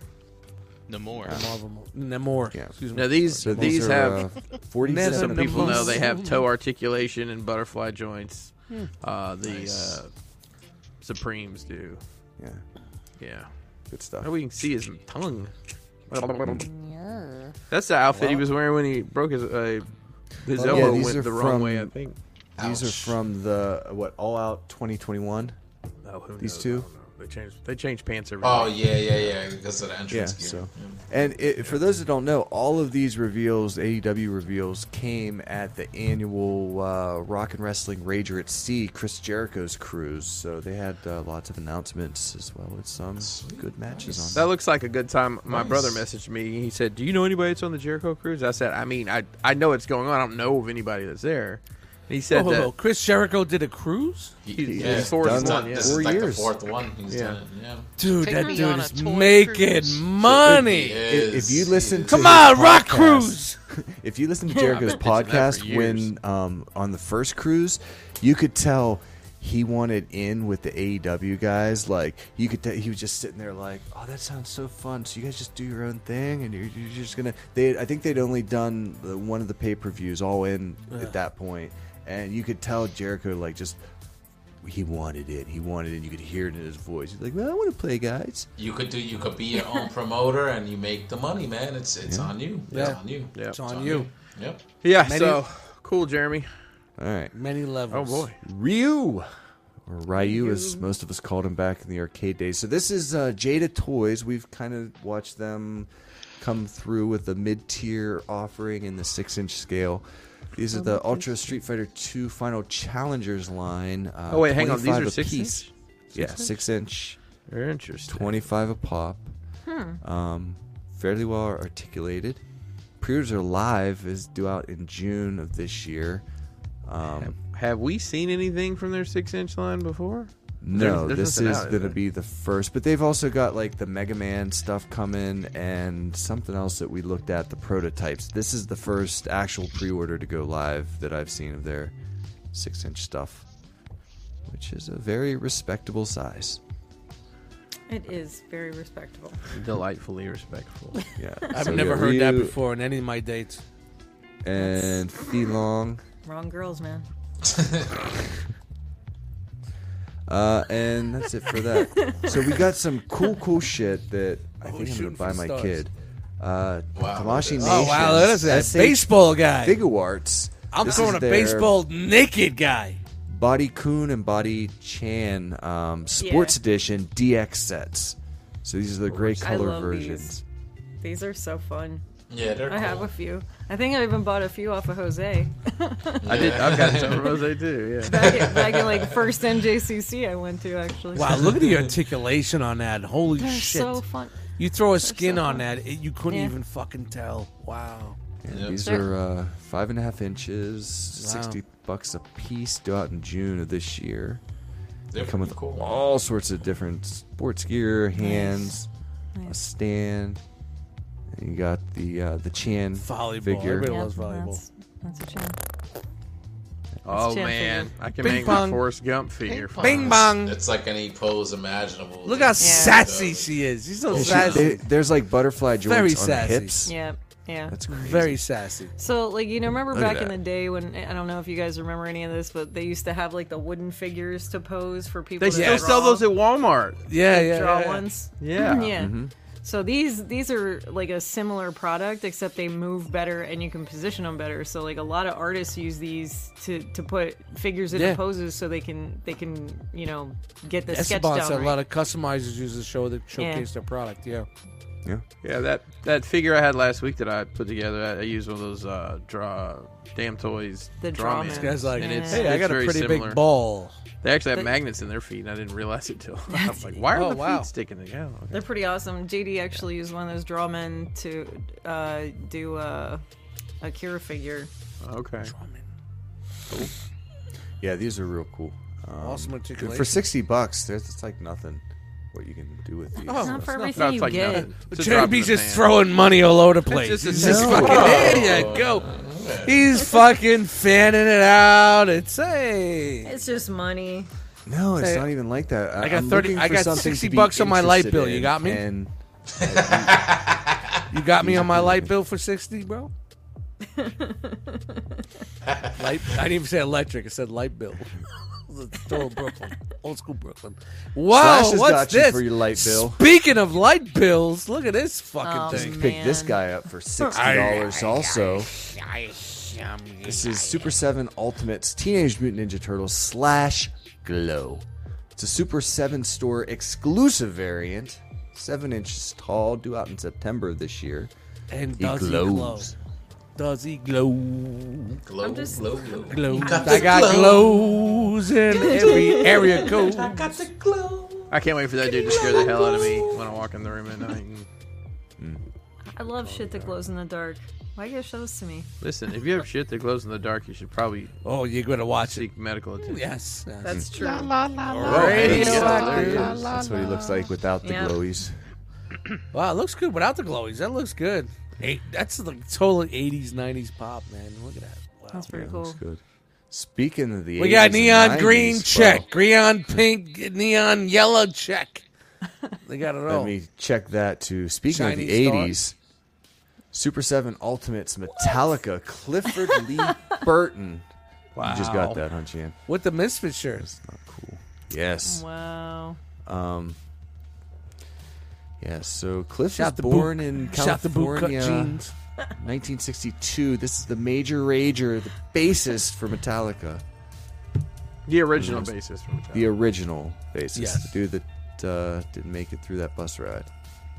No more. Marvel. Mo- Namor. Yeah. Excuse me. Now these So these, these are, have uh, 47 some people Namor. know they have toe articulation and butterfly joints. Uh, the Nice. uh, Supremes do. yeah, Yeah. good stuff. Now we can see his tongue. That's the outfit he was wearing when he broke his uh, his Well, yeah, elbow these went are the wrong from- way. I think. These are Ouch. from the what All Out 2021. Oh, who These knows? two? I don't know. They changed. They changed pants every. Oh day. yeah, yeah, yeah. Because of the Yeah. entrance gear. So, and it, for those that don't know, all of these reveals, AEW reveals, came at the annual uh, Rock and Wrestling Rager at Sea, Chris Jericho's cruise. So they had uh, lots of announcements as well as some good matches on. That looks like a good time. My Nice. brother messaged me. He said, "Do you know anybody that's on the Jericho cruise?" I said, "I mean, I I know it's going on. I don't know of anybody that's there." And he Oh, said hold that on. Chris Jericho did a cruise, he's, Yeah, he's fourth done one. that. yeah. This is Four like years. the fourth one he's Yeah. done. it, Yeah. dude. Take that me dude on a is toy making cruise. money. Yeah. If, if you Yes, listen, yes. to Come his on, rock podcast- cruise. If you listen to been Jericho's pitching that for podcast years. when um, on the first cruise, you could tell he wanted in with the AEW guys. Like you could, tell he was just sitting there like, "Oh, that sounds so fun." So you guys just do your own thing, and you're, you're just gonna. They, I think they'd only done the, one of the pay per views all in at that point, and you could tell Jericho like just. He wanted it. He wanted it. You could hear it in his voice. He's like, "Well, I want to play, guys." You could do. You could be your own promoter, and you make the money, man. It's it's on you. It's Yeah. on you. Yeah. It's on you. Yep. Yeah. Many- so cool, Jeremy. All right. Many Oh levels. boy. Ryu. Or Ryu, as most of us called him back in the arcade days. So this is uh, Jada Toys. We've kind of watched them come through with the mid-tier offering in the six-inch scale. These are the Ultra Street Fighter II Final Challengers line. Uh, Oh wait, hang on. These 25 are six. apiece. inch? Yeah, six-inch, Very interesting. twenty-five a pop. Um, fairly well articulated. Pre-orders are live. Is due out in June of this year. Um, Have we seen anything from their six inch line before? No, There's- there's this nothing is out, is going to there? be the first. But they've also got like the Mega Man stuff coming and something else that we looked at the prototypes. This is the first actual pre order to go live that I've seen of their six inch stuff, which is a very respectable size. It is very respectable. Delightfully respectful. Yeah. I've so we uh, never got heard that Ryu before on any of my dates. And Feelong. Wrong girls, man. Uh, and that's it for that. so we got some cool, cool shit that I think I'm shooting going to buy for my stars. kid. Uh, Wow, Tamashi that's- Nation. Oh wow, look at that baseball guy. Figuarts. I'm This throwing is a their baseball naked guy. Body Coon and Body Chan um, Sports Yeah. Edition DX sets. So these are the gray I color love versions. These. these are so fun. Yeah, they're I have cool. a few. I think I even bought a few off of Jose. I did. I've got some rose too. Yeah. back, at, back at like first NJCC I went to actually. Wow, look at the articulation on that. Holy They're shit. so fun. You throw a skin on that, it, you couldn't Yeah. even fucking tell. Wow. And these are uh, five and a half inches, Wow. sixty bucks a piece. Due out in June of this year. They They're come with pretty cool. all sorts of different sports gear, hands, a stand. And you got the uh, the Chan Volleyball. figure. Everybody loves volleyball. That's a shame. Oh Chan man, figure. I can Bing make bong. my Forrest Gump figure. for Bing you. bong. It's like any pose imaginable. Look how sassy she is. She's so Yeah, she- sassy. they- there's like butterfly joints Very on sassy. the hips. Yeah, yeah. That's crazy. Very sassy. So, like, you know, remember Look at back in that. the day when I don't know if you guys remember any of this, but they used to have like the wooden figures to pose for people. They to still draw, sell those at Walmart. Yeah, to yeah. draw yeah. ones. Yeah. yeah. Mhm. So these these are like a similar product, except they move better and you can position them better. So like a lot of artists use these to to put figures into Yeah. poses so they can they can you know get the sketch Esteban down. said a right. lot of customizers use the show that Yeah. showcase their product. Yeah. Yeah, that that figure I had last week that I put together, I, I used one of those uh, draw damn toys. The draw draw mans. This guy's like, and it's, "Hey, I it's got a very pretty big similar. ball." They actually have But- magnets in their feet, and I didn't realize it till I was like, "Why are Oh, the wow. feet sticking together?" Okay. They're pretty awesome. JD actually used one of those drawmen to uh, do a, a Kira figure. Okay. Yeah, these are real cool. Um, Awesome dude, For articulation. sixty bucks, there's it's like nothing what you can do with these. Oh, It's not for everything you get. It's a drop in JB's the just pan. throwing money all over the It's place. just a He's system. fucking, Oh. there you go. He's fucking fanning it out. It's hey. It's just money. No, it's Hey, not even like that. I, I got I'm 30 looking I for got something to 60 be bucks on my light interested bill. You in, got me? And You got me on my light bill for 60, bro? light, I didn't even say electric. I said light bill. Total Brooklyn. Old school Brooklyn. Wow, Slash has what's got you this? for your light bill. Speaking of light bills, look at this fucking Oh, thing. just picked this guy up for sixty dollars. Also, this is Super Seven Ultimates Teenage Mutant Ninja Turtles slash Glow. It's a Super Seven store exclusive variant, seven inches tall, due out in September of this year. And He does he, glow? glows. Does he glow? Glow, glow, glow. Glows. got I the got glow. glows in every area code. I got the glow. I can't wait for that dude to scare the hell out of me when I walk in the room at night. And I love shit that glows in the dark. Why you gotta show this to me? listen, if you have shit that glows in the dark, you should probably Oh, you're gonna watch it. seek medical attention. Yes. yes. Mm-hmm. That's true. That's what he looks like without the Yeah. glowies. Wow, it looks good without the glowies. That looks good. Eight, that's the total 80s, 90s pop, man. Look at that. Wow. That's pretty Yeah, cool. looks good. Speaking of the We got 80s and neon green 90s, check, well, neon pink, neon yellow check. They got it all. Let me check that too. Speaking of Shiny the star. 80s, Super 7 Ultimates Metallica Clifford Lee Burton. wow. You just got that, huh, Chan? With the misfit shirt. Not cool. Yes. Wow. Um. Yeah, so Cliff Shout was the born boot- in shout the boot cut California, jeans. 1962. This is the major rager, the bassist for Metallica. The original basis from Metallica. the original basis. Yes. The dude that uh, didn't make it through that bus ride.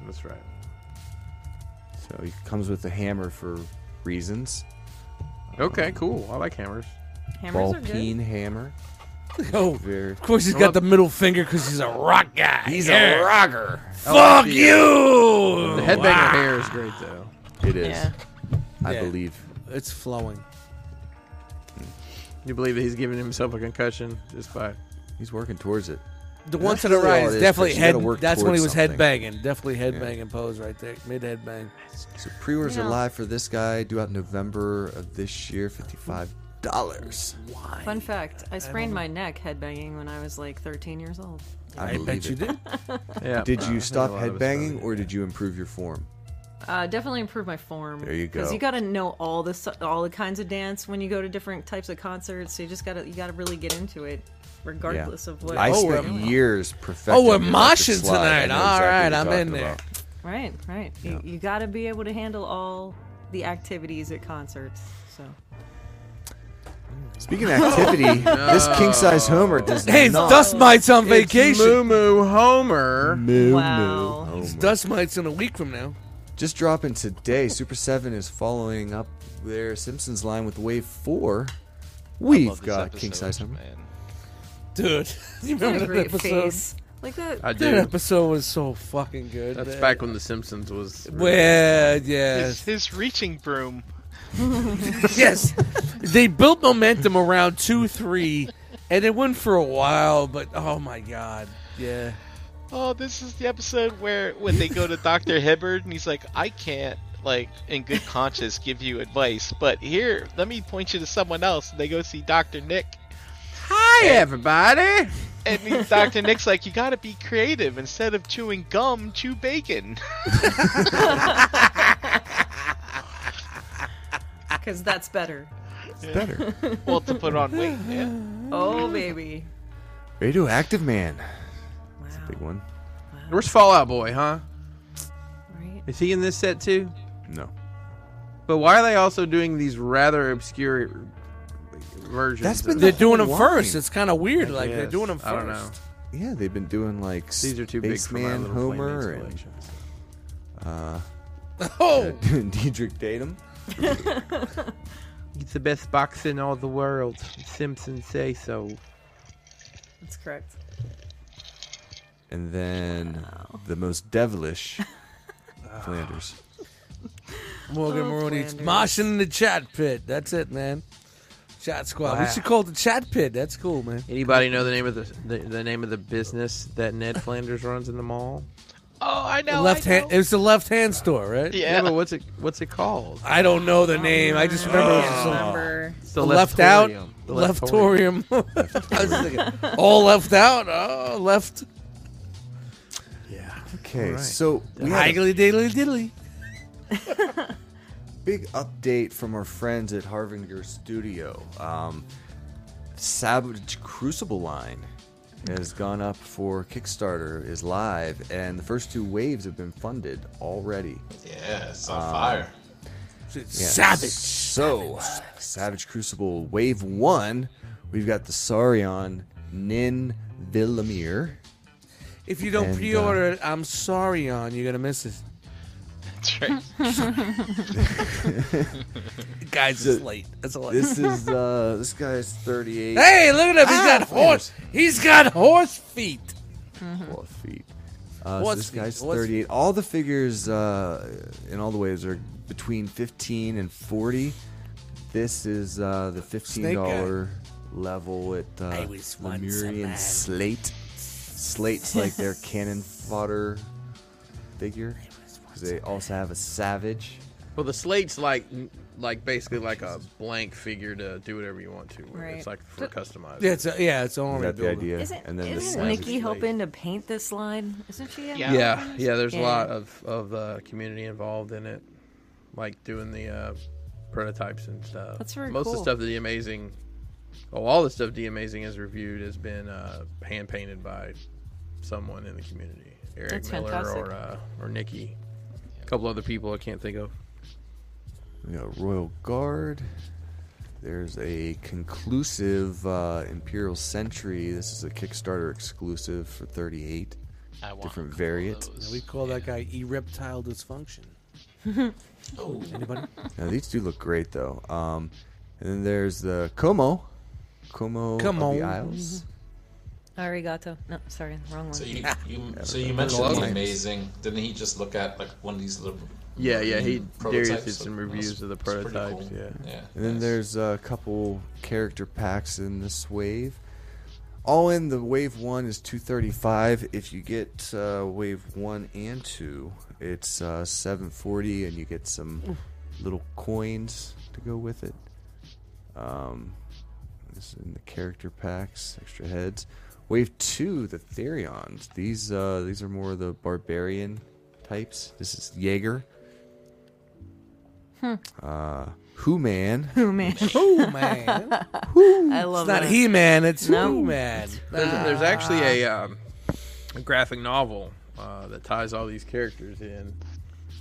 That's right. So he comes with a hammer for reasons. Okay, cool. I like hammers. Hammers Ball are good. peen hammer. Oh, Very- of course he's got the middle finger because he's a rock guy. He's Yeah. a rocker. Fuck the, uh, you! The headbanger Oh, Wow. hair is great though. It is. Yeah. I Yeah. believe. It's flowing. You believe that he's giving himself a concussion just by He's working towards it. The That's one to the really right all is it is, definitely but you gotta head. work That's when he towards was something. headbanging. Definitely headbanging pose right there. Mid headbang. So pre-orders Yeah. are live for this guy due out in November of this year. Fifty-five dollars. Fun fact: I sprained my neck headbanging when I was like 13 years old. I, I, believe bet it. you did. Yeah. Did I you think stop a lot of us probably headbanging did. or did you improve your form? Uh, definitely improve my form. There you Because go. you gotta know all the su- all the kinds of dance when you go to different types of concerts. So you just gotta you gotta really get into it, regardless of what. I Oh, spent we're- years perfecting. Oh, we're the electric moshing slide. I tonight. know All exactly right, what I'm you're in talking there. about. Right, right. You, you gotta be able to handle all the activities at concerts. So Speaking of activity, this king size Homer does Hey, not. Dust Mite's on vacation. Moo Moo Homer. Moo wow. moo. It's Homer. Dust Mite's in a week from now. Just dropping today, Super 7 is following up their Simpsons line with Wave 4. We've got King Size Homer. Dude, you remember that great episode? face. Like that- I That do. episode was so fucking good. That's man. back when The Simpsons was. Well, yes. His, his reaching broom. yes. They built momentum around 2 3, and it went for a while, but oh my God. Yeah. Oh, this is the episode where when they go to Doctor Hibbard and he's like, "I can't, like, in good conscience, give you advice, but here, let me point you to someone else." And they go see Doctor Nick, Hi, everybody. and he- Doctor Nick's like, "You got to be creative. Instead of chewing gum, chew bacon." Because that's better. It's better. well, to put on weight, Mm. man. Oh, baby. Radioactive Man. That's a big one. Where's Fallout Boy, huh? Is he in this set too? No. But why are they also doing these rather obscure versions? That's of been this? They're doing them Why? first. It's kind of weird. Like, they're Yes, doing them first. I don't know. Yeah, they've been doing like These are too big for my Spaceman little Homer Playmates and uh, Oh! Diedrich Datum. It's the best box in all the world. Simpsons say so. That's correct. And then the most devilish Flanders. Morgan Oh, Maroney's Flanders. moshing in the chat pit. That's it, man. Chat squad. We Wow. should call it the chat pit. That's cool, man. Anybody know the name of the, the the name of the business that Ned Flanders runs in the mall? Oh, I know. The I left know. hand. It was the left hand store, right? Yeah. but what's it what's it called? I don't know the name. I just remember it was Can't some- remember. It's the left out, the leftorium. I was thinking, all left out. Oh, left. Okay, Alright. so we had a Higgly diddly diddly. big update from our friends at Harvinger Studio. Um, Savage Crucible line has gone up for Kickstarter, is live, and the first two waves have been funded already. Yeah, it's on Um, fire. Yeah. Savage. So, Savage, Crucible Wave 1, we've got the Saurion Nin Villamir. If you don't And, uh, pre-order it, I'm sorry, on you're gonna miss it. That's right. Guys, it's late. That's all. I- This is uh this guy's 38. Hey, look at him. He's Ah, got horse. He's got horse feet. Four feet. Uh, so What's this feet? guy's What's 38. All the figures uh, in all the waves are between 15 and 40. This is uh, the guy. $15 level at I uh, was once a Lemurian man. Slate. Slate's like their cannon fodder figure. 'cause they also have a Savage. Well, the slate's like like basically like a blank figure to do whatever you want to. with. Right. It's like for customized. Yeah, it's a, yeah, it's an Is army that the builder. idea? Isn't, and then the isn't Savage. Nikki hoping to paint this line? Isn't she? in Yeah. it? Yeah, yeah. There's Yeah. a lot of of uh, community involved in it, like doing the uh, prototypes and stuff. That's very Most of cool. the stuff that the amazing, oh, all the stuff the amazing has reviewed has been uh, hand painted by someone in the community, Eric That's Miller fantastic. or uh, or Nikki, a couple other people I can't think of. We got Royal Guard. There's a conclusive uh, Imperial Sentry. This is a Kickstarter exclusive for 38. I want Different a couple of variant. those. We call that guy erectile dysfunction. Oh. Anybody? Now these do look great though. Um, and then there's the Como, Como Como. of the Isles. Arigato. No, sorry, wrong one. So you, you so you mentioned Hello? the amazing. Didn't he just look at like one of these little? Yeah, yeah. He Darius Mm-hmm. prototypes? did some That's- reviews of the that's pretty prototypes. cool. Yeah. Yeah. And then there's a couple character packs in this wave. All in the wave one is 235. If you get uh, wave one and two, it's uh, 740, and you get some little coins to go with it. Um, this is in the character packs, extra heads. Wave two, the Therions. These uh, these are more of the barbarian types. This is Jaeger. Uh, Who Man. Who Oh, man? Who man? I love It's not that. he man. It's No. who man. There's, Ah. there's actually a, um, a graphic novel uh, that ties all these characters in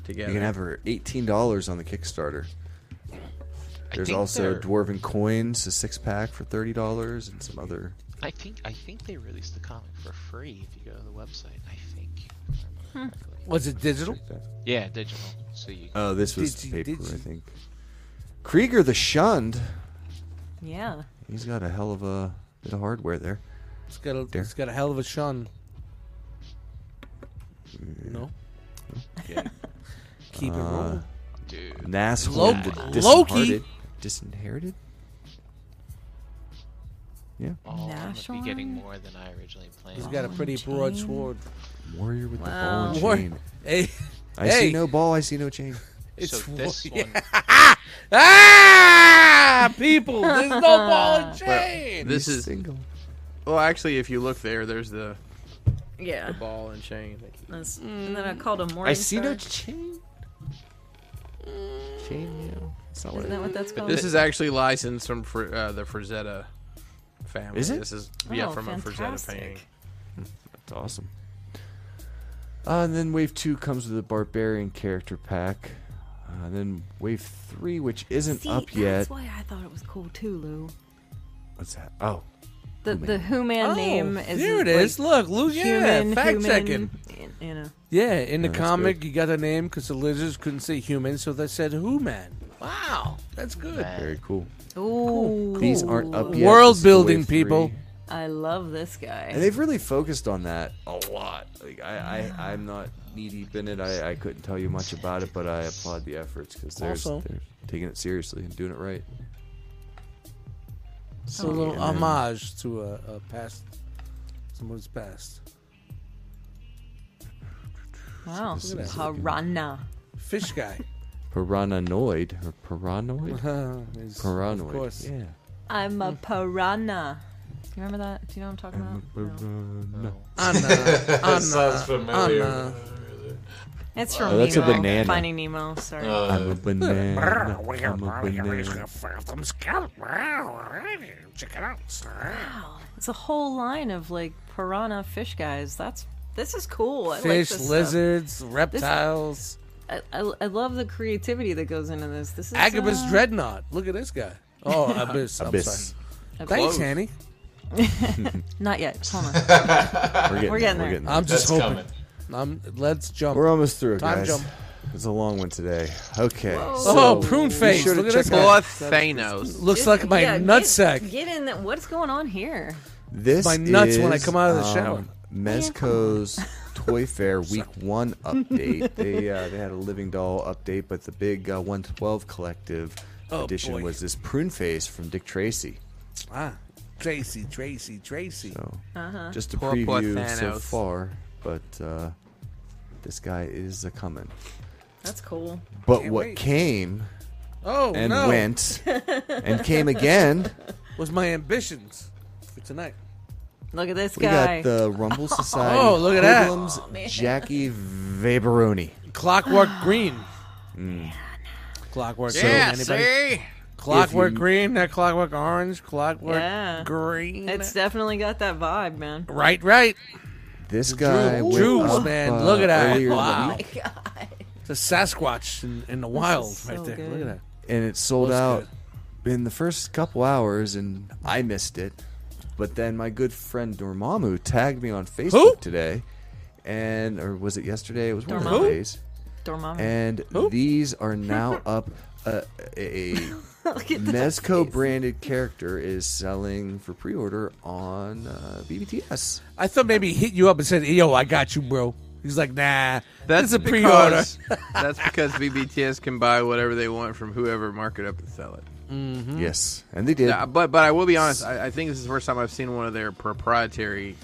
together. You can have her eighteen dollars on the Kickstarter. There's think also they're- Dwarven Coins, a six pack for thirty dollars, and some other. I think I think they released the comic for free if you go to the website. I think. Was it digital? Yeah, digital. So you. Oh, this was Digi- paper, digi- I think. Krieger the Shunned. Yeah. He's got a hell of a bit of hardware there. It's got a, There. it's got a hell of a shun. Mm. No. Keep it Uh, rolling. Dude. Nas Loki- Loki. Loki. Disinherited. disinherited? Yeah. Oh, I'm gonna be getting more than I originally planned. He's got a pretty broad sword. Warrior with Wow. the ball War- and chain. Hey. I Hey. see no ball. I see no chain. It's so this wo- one. ah, people, there's no ball and chain. This is Well, actually, if you look there, there's the Yeah. the ball and chain. That's- Mm. And then I called him Morning. I see no chain. Chain, yeah. It's not Isn't that what that's But called? this is actually licensed from Fr- uh, the Frazetta family. Is it? This is yeah Oh, from a Frazetta fantastic. painting. That's awesome. Uh, and then wave two comes with a barbarian character pack. Uh, then wave three, which isn't See, up That's yet. why I thought it was cool too, Lou. What's that? Oh, The the Who Man Oh, name is there like, it is. Look, Lou, yeah, human, fact human, checking. You know. Yeah, in the Yeah, that's comic, you got the name because the lizards couldn't say human, so they said who man. Wow, that's good. very cool. Ooh. These aren't up yet. World This is building, wave three. people. I love this guy. And they've really focused on that a lot. Like I, I I'm not knee deep in it. I, I couldn't tell you much about it, but I applaud the efforts because they're, Also- they're taking it seriously and doing it right. Oh, So a little And then- homage to a, a past, someone's past. Wow. This is looking- Piranha. Fish guy. Paranoid or paranoid? Is- of paranoid. course. Yeah. I'm a piranha. Do you remember that? Do you know what I'm talking about? Anna, Anna, Sounds familiar. Anna. It's from Oh, that's a Nemo. banana. Finding Nemo. Sorry. Uh, I'm a banana. I'm a banana. Check it out, sir. Wow. It's a whole line of like piranha fish guys. That's this is cool. I Fish, like this lizards, stuff. reptiles. This, I, I, I love the creativity that goes into this. This is Agabus uh, Dreadnought. Look at this guy. Oh, Abyss. I'm Abyss. sorry. Close. Thanks, Hanny. Not yet. Hold on. We're getting, We're there, getting We're there. getting there. I'm just That's hoping. I'm, let's jump. We're almost through it, Time guys. jump. It's a long one today. Okay. Oh, prune be face. sure to Look at check this out- guy. Thanos. Looks Just- like my yeah, nutsack. Get, get in that. What's going on here? This my nuts when I is, come out of the shower. um, Mezco's Toy Fair Week One update. They uh, they had a Living Doll update, but the big uh, 112 collective Oh, edition boy. was this prune face from Dick Tracy. Ah, Tracy, Tracy, Tracy. So Uh-huh. just a Poor, preview poor so Thanos. far, but uh, this guy is a coming. That's cool. But Can't what wait. came oh and no! went and came again. Was my ambitions for tonight? Look at this We guy. got the Rumble Society. Oh, look at that. hoodlums, Jackie Vaberoni. Clockwork Green. Mm. Clockwork Yeah, Green. Anybody? see? Clockwork If you- Green. That Clockwork Orange. Clockwork Yeah. Green. It's definitely got that vibe, man. right, right. This guy, went Drews, up, man. uh, Look at that. earlier in the Wow. week, It's a Sasquatch in, in the wild is right so there. good. Look at that. and it sold Looks out in the first couple hours, and I missed it. But then my good friend Dormammu tagged me on Facebook Who? today, and or was it yesterday? It was one of Dormammu? the days. Dormammu. And these are now up. Uh, a Look at that Mezco face. branded character is selling for pre-order on uh, BBTS. I thought maybe he hit you up and said, "Yo, I got you, bro." He's like, "Nah, That's that's a pre-order." because- that's because BBTS can buy whatever they want from whoever mark it up and sell it. Hmm. Yes, and they did. Yeah, but but I will be honest. I, I think this is the first time I've seen one of their proprietary,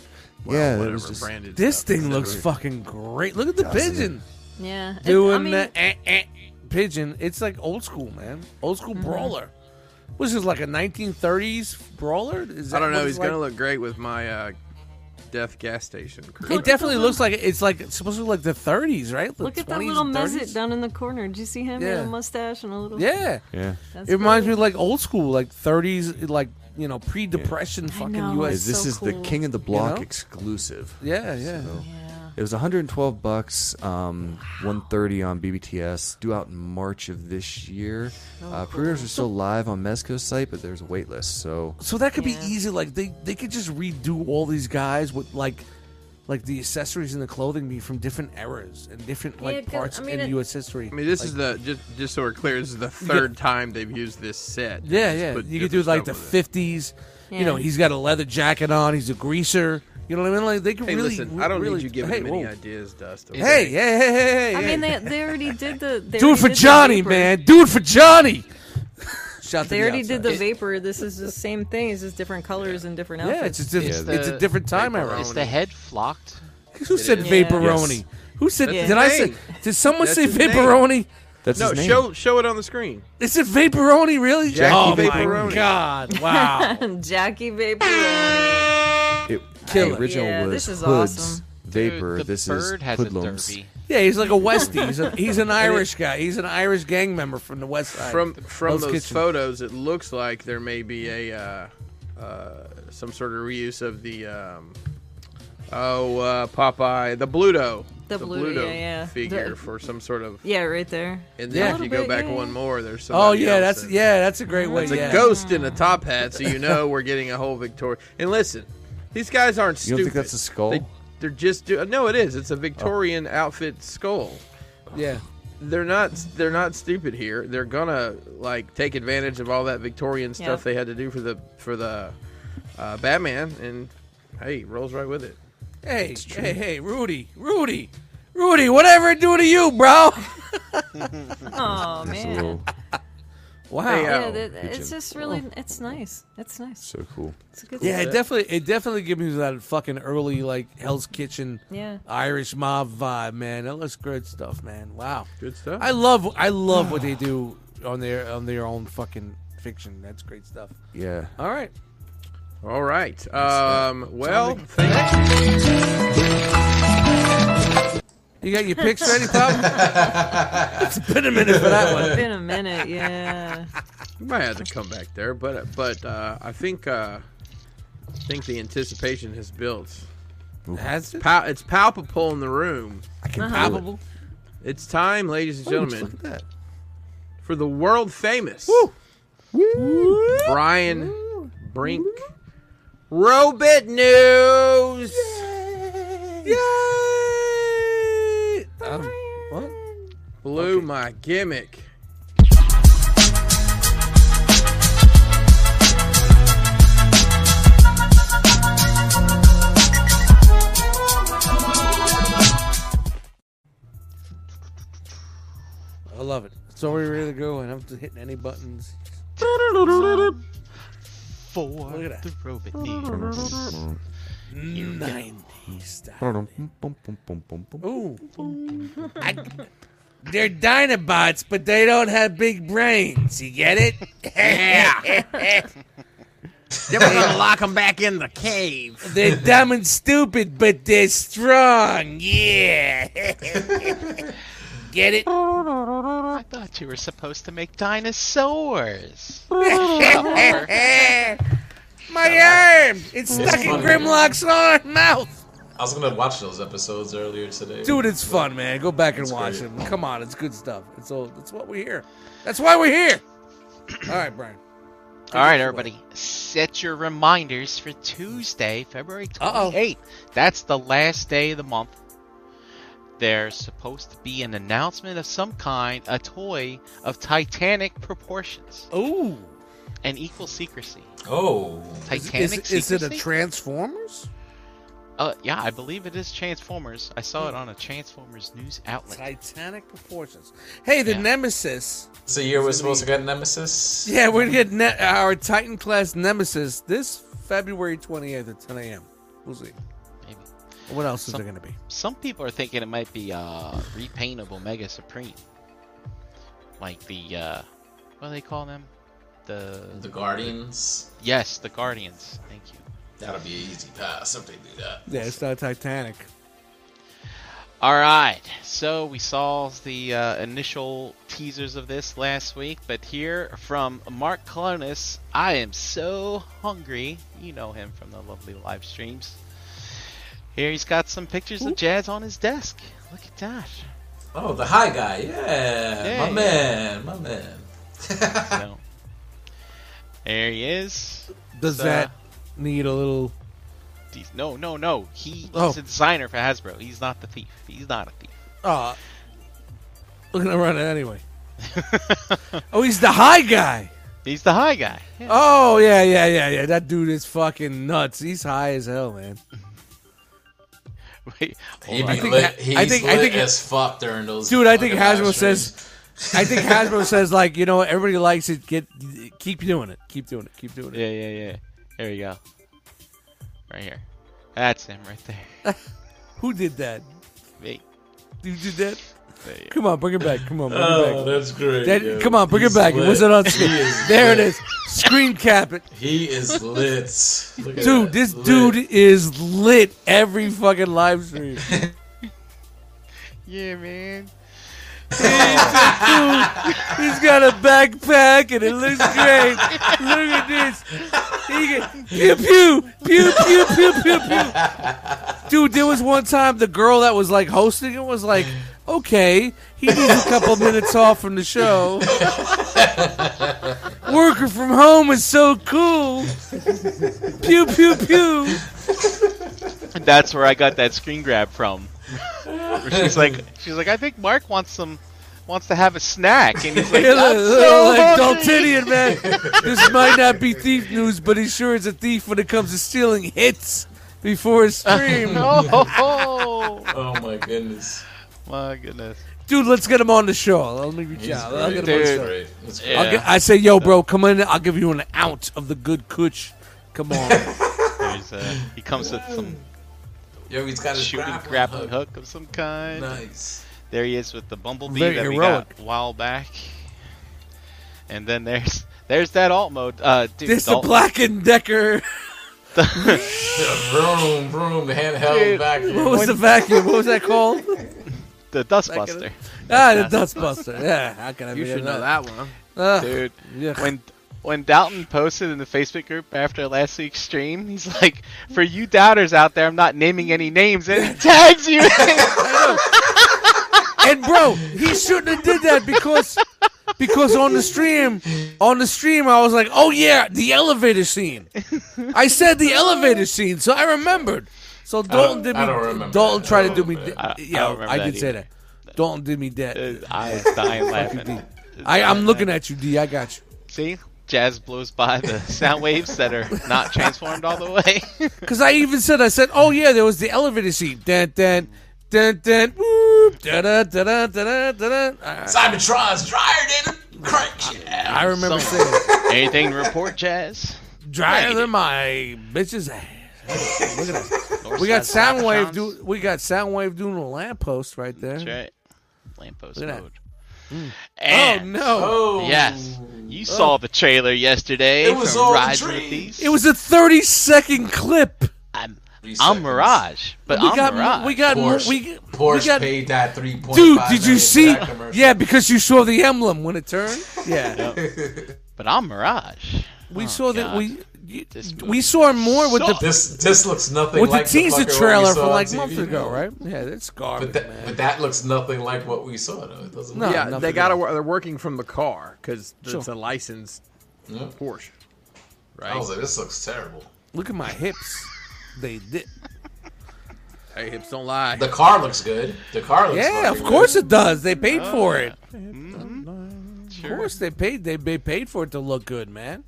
well, Yeah, that whatever was just- branded. This stuff. thing looks fucking great. Look at the Doesn't pigeon Yeah. It- doing I mean, the eh, eh, pigeon. It's like old school, man. Old school Mm-hmm. brawler. Which is like a 1930s brawler. Is that I don't what know. it's He's like? gonna look great with my uh, death gas station crew. It definitely looks like it's like it's supposed to look like the 30s, right? The Look at that 20s, little mezzet 30s? down in the corner. Did you see him? He had Yeah. a mustache and a little. Yeah, yeah. That's it reminds great. me of like old school, like 30s, like you know pre-depression fucking know, U.S. Is this so is the cool. King of the Block know? exclusive. Yeah, yeah. So, Yeah. Uh, It was 112 bucks, um, 130 on BBTS, due out in March of this year. uh, Pre-orders are still live on Mezco's site, but there's a wait list. So So that could be easy. Like they they could just redo all these guys with like like the accessories and the clothing be from different eras and different like parts in U.S. history. I mean, this Like, is the just just so we're clear. This is the third time they've used this set. They yeah just yeah. put You could do different like the stuff fifties. You Yeah. know, he's got a leather jacket on. He's a greaser. You know what I mean? Like they could Hey, really. listen, I don't need really- you giving hey, him any whoa. ideas, Dust, okay? Hey, hey, hey, hey, hey! I hey. mean, they, they already did the. They do already it for did the Johnny, vapor. man. Do it for Johnny. Shout to They the already did outside. the vapor. This is the same thing. It's just different colors and different outfits. Yeah, it's just it's, it's a different time era. Is the head flocked? Who said Yeah. vaporoni? Yes. Who said? That's did his I say? name. Did someone That's say his name. vaporoni? no, show show it on the screen. Is it vaporoni really? Jackie oh my Vaporoni. god! Wow. Jackie Vaporoni. it, Killer. the original Yeah, was this is Hood's awesome. Vapor. Dude, the this bird is has a Hoodlums. derby. Yeah, he's like a Westie. He's, a, he's an Irish guy. He's an Irish gang member from the West Side. From from Hell's those Kitchen. photos, it looks like there may be a uh, uh, some sort of reuse of the um, oh uh, Popeye the Bluto The Bluto, yeah, yeah. figure The- for some sort of Yeah, right there. And Yeah. then if A you little go bit, back yeah, one yeah. more, there's somebody Oh yeah, else that's in there. yeah, that's a great way. It's yeah. a ghost in a top hat, so you know we're getting a whole Victoria. And listen, these guys aren't You stupid. don't think that's a skull? They, they're just do- no, it is. It's a Victorian outfit skull. Yeah. They're not. They're not stupid here. They're gonna like take advantage of all that Victorian stuff Yeah. they had to do for the for the uh, Batman, and hey, rolls right with it. Hey, hey, hey, Rudy, Rudy, Rudy, whatever it do to you, bro. Oh man. wow. uh, Yeah, that- it's just really, it's nice. It's nice. So cool. It's a good Oh. Yeah, set. it uh, definitely it definitely gives me that fucking early like Hell's Kitchen Yeah. Irish mob vibe, man. That looks good stuff, man. Wow. Good stuff. I love I love what they do on their on their own fucking fiction. That's great stuff. Yeah. All right. All right. Um, well, You got your picks ready, Pop? it's been a minute for that one. It's been a minute, yeah. We might have to come back there, but but uh, I think uh, I think the anticipation has built. Has it? Pal- it's palpable in the room. I can Uh-huh. feel it. Palpable? It's time, ladies and Oh, gentlemen, look at that. for the world famous Brian Brink Robit News. Yay! Um, what? Blew my gimmick. I love it. It's already ready to go, and I'm just hitting any buttons. For the robot news. You go. Ooh. I, they're Dinobots, but they don't have big brains. You get it? Yeah. Then we're gonna lock them back in the cave. They're dumb and stupid, but they're strong. Yeah. Get it? I thought you were supposed to make dinosaurs. My arm! It's It's stuck in funny. Grimlock's arm mouth! I was gonna watch those episodes earlier today. Dude, it's fun, man. Go back and It's watch great. them. Come on, it's good stuff. It's all that's what we're here. That's why we're here. All right, Brian. All right, everybody, set your reminders for Tuesday, February 28th. That's the last day of the month. There's supposed to be an announcement of some kind, a toy of titanic proportions. Ooh. And equal secrecy. Oh. Titanic Is, is, is it a secrecy? Transformers? Uh, yeah, I believe it is Transformers. I saw it on a Transformers news outlet. Titanic proportions. Hey, the Nemesis. It's the year we're supposed to get Nemesis. Yeah, we're gonna get ne- our Titan class Nemesis this February 28th at 10 a.m. We'll see. Maybe. What else is Some- there gonna be? Some people are thinking it might be uh, repaintable Mega Supreme, like the uh, what do they call them? The The Guardians. Yes, the Guardians. Thank you. That'll be an easy pass if they do that. Yeah, it's not Titanic. All right. So we saw the uh, initial teasers of this last week, but here from Mark Clonis, I am so hungry. You know him from the lovely live streams. Here he's got some pictures of Jazz on his desk. Look at that. Oh, the high guy. Yeah, Yeah, my yeah. man, my man. So, there he is. Does So, that need a little? he's- no, no, no. He, he's Oh. a designer for Hasbro. He's not the thief. He's not a thief. Uh, we're gonna run it anyway. oh, he's the high guy. He's the high guy. Oh yeah, yeah, yeah, yeah. That dude is fucking nuts. He's high as hell, man. Wait, He hold be on. lit. I think- He's I think- I lit think- as fuck during those. Dude, I think fucking Hasbro live says, I think Hasbro says like you know everybody likes it. Get keep doing it, keep doing it, keep doing it. Yeah, yeah, yeah. There we go. Right here. That's him right there. Who did that? Me. You did that? There you go. Come on, bring it back. Come on, bring Oh, it back. that's great, That- yo. come on, bring He's it back. It lit. wasn't on He screen. is There it lit. is. Screen cap it. He is lit. Look at dude, that. this Lit. dude is lit every fucking live stream. Yeah, man. He's got a backpack and it looks great. Look at this. He can, pew pew pew pew pew pew pew. Dude, there was one time the girl that was like hosting it was like, okay, he needs a couple minutes off from the show. Working from home is so cool. Pew pew pew. That's where I got that screen grab from. Where she's like, she's like, I think Mark wants some, wants to have a snack, and he's like, Yeah, "I'm look, so look, like hungry." Daltonian, man. this might not be thief news, but he sure is a thief when it comes to stealing hits before a stream. no. Oh my goodness. My goodness. Dude, let's get him on the show. I'll make you He's job. I'll great. get him on the He's show. great. He's great. I'll get- I say, yo, bro, come in. I'll give you an ounce of the good kuch. Come on. There's, uh, he comes with some Yo, he's got his shooting grappling, grappling hook. hook. of some kind. Nice. There he is with the bumblebee Very that we heroic. got a while back. And then there's there's that alt mode. Uh, dude, this the alt- Black and Decker. Vroom, vroom, the handheld Dude, back. What was the vacuum? What was that called? the Dustbuster. Ah, the Dustbuster. Yeah, how can I You forget should know that one. Ah, dude. yeah. When when Dalton posted in the Facebook group after last week's stream, he's like, "For you doubters out there, I'm not naming any names," and he tags you. And bro, he shouldn't have did that because because on the stream on the stream I was like, oh yeah, the elevator scene. I said the elevator scene, so I remembered. So Dalton did me. I don't remember Dalton that. tried I to don't do me. remember di- that. I- I yeah, don't remember I, that did say either. that. Dalton did me dead. I was dying laughing. I, I'm looking at you, D. I got you. See, jazz blows by the sound waves that are not transformed all the way. Because I even said, I said, oh yeah, there was the elevator scene. Dun dun dun dun. Whoop, da da da da da da da. I, Cybertron's dryer than a crank shaft. I remember Somewhere. saying. Anything to report, Jazz? drier than my bitch's ass. Look at that. We got Northside Soundwave Cybertrons. do we got Soundwave doing a lamppost right there. That's right. Lamppost Look at that. mode. Oh And, no. Oh. Oh. Yes, you saw the trailer yesterday. It was from all the Rise of the dream. Thieves. It was a 30 second clip. I'm, Oh, Three I'm seconds. Mirage, but we I'm got Mirage. we got Porsche, we, we Porsche got paid that three point Dude, five did million you for see? that commercial. Yeah, because you saw the emblem when it turned. Yeah. but I'm Mirage. We Oh, saw that God. we you- This we saw more with sucks. the This this looks nothing with like the teaser fucking what we trailer saw from on like TV, months ago, though. right? Yeah, that's But garbage, that man. but that looks nothing like what we saw though. It doesn't. No. look- yeah, nothing they got to. They're working from the car because it's a licensed Yeah. Porsche, I was right? like, Oh, this looks terrible. Look at my hips. they did. Hey, hips don't lie. The car looks good. The car looks. Yeah, fucking of course Good. it does. They paid for it. Of Sure. course they paid. They, they paid for it to look good, man.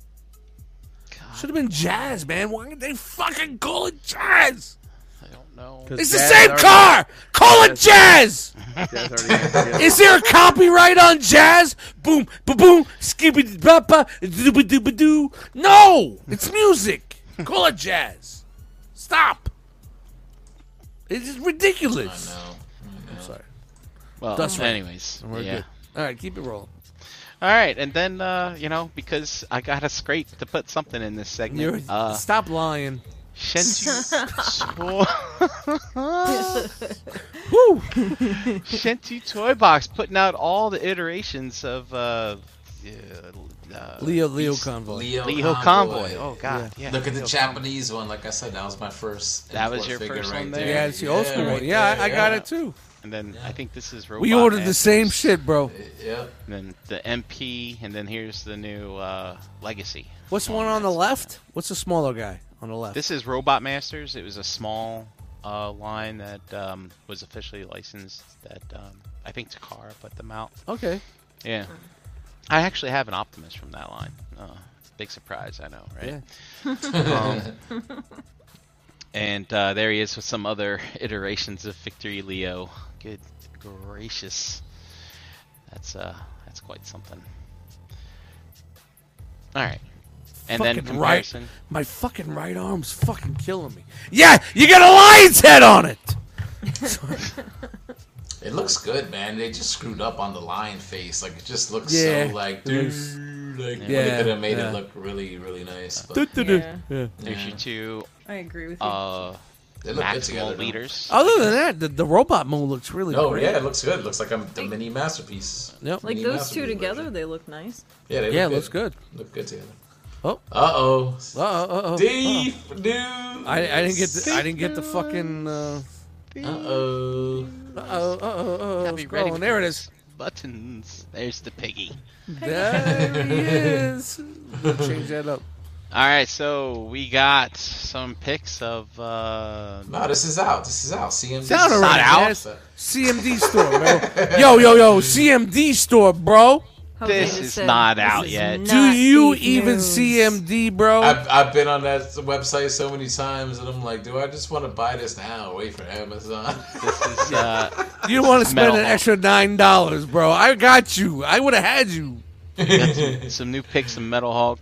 Should have been jazz, man. Why didn't they fucking call it jazz? I don't know. 'Cause It's the Jazz same already- car. Call it jazz. Jazz already- yeah. Is there a copyright on jazz? Boom, ba boom, skippy bapa, dooba dooba doo. No, it's music. Call it jazz. Stop. It's just ridiculous. No. I'm sorry. Well, That's right. anyways, We're yeah. good. All right, keep it rolling. All right, and then uh, you know because I got to scrape to put something in this segment. You're, uh, stop lying. Shenju Woo. Shentu Toy Box putting out all the iterations of uh, uh, uh, Leo- Leo Beast- Convoy. Leo, Convoy. Oh God, yeah. Look at the Leo Japanese one. Like I said, that was my first. That was import your figure first right one there. there. Yeah, it's the old school one. right Yeah, I- there, I got yeah. it too. And then I think this is Robot We ordered the Masters. same shit, bro. Yep. And then the MP, and then here's the new uh, Legacy. What's the one on the left? What's the smaller guy on the left? This is Robot Masters. It was a small uh, line that um, was officially licensed. That um, I think Takara put them out. Okay. Yeah, I actually have an Optimus from that line. Uh, big surprise, I know, right? Um, and uh, there he is with some other iterations of Victory Leo. Good gracious, that's uh, that's quite something. All right, and then Fucking comparison. Right, my fucking right arm's fucking killing me. Yeah, you got a lion's head on it. It looks good, man. They just screwed up on the lion face. Like it just looks Yeah, so like it is. dude. Like Yeah. they could have made Yeah. it look really, really nice. But, Du-du-du. Yeah. Yeah. There's your two. I agree with you. Uh, They look good together, maximal though. leaders. Other than that, the, the robot moon looks really oh great. yeah, it looks good. It looks like I'm the mini masterpiece. Yep. Like Mini those two masterpiece. together, they look nice. Yeah, they Yeah, look it looks good. Look good together. Oh. Uh oh. Uh oh. Deep news. I, I didn't get the, I didn't get the fucking uh Uh oh. oh uh oh Gotta be ready oh for there it is. Buttons. There's the piggy. There he is. We'll Change that up. All right, so we got some pics of. Uh, No, this is out. This is out. CMD. It's out It's not already. out. man. It's CMD store, bro. Yo yo yo, CMD store, bro. This is not out yet. Do you even CMD, bro? I've, I've been on that website so many times, and I'm like, do I just want to buy this now? Or wait for Amazon. This is. Uh, you want to spend Metal an Hawk. extra nine dollars, bro? I got you. I would have had you. we got some, some new pics of Metal Hawk,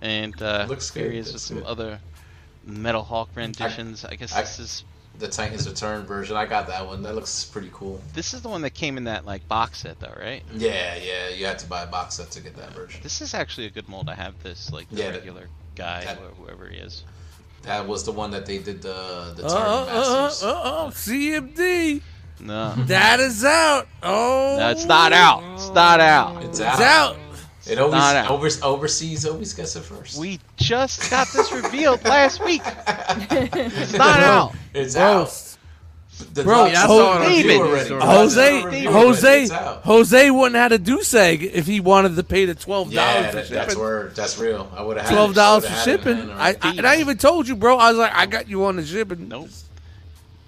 and uh, Looks here good, he is with looks some good. other Metal Hawk renditions. I, guess I- this is the Titans Return version. I got that one. That looks pretty cool. this is the one that came in that like box set, though, right? Yeah, yeah. You had to buy a box set to get that version. This is actually a good mold. I have this like the Yeah, that- regular guy, that- wh- whoever he is. That was the one that they did the the Uh Target uh Masters. uh uh. CMD. No, That is out. Oh, that's not out. It's not out. It's It's out. out. It always Not out. Over, overseas always gets it first. We just got this revealed last week. It's not out. It's out. Gross. The Bro, docs I are saw on it on review David. already. Jose- Jose, It's out. Jose, It's out. Jose wouldn't have had a Duseg if he wanted to pay the twelve dollars Yeah, for that, shipping. that's word. That's real. I would have twelve dollars for shipping. I, I, and I even told you, bro. I was like, I got you on the shipping. Nope.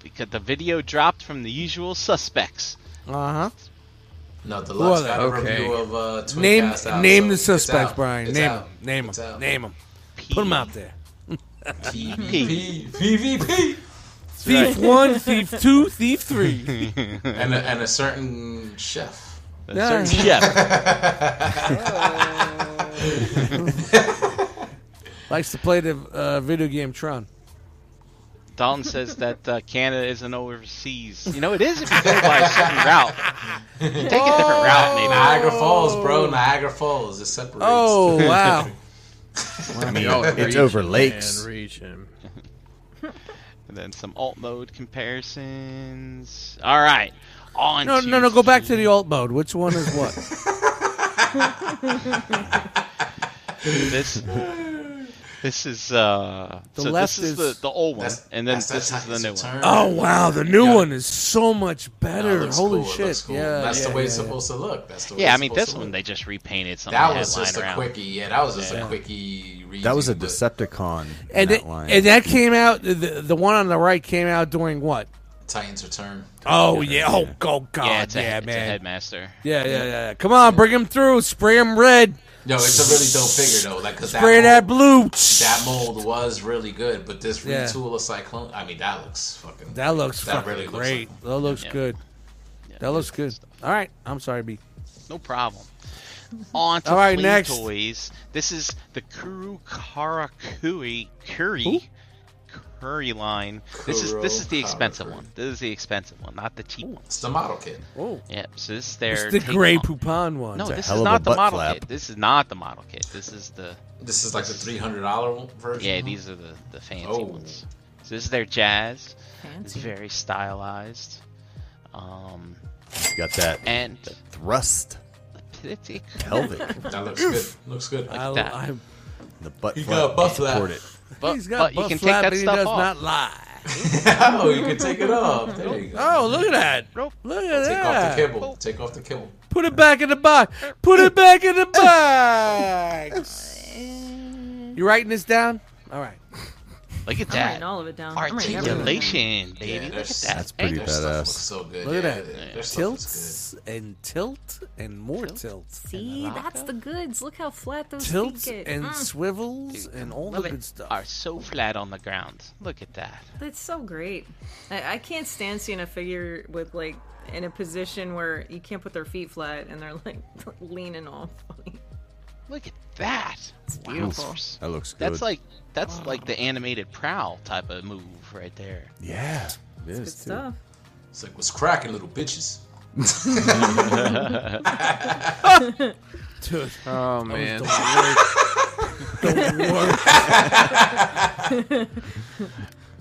Because the video dropped from the usual suspects. Uh huh. no, the Who are Lux they? got a Okay. review of uh, Twin Name Cast out, name so the it's suspects, out. Brian. It's name out. them. Name It's them. out. Name them. P. Put them out there. E E PvP, PvP, Thief one, thief two, thief three. and a, and a certain chef. A Yeah. certain chef. Likes to play the uh, video game Tron. Dalton says that uh, Canada isn't overseas. You know, it is if you go by a certain route. You take a different route, maybe. Niagara Falls, bro. Niagara Falls. It separates. Oh wow. I mean, y'all reach over him, lakes. man, reach him. And then some alt mode comparisons. All right. On No, to no, no. Go back to the alt mode. Which one is what? this. This is uh. The so left this is, is- the, the old one, That's- and then that's this is the Titans new one. Return. Oh wow, the new Yeah. one is so much No, it better. looks cool, Holy it shit! looks cool. Yeah, that's yeah, the way it's yeah, supposed to look. That's the way Yeah, it's I mean supposed this to one look. they just repainted something. That was headline just a around. quickie. Yeah, that was just Yeah. a quickie. Redo, That was a but- Decepticon. in And that it- line. and that came out. The, the one on the right came out during what? Titans Return. Oh yeah! Oh go god! Yeah, Yeah, it's a, it's a man! headmaster. yeah, yeah, yeah, yeah. Come on, bring him through. Spray him red. No, it's a really dope figure though. Like, cause Spray that that mold, blue. that mold was really good, but this Yeah. retool of Cyclone, I mean, that looks fucking. That looks That fucking really looks great. like- that looks Yeah. good. That looks good. All right, I'm sorry, B. No problem. On to All right, Flea next. toys. This is the Kuru Karakui Curry Curry line. This is this is the expensive Kuro one. This is the expensive one, not the cheap one. It's the model kit. Oh, Yep. So this is their it's the take gray on- Poupon one. No, a this hell is of a not the butt model flap. kit. This is not the model kit. This is the This is like the three hundred dollar version. yeah. These are the the fancy Oh. ones. So this is their jazz. It's Fancy. very stylized. Um, got that and thrust. the It's it, Pelvic. That looks good. Looks good. Uh, Like I'll- that. I'm- the butt You flap gotta buff is that. supported. But, He's got but you butt can take flap, that but he stuff does off. not lie. oh, you can take it off. There you go. Oh, look at that! Look at Take off that! the kibble. Take off the kibble. Put it back in the box. Put it back in the box. You writing this down? All right. Look at I'm that. writing all of it down. I'm writing everything down. Articulation, Yeah, baby. Look at there's- that. That's pretty their stuff badass. looks so good. Look at Yeah, that. their stuff looks Tilts and tilt and more tilts. See, that's the goods. Look how flat those tilts feet get. and Mm. swivels and all the Love good it. stuff. Are so flat on the ground. Look at that. That's so great. I, I can't stand seeing a figure with like in a position where you can't put their feet flat and they're like leaning off. Look at that. It's Wow. beautiful. That looks good. That's like that's like the animated prowl type of move right there. yeah, it is too. Stuff. good. It's like what's cracking, little bitches. Dude, Oh man.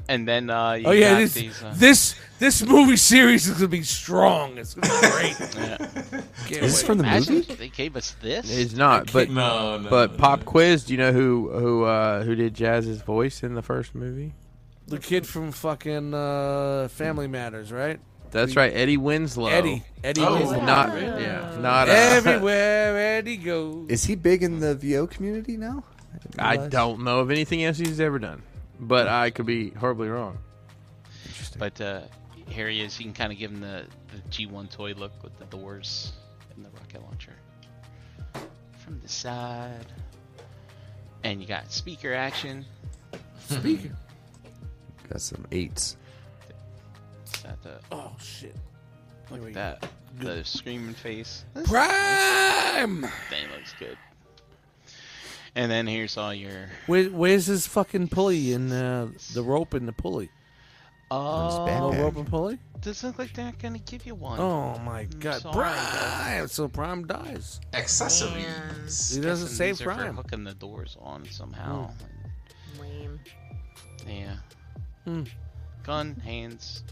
And then uh, you oh yeah, got this these. Uh, this this movie series is gonna be strong. It's gonna be great. Can't Is this wait. from the Imagine movie? if they gave us this. It's not, but No, no, but no, pop no. quiz. Do you know who who uh, who did Jazz's voice in the first movie? the kid from fucking uh, Family Matters, right? That's right, Eddie Winslow. Eddie. Eddie Oh, Winslow. not yeah, not uh, Everywhere Eddie goes. Is he big in the VO community now? didn't I realize. don't know of anything else he's ever done, but I could be horribly wrong. But uh, here he is. You can kind of give him the, the G1 toy look with the doors and the rocket launcher from the side. And you got speaker action. Got some eights. Got the, Oh shit! look at that. The screaming face. This Prime. thing looks good. And then here's all your. Where, where's his fucking pulley and uh, the rope and the pulley? Oh, Oh, backpack. rope and pulley. doesn't look like they're gonna give you one. Oh my Mm, god, sorry, Prime! So Prime dies. Accessories. He doesn't Guessing save Hmm. these are for Prime. Hooking the doors on somehow. Lame. Yeah. Hmm. Gun, hands,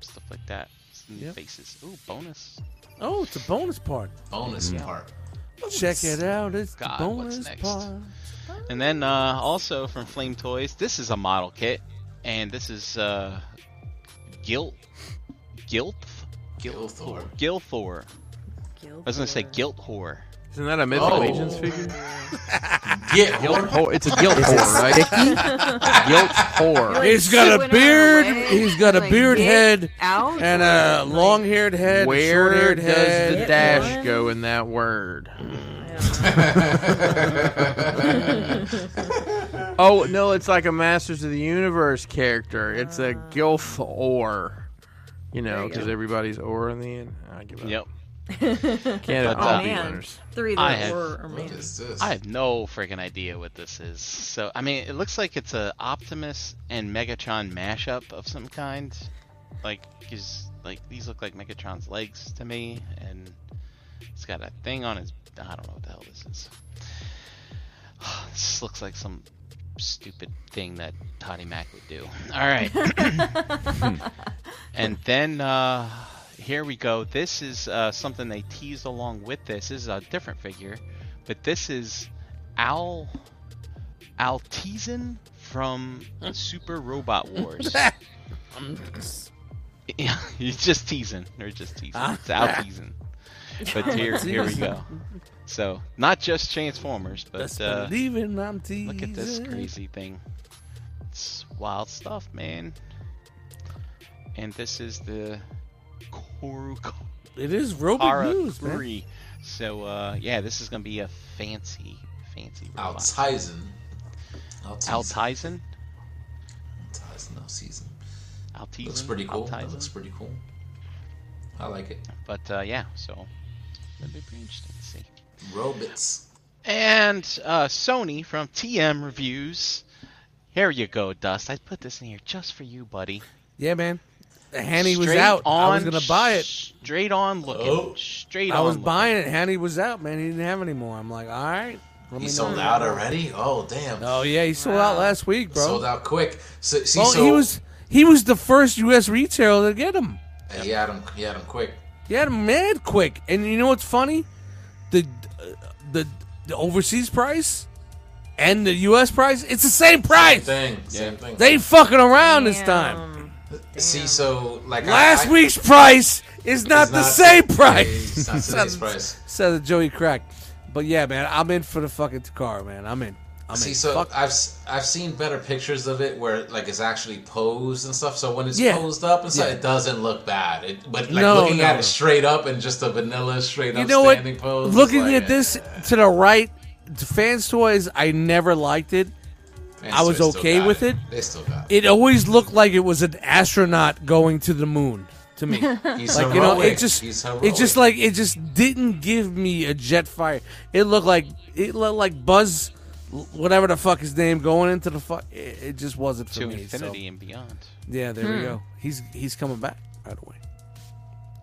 stuff like that. And Yep. Faces. Ooh, bonus. Oh, it's a bonus part. Bonus Mm. part. Check it out. It's God, the what's bonus next? part. And then uh, also from Flame Toys, this is a model kit, and this is uh, Gilt, Gilt, Gilthor. Gilthor. I was gonna say Gilmore. Gilt Whore. Isn't that a mythical Oh. agents figure? Yeah. Guilt whore. It's a guilt whore, right? guilt whore. He's got a Went beard. away. He's got a Like, beard get head Out. and uh, a long-haired head, Where short-haired does head. the Get dash one. go in that word? Oh no, it's like a Masters of the Universe character. It's a Gilf or, Ah. you know, because everybody's or in the end. Ah, I give up. Yep. Can't But, I'll uh, be man. winners. Three I that have- were or What maybe. is this? I have no freaking idea what this is. So I mean, it looks like it's a Optimus and Megatron mashup of some kind. Like, 'cause, like these look like Megatron's legs to me, and he's got a thing on his. I don't know what the hell this is. this looks like some stupid thing that Toddy Mac would do. All right. and then uh, here we go. This is uh, something they teased along with this. This is a different figure, but this is Al Altizen from Super Robot Wars. Yeah, he's just teasing. They're just teasing. It's Altizen. But here, here we go. So not just Transformers, but That's uh, believing I'm teasing. Look at this crazy thing. It's wild stuff, man. And this is the Korukara It is robot news, man. 3. So uh yeah, this is gonna be a fancy, fancy robot. Altizen. Altizen. Altizen? Altizen. Altizen. Altizen. Looks pretty cool. That Altizen? looks pretty cool. I like it. But uh yeah, so that'd be pretty interesting to see. Robots. And uh Sony from TM Reviews. Here you go, Dust. I put this in here just for you, buddy. Yeah, man. Hanny was Straight out. On, I was gonna buy it. Straight on looking. Oh. Straight I on was looking. buying it. Hanny was out, man. He didn't have any more. I'm like, all right. Let He me sold know. out already? Oh, damn. Oh yeah, he sold out last week, bro. Sold out quick. So, see, Well, so, he was he was the first U.S. retailer to get him. He had him. He had him quick. He had him mad quick. And you know what's funny? the uh, the the overseas price and the U.S. price, it's the same price. Same thing. Same thing. They ain't fucking around this time. See, so like I- Last I- week's price is not It's the not- same yeah, price. it's not today's price. Said the Joey Crack. But yeah, man, I'm in for the fucking car, man. I'm in. I'm See, in. so Fuck- I've s- I've seen better pictures of it where like it's actually posed and stuff. So when it's Yeah. posed up and stuff, Yeah. it doesn't look bad. It, but like No, looking at no. it straight up and just a vanilla straight you up know what? standing pose. it's Looking like, at this to the right, to fans toys, I never liked it. Fans I Toys was still okay got with it. it. They still got it. always looked like it was an astronaut going to the moon to me. He's like you know, heroic. it just He's it just like it just didn't give me a jet fire. It looked like it looked like Buzz, whatever the fuck his name, going into the fuck. It, it just wasn't for To me. so- infinity and beyond. Yeah, there we Hmm. go. He's he's coming back. By the way,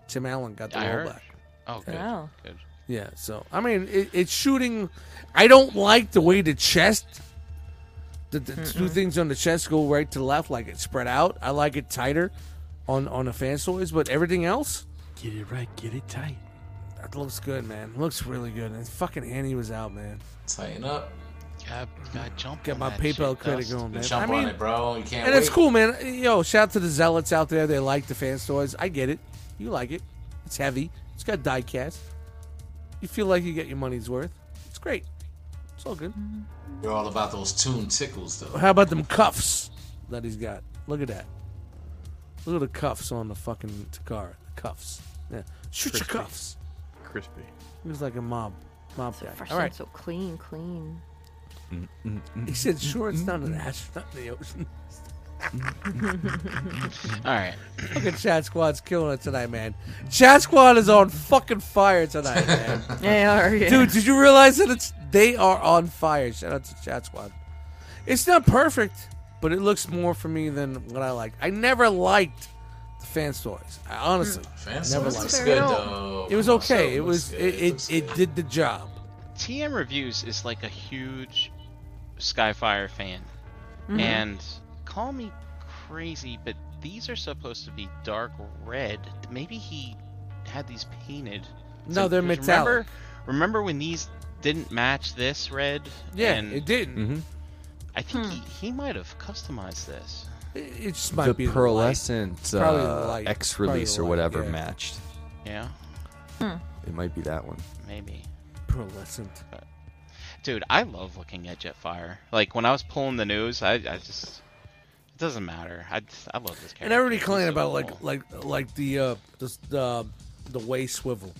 Tim Allen got the I role heard. back. Oh, good. Wow. Good. Yeah, so I mean, it, it's shooting. I don't like the way the chest, the, the two things on the chest go right to left, like it's spread out. I like it tighter on on the fan toys, but everything else, Get it right, get it tight. that looks good, man. Looks really good. And fucking Annie was out, man. tighten up. Yeah, I jumped. Get on my that PayPal shit, credit Dust. going, man. Jump I mean, on it, bro. You can't. and it's wait. cool, man. Yo, shout out to the zealots out there. They like the fan toys. I get it. You like it. It's heavy. It's got die cast. You feel like you get your money's worth. It's great. It's all good. You're all about those tune tickles, though. How about them cuffs that he's got? Look at that. Look at the cuffs on the fucking car. The cuffs. Yeah. Shoot Crispy. your cuffs. Crispy. He was like a mob. Mob guy. Fresh All right. and so clean, clean. He said, sure, it's not an astronaut in the ocean. All right. Fucking Chat Squad's killing it tonight, man. Chat Squad is on fucking fire tonight, man. They are, yeah. Dude, did you realize that it's they are on fire? Shout out to Chat Squad. It's not perfect, but it looks more for me than what I like. I never liked the fan stories. I honestly Fan never stories liked looks it. good, though. It was Mm. Come on, show okay. It looks was good. it it, it did the job. TM reviews is like a huge Skyfire fan, Mhm. and call me crazy, but these are supposed to be dark red. Maybe he had these painted. No, they're 'cause Remember, metallic. remember when these didn't match this red? Yeah, And it didn't. I think he, he might have customized this. It, it just might the be pearlescent the light. Probably the uh, light. X Probably the release or light, whatever yeah. matched. Yeah, It might be that one. maybe. pearlescent. Dude, I love looking at Jetfire. Like when I was pulling the news, I, I just it doesn't matter. I, just- I love this character. And everybody He's complaining so about cool. like like like the uh the the, the way swivel.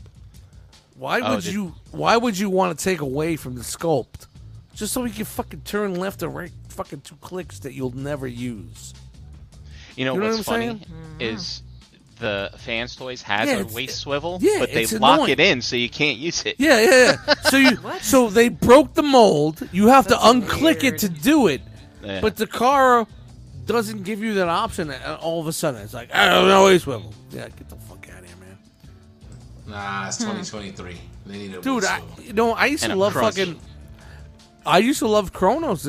Why Oh, would the- you why would you want to take away from the sculpt just so we can fucking turn left or right fucking two clicks that you'll never use? you know you know what's what I'm Mm-hmm. funny is the fans toys has Yeah, a it's- waist swivel, yeah, but they it's lock annoying. it in so you can't use it. Yeah, yeah. yeah. so you so they broke the mold. You have to unclick it to do it. Yeah. But the car doesn't give you that option. And all of a sudden, it's like I don't know, way swivel. Yeah, get the fuck out of here, man. Nah, it's 2023. They need a Hmm. Dude, boost, I though. you know I used And to a love crunch. fucking. I used to love Kronos.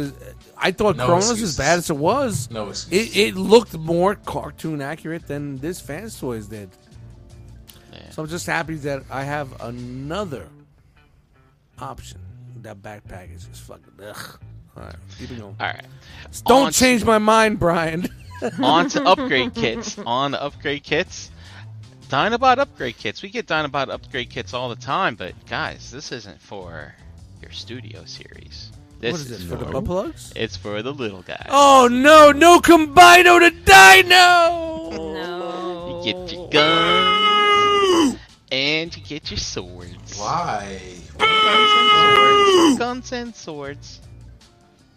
I thought No Kronos excuses. as bad as it was. No it, excuses. it looked more cartoon accurate than this fan toys did. Yeah. So I'm just happy that I have another option. That backpack is just fucking ugh. All right, keep it going. All right. Don't On to- change my mind, Brian. on to upgrade kits. On to upgrade kits. Dinobot upgrade kits. We get Dinobot upgrade kits all the time, but guys, this isn't for your studio series. This what is it for the for- butt plugs? It's for the little guy. Oh no, no combino to dino. You get your guns and you get your swords. Why? Guns and swords. Guns and swords.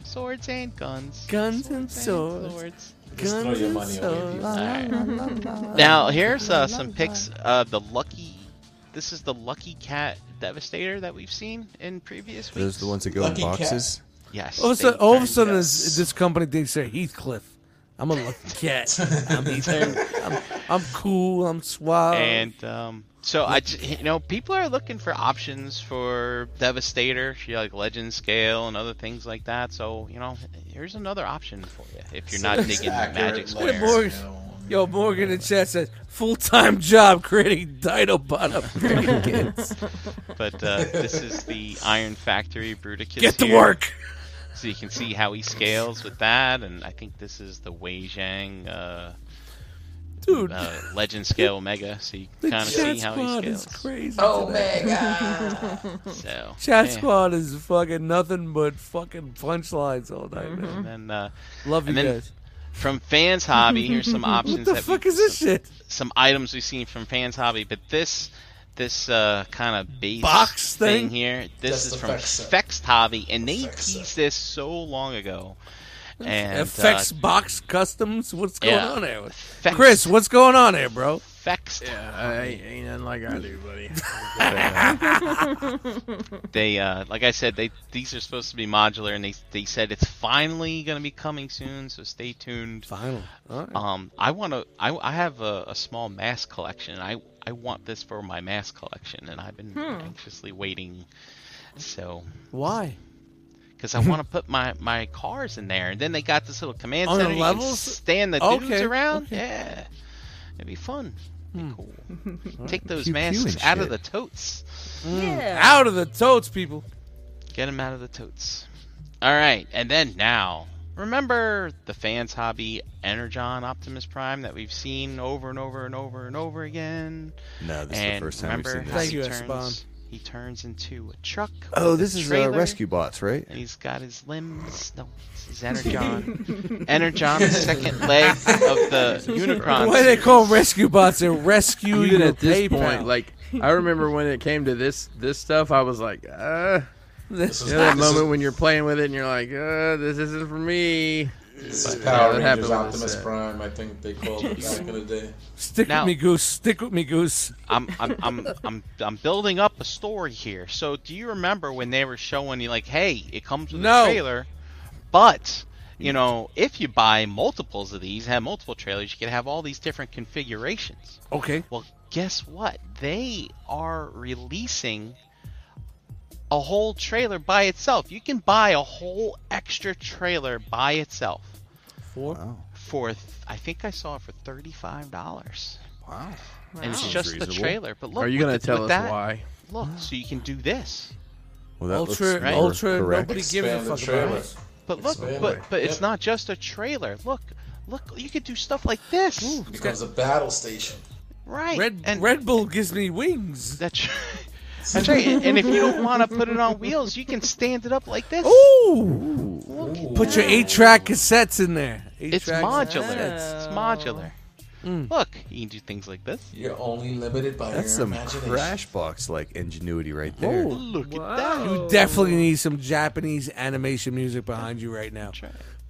Swords and guns. Guns and swords. Just throw Guns your and money away, people. swords. Now here's uh, some pics of the lucky. This is the lucky cat devastator that we've seen in previous Are those weeks. the ones that go Lucky in boxes? Yes. All of they- a sudden, Oh, all of a thank sudden us. this, this company thinks they're Heathcliff. I'm a lucky cat. I'm Heathcliff. I'm, I'm cool. I'm suave. And um, so I, j- you know, people are looking for options for Devastator, she like Legend Scale and other things like that. So you know, here's another option for you if you're not digging the Accurate Magic legs, Square. boy. you know, Yo, Morgan in chat says full time job creating Dinobot Americans. But uh, this is the Iron Factory Bruticus. Get to here. work. So you can see how he scales with that, and I think this is the Wei Zhang, uh, dude, uh, Legend Scale Omega. So you The kind of chat see how he squad scales. is crazy. Oh today. my God. So, chat yeah. squad is fucking nothing but fucking punchlines all night, man. And then, uh, Love you and then guys. From Fans Hobby, here's some options. What the that fuck we, is this some, shit? Some items we've seen from Fans Hobby, but this this uh, kind of base Box thing? here. This That's is the from Fexa. Fext Hobby, and they teased this so long ago. And FX uh, Box Customs, what's going yeah. on there? Fex- Chris, what's going on there, bro? Fex. Yeah, I ain't nothing like I do, buddy. they uh, like I said, they these are supposed to be modular, and they they said it's finally going to be coming soon. So stay tuned. Finally. Um, I want to. I, I have a, a small mask collection. and I I want this for my mask collection, and I've been Hmm. anxiously waiting. So Why? because I want to put my my cars in there, and then they got this little command On the center. you can levels? stand the dudes Okay, around. okay. Yeah, it'd be fun. Be cool. Alright. Take those Pew, pew masks and out of shit. the totes. Mm. Yeah. Out of the totes, people. Get them out of the totes. All right, and then now, remember the fans' hobby Energon Optimus Prime that we've seen over and over and over and over again. No, this is the And first time we've remember seen this. how Thank he you, turns, Esteban. He turns into a truck. Oh, with a this is uh, trailer, Rescue Bots, right? And he's got his limbs. No, this is Energon. Energon's second leg of the Unicron. The way they call rescue bots are rescue Even your at this PayPal. point, like I remember when it came to this this stuff, I was like, uh, This you is- know that this is- moment when you're playing with it and you're like, uh, this isn't for me. This is But Power that Rangers happened with this Optimus set. Prime, I think they called it back in the day. Stick Now- with me, Goose. Stick with me, Goose. I'm I'm I'm I'm I'm building up a story here. So do you remember when they were showing you like, hey, it comes with No. a trailer, but you know, if you buy multiples of these, have multiple trailers, you can have all these different configurations. Okay. Well, guess what? They are releasing a whole trailer by itself. You can buy a whole extra trailer by itself Four. for th- I think I saw it for thirty five dollars. Wow. And it's Wow. just Reasonable. the trailer. But look, Are you with gonna the- tell with us that, why? Look, so you can do this. Well, that Ultra- looks more Ultra, correct. nobody gives a fuck about it. But look, Expand but it. but it's Yep. not just a trailer. Look, look, you could do stuff like this. Becomes a battle station. Right. Red Red Bull gives me wings. That's That's right. And and if you don't want to put it on wheels, you can stand it up like this. Ooh. Put your eight track cassettes in there. Eight It's tracks of modular. cassettes. It's modular. Hmm. Look, you can do things like this. You're only limited by That's your some imagination. crash box like ingenuity right there. Oh, look at that. Oh. You definitely need some Japanese animation music behind you right now.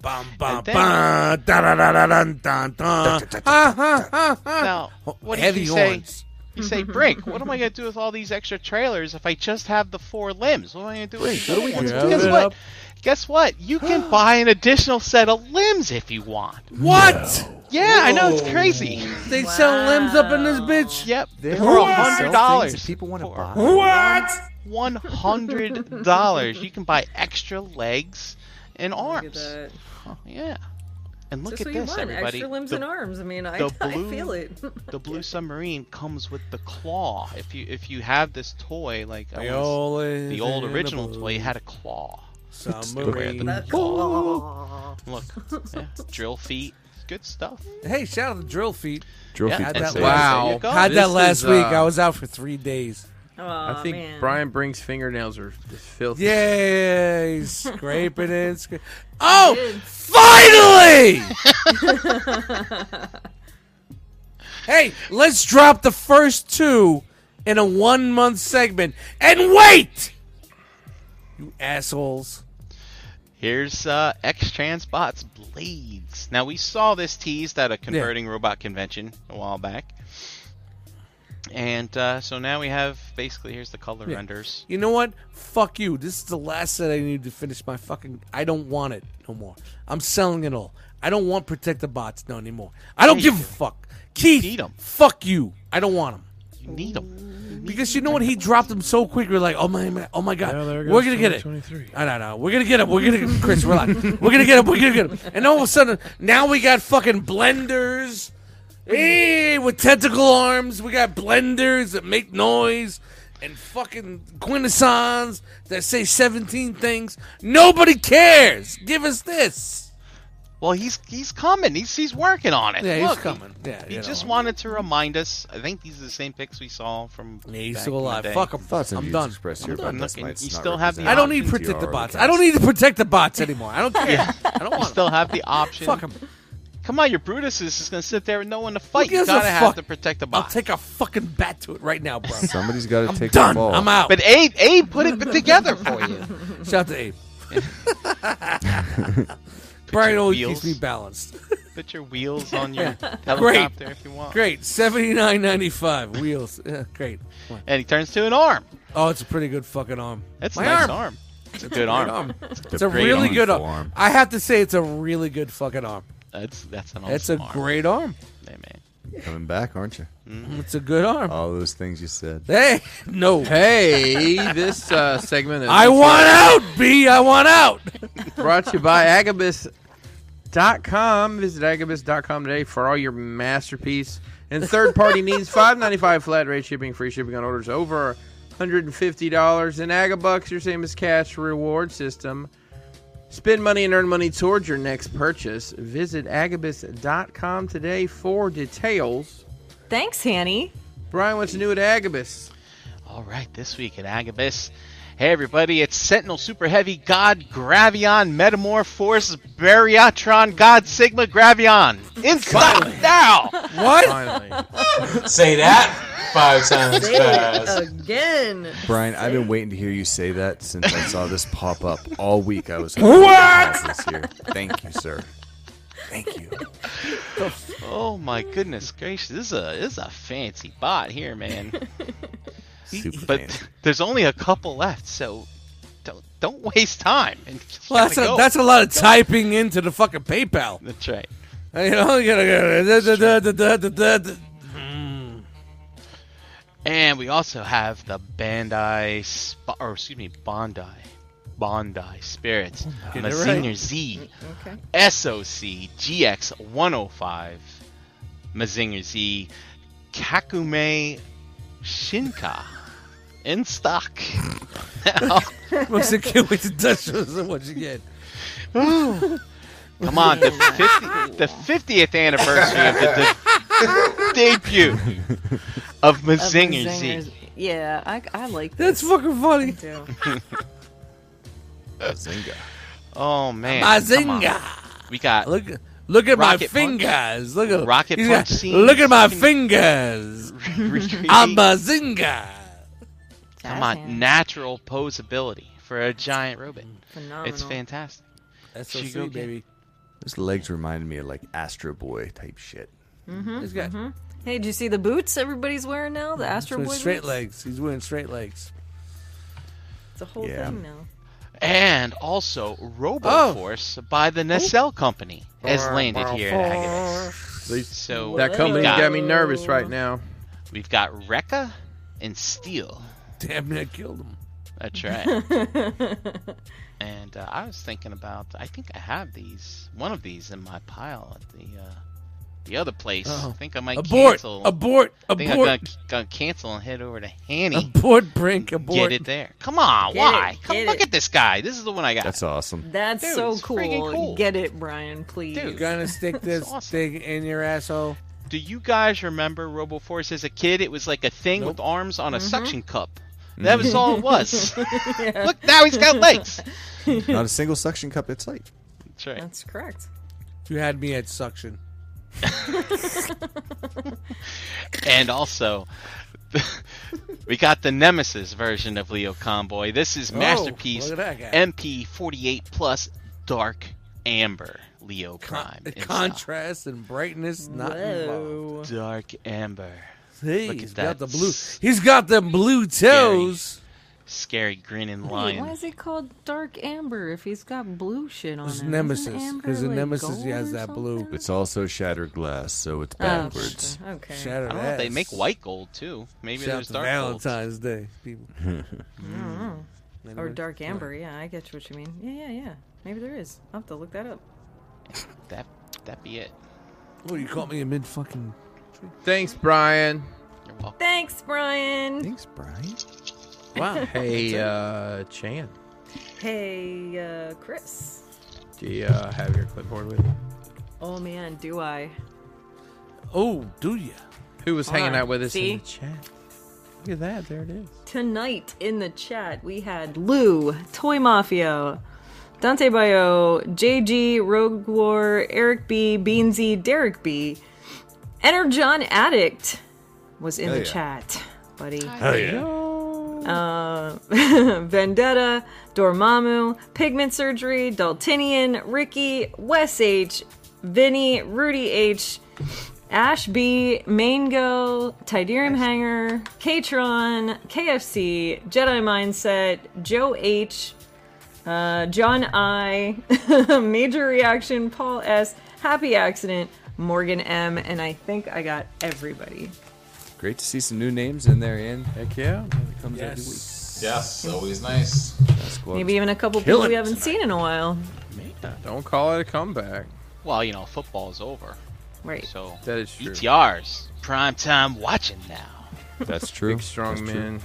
Bum, bum, And then- bum, da, da, da, da, dun, dun, dun. Ah, ah, ah, ah. Now, what Heavy did you say? horns. You say, Brink, what am I going to do with all these extra trailers if I just have the four limbs? What am I going to do with Brink, what are we four limbs? gonna do Guess with what? it? Guess what? You can buy an additional set of limbs if you want. What? Yeah, I know it's crazy. They sell limbs up in this bitch. Yep. They For a have to sell hundred things dollars. that People want to buy. What? One hundred dollars. You can buy extra legs and arms. that. Yeah. And look Just at what you this, want, everybody. extra limbs The- and arms. I mean, I, the I blue- feel it. the blue submarine comes with the claw. If you if you have this toy, like I The wanna s- old is the old in the original blue. toy had a claw. Submarine. Look at the claw. Look, yeah, drill feet, good stuff. Hey, shout out to Drill Feet. Drill Yeah, feet had can that save. last- Wow. There you go. Had This that last is, week. uh, I was out for three days. I think man. Brian Brink's fingernails are filthy. Yay! Scraping it. Scra- oh, finally! hey, let's drop the first two in a one month segment and wait! You assholes. Here's uh, X Transbots Blades. Now, we saw this teased at a converting robot convention a while back. And uh, so now we have basically here's the color Yeah. renders. You know what? Fuck you. This is the last set I need to finish my fucking. I don't want it no more. I'm selling it all. I don't want Protect the Bots no anymore. I don't Yeah, you give a fuck. Keith, fuck you. I don't want him. You need them. Because you know what? He dropped him so quick. We're like, oh my, my- oh my god, there we're goes gonna get it. 2023. I don't know. We're gonna get him. We're gonna Chris. We're like, we're gonna get him. We're gonna get him. And all of a sudden, now we got fucking blenders, Hey, with tentacle arms, we got blenders that make noise and fucking quintessons that say 17 things. Nobody cares. Give us this. Well, he's he's coming. He's he's working on it. Yeah, he's Look, he- coming. Yeah, he you just know. wanted to remind us. I think these are the same pics we saw from. Yeah, he's still alive. Fuck 'em. Thoughts and I'm views done. expressed I'm here by done. Best Look, and Bites you not still have the. I don't need option to to protect the already bots. cast. I don't need to protect the bots anymore. I don't care. I don't You want still have the option. Fuck 'em. Come on, your Brutus is just gonna sit there with no one to Who fight. You gives a gotta have fuck? to protect the I'll bots. take a fucking bat to it right now, bro. Somebody's got to take done. the ball. I'm out. But Abe, Abe put it together for you. Shout out to Abe. Brian always wheels. keeps me balanced. Put your wheels on Yeah. your helicopter if you want. Great, seventy nine ninety five wheels. Yeah, great. Come on. And he turns to an arm. Oh, it's a pretty good fucking arm. That's My a nice arm. arm. It's a It's good great arm. It's, a really good arm. I have to say, it's a really good fucking arm. That's that's an awesome That's a arm. great arm. Yeah, man. Coming back, aren't you? It's a good arm. All those things you said. Hey, no. Hey, this uh, segment is. I want out, B. I want out. Brought to you by Agabus.com. Visit Agabus.com today for all your masterpiece and third party needs. Five ninety five flat rate shipping, free shipping on orders over $150. And Agabucks, your same as cash reward system. Spend money and earn money towards your next purchase. Visit Agabus.com today for details. Thanks, Hanny. Brian, what's new at Agabus? All right, this week at Agabus. Hey everybody, it's Sentinel Super Heavy God Gravion Metamorph Force Baryatron God Sigma Gravion. In stock now! What? Say that five times Say it fast. again. Brian, I've been waiting to hear you say that since I saw this pop up all week. I was What? hoping this year. Thank you, sir. Thank you. Oh my goodness gracious, this is a this is a fancy bot here, man. Super but fancy. there's only a couple left, so don't don't waste time. And just Well, that's gotta a, go. that's a lot of Go. typing into the fucking PayPal. That's right. You know, you gotta go. da- da- da- da- da- da- da- And we also have the Bandai, Sp- or excuse me, Bondi, Bondi Spirits, Get it right. Messina Z, Okay. SOC GX 105, Mazinger Z, Kakume Shinka, in stock. Looks like can't wait to touch this and what you get. Come on, the, 50, the 50th anniversary of the de- debut of Mazinger Z. Zingers. Yeah, I, I like That's fucking funny. Mazinga. Oh man, Mazinga. come on. We got look. Look at Rocket my Punch. fingers. Look at Rocket he's got- Punch scenes. Look at my fingers. Recreate- I'm a zinger. Come on, natural posability for a giant robot. Mm. It's Phenomenal. fantastic. SOC, Should go get- baby. His legs reminded me of like Astro Boy type shit. Mm-hmm, He's got- mhm. Hey, did you see the boots everybody's wearing now? The Astro With Boy straight boots? legs. He's wearing straight legs. It's a whole Yeah. thing now. And also, RoboForce by the Nacelle Company has landed here at Agabus. So That company we've got, got me nervous right now. We've got Rekka and Steel. Damn near killed him. That's right. and uh, I was thinking about. I think I have these. One of these in my pile at the uh, the other place. Oh. I think I might Abort, cancel. abort, I think I'm abort. gonna, gonna cancel and head over to Hanny. Abort, Brink. Abort. Get it there. Come on, Get why? it, Come get look it. at this guy. This is the one I got. That's awesome. That's Dude, so it's freaking cool. cool. Get it, Brian, please. Dude. You're gonna stick this thing in your asshole. Do you guys remember RoboForce as a kid? It was like a thing with arms on a Mm-hmm. suction cup. That was all it was. Look now he's got legs. Not a single suction cup at sight. That's right. That's correct. You had me at suction. And also, we got the Nemesis version of Leo Conboy. This is Oh, masterpiece look at that guy. MP48 plus Dark Amber Leo Prime. The in stock. contrast and brightness not involved. Whoa. Dark Amber. Hey, Look at he's that. got the blue. He's got the blue toes. Scary grinning Wait, lion. why is it called Dark Amber if he's got blue shit on It's it? Nemesis, because in Nemesis he has that blue. It's also shattered glass, so it's Oh, backwards. okay. Shattered I don't know if they ass. make white gold too. Maybe Shout out there's to dark gold. Valentine's Day, people. I don't know. Or Anyway. Dark Amber, yeah, I get what you mean. Yeah, yeah, yeah. Maybe there is. I'll have to look that up. That that be it. Oh, Well, you caught me in mid fucking Thanks, Brian. Thanks, Brian. Thanks, Brian. Wow. hey, uh, Chan, Hey, uh, Chris. do you uh, have your clipboard with you? Oh man, do I? Oh, do you? Who was hanging Hold on. out with us See? in the chat? Look at that. There it is. Tonight in the chat, we had Lou, Toy Mafia, Dante Bio, JG, Rogue War, Eric B, Beansy, Derek B, Energon Addict was in Hell the yeah. chat, buddy. Hell yeah. Uh, Vendetta, Dormammu, Pigment Surgery, Daltinian, Ricky, Wes H, Vinny, Rudy H, Ash B, Mango, Tiderium Hanger, Katron, KFC, Jedi Mindset, Joe H, uh, John I, Major Reaction, Paul S, Happy Accident, Morgan M, and I think I got everybody. Great to see some new names in there, Ian. Heck yeah. It comes every week. Yes, always nice. Maybe even a couple Killing people we haven't seen in a while. Don't call it a comeback. Well, you know, football is over. Right. So that is true. ETR's prime time watching now. That's true. Big strong That's true. men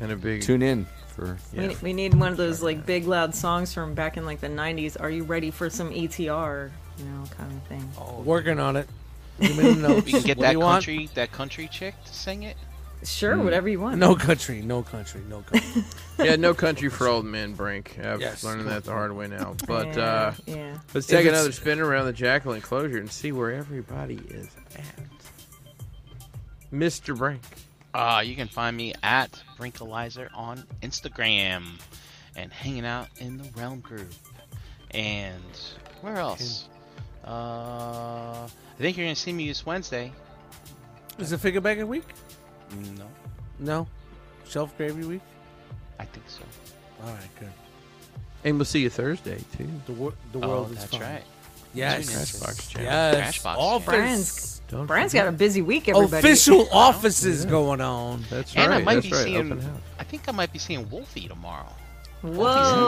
and a big. Tune in for. We, we need one of those like big loud songs from back in like the 90s. Are you ready for some ETR? You know, kind of thing. Oh. Working on it. Give me the notes. We can get What do that you want? country that country chick to sing it. Sure, Hmm. Mm. whatever you want. No country, no country, no country. yeah, no country for old men, Brink. I've Yes. learned that the hard way now. But Yeah, uh, yeah. let's If take it's- another spin around the jackal enclosure and see where everybody is at. Mr. Brink. Uh, you can find me at Brinkalizer on Instagram and hanging out in the Realm group. And where else? Uh, I think you're going to see me this Wednesday. Is it figure bacon week? No, No. Shelf gravy week? I think so. All right, good. And we'll see you Thursday, too. The, wor- the Oh, world is that's fine. right. Yes. Tune in. Crashbox channel. Yes. Crashbox channel. Office. Brian's, Don't Brian's got forget. a busy week, everybody. Official offices going on. That's and right. I might that's be right. Open house. seeing. I think I might be seeing Wolfie tomorrow. Whoa.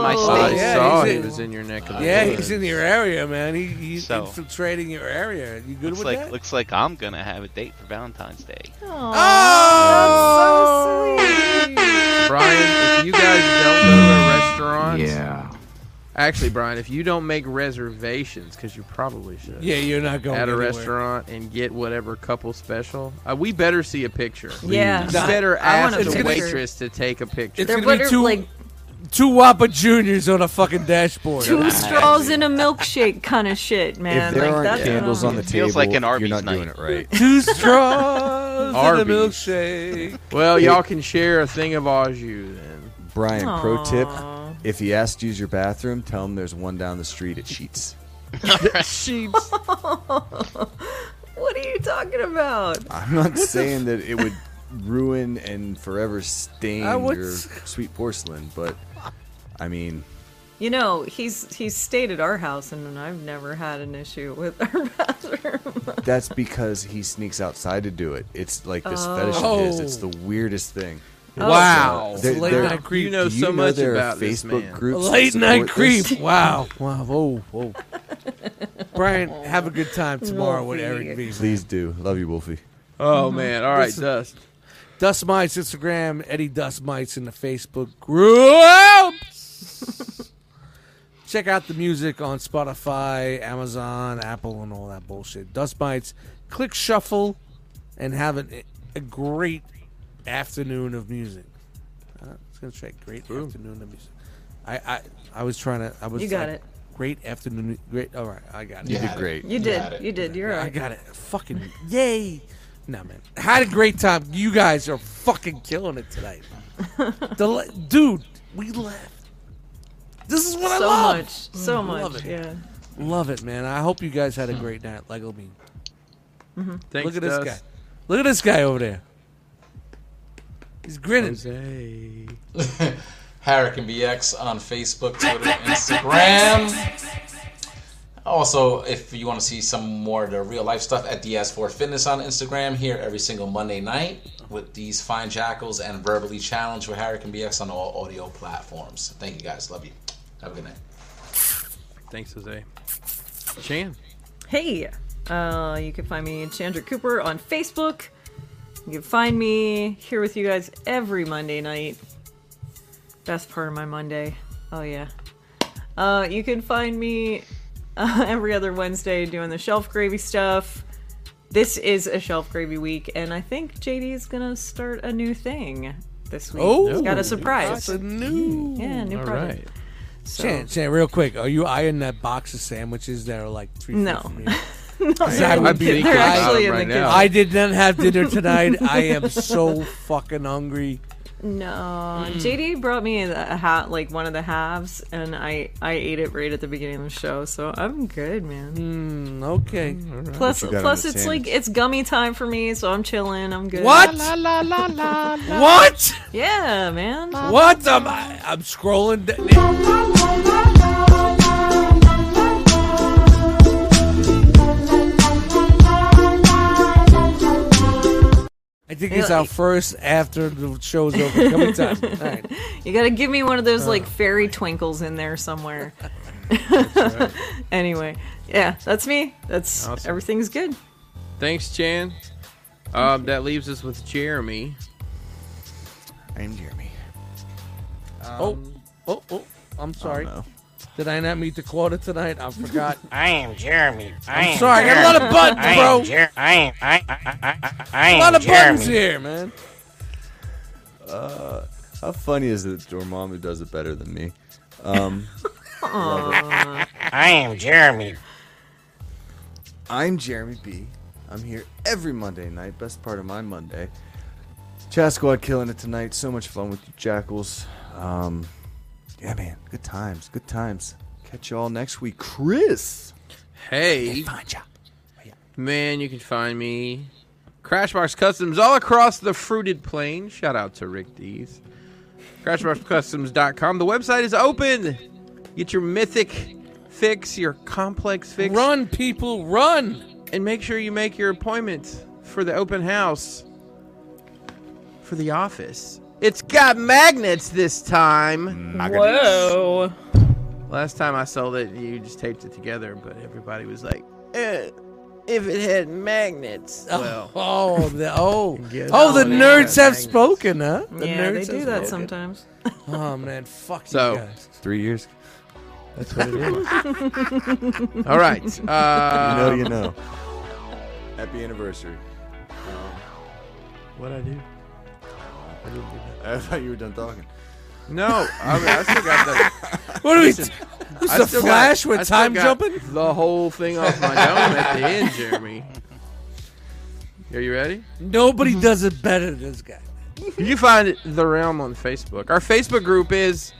my Oh, I state. yeah, saw he's he in- was in your neck of the Yeah, woods. he's in your area, man. He, he's So- infiltrating your area. You good Looks with like that? looks like I'm gonna have a date for Valentine's Day. Ah, Oh, Brian, if you guys don't go to restaurants, yeah. Actually, Brian, if you don't make reservations, because you probably should. Yeah, you're not going at a anywhere. restaurant and get whatever couple special. Uh, we better see a picture. Yeah. You Nah, better I want ask a the picture. waitress to take a picture. It's They're gonna better, be two like- two Wapa Juniors on a fucking dashboard. Two straws in a milkshake kind of shit, man. If there like, aren't that's candles what on the I'm- table, feels like an you're Arby's not night. doing it right. two straws in a Arby's. milkshake. Well, y'all can share a thing of au jus then. Brian, pro tip: Aw. if he asks to use your bathroom, tell him there's one down the street at Sheets. Sheeps. What are you talking about? I'm not saying that it would ruin and forever stain I would your s- sweet porcelain, but I mean, You know, he's he's stayed at our house, and I've never had an issue with our bathroom. that's because he sneaks outside to do it. It's like this fetish Oh. of his. It's the weirdest thing. Wow. So, there- Late there- night creep. You know do so much there are about this Facebook man. groups. that Late night support this? creep. Wow. Wow. Whoa. Whoa. Brian, have a good time tomorrow with Wolfie. Eric B. Please do. Love you, Wolfie. Oh man! All right, Listen. dust. Dust Mites Instagram, Eddie Dust Mites in the Facebook groups. Check out the music on Spotify, Amazon, Apple, and all that bullshit. Dust Mites, click shuffle, and have an, a great afternoon of music. Uh, it's gonna say great afternoon of music. I, I I was trying to. I was. You got like, it. Great afternoon. Great. All right, I got it. You did great. You got did. it. You did. You're I right. got it. Fucking yay. No, man. Had a great time. You guys are fucking killing it tonight. the, la- dude, we laughed. This is what I so love. much. So much. Love it. Yeah. Love it, man. I hope you guys had a great night. Like I mean, Thanks, look at this guy. Dust. Look at this guy over there. He's grinning. Jose. Harrican BX on Facebook, Twitter, Instagram. Also, if you want to see some more of the real life stuff at DS4 Fitness on Instagram, here every single Monday night with these fine jackals and verbally challenged with Harrican BX on all audio platforms. Thank you guys. Love you. Have a good night. Thanks, Jose. Chan. Hey, Uh, you can find me Chandra Cooper on Facebook. You can find me here with you guys every Monday night. Best part of my Monday. Oh yeah. Uh, you can find me uh, every other Wednesday doing the shelf gravy stuff. This is a shelf gravy week, and I think JD is gonna start a new thing this week. He's got a surprise. Oh. That's a new. yeah, new All project. right. So- Shan, Shan, real quick, are you eyeing that box of sandwiches that are like three? feet No. from you? No, 'Cause I I'm would be- kidding. They're I- actually in the kitchen. I did not have dinner tonight. I am so fucking hungry. No, Mm. JD brought me a a hat, like one of the halves, and I I ate it right at the beginning of the show, so I'm good, man. Mm, okay. Plus, plus it's like it's gummy time for me, so I'm chilling. I'm good. What? La, la, la, la, la. What? Yeah, man. What? I'm, I- I'm scrolling. d- I think it's our first after the show's over. Coming time. All right. You gotta give me one of those Oh, like fairy twinkles in there somewhere. anyway, yeah, that's me. That's Awesome. everything's good. Thanks, Chan. Um, that leaves us with Jeremy. I'm Jeremy. Oh, oh, oh! I'm sorry. no. Did I not meet the quota tonight? I forgot. I am Jeremy. I I'm am sorry. I got a lot of Jeremy. buttons, I am bro. Jer- I am. I. I. I. I- I a am lot of Jeremy. buttons here, man. Uh, how funny is it? Dormammu does it better than me. Um, I am Jeremy. I'm Jeremy B. I'm here every Monday night. Best part of my Monday. Chat Squad killing it tonight. So much fun with you jackals. Um, yeah, man. Good times. Good times. Catch you all next week. Chris. Hey. Man, you can find me. Crashbox Customs all across the fruited plain. Shout out to Rick Dees. CrashboxCustoms.com. The website is open. Get your mythic fix, your complex fix. Run, people, run! And make sure you make your appointment for the open house for the office. It's got magnets this time. Whoa. Last time I sold it, you just taped it together, but everybody was like, eh, if it had magnets. Well, Oh, the oh, Get oh! The on it, nerds have Magnus. spoken, huh? The yeah, they nerds do have that spoken. sometimes. Oh man, fuck So- you guys. Three years. That's what it is. All All right. Uh, you know, you know. Happy anniversary. What'd I do? I didn't do that. I thought you were done talking. No, I, mean, I still got the. What are we- Listen, this I is a still Flash got, with I still time got jumping? The whole thing off my dome at the end, Jeremy. Are you ready? Nobody does it better than this guy. You can find The Realm on Facebook. Our Facebook group is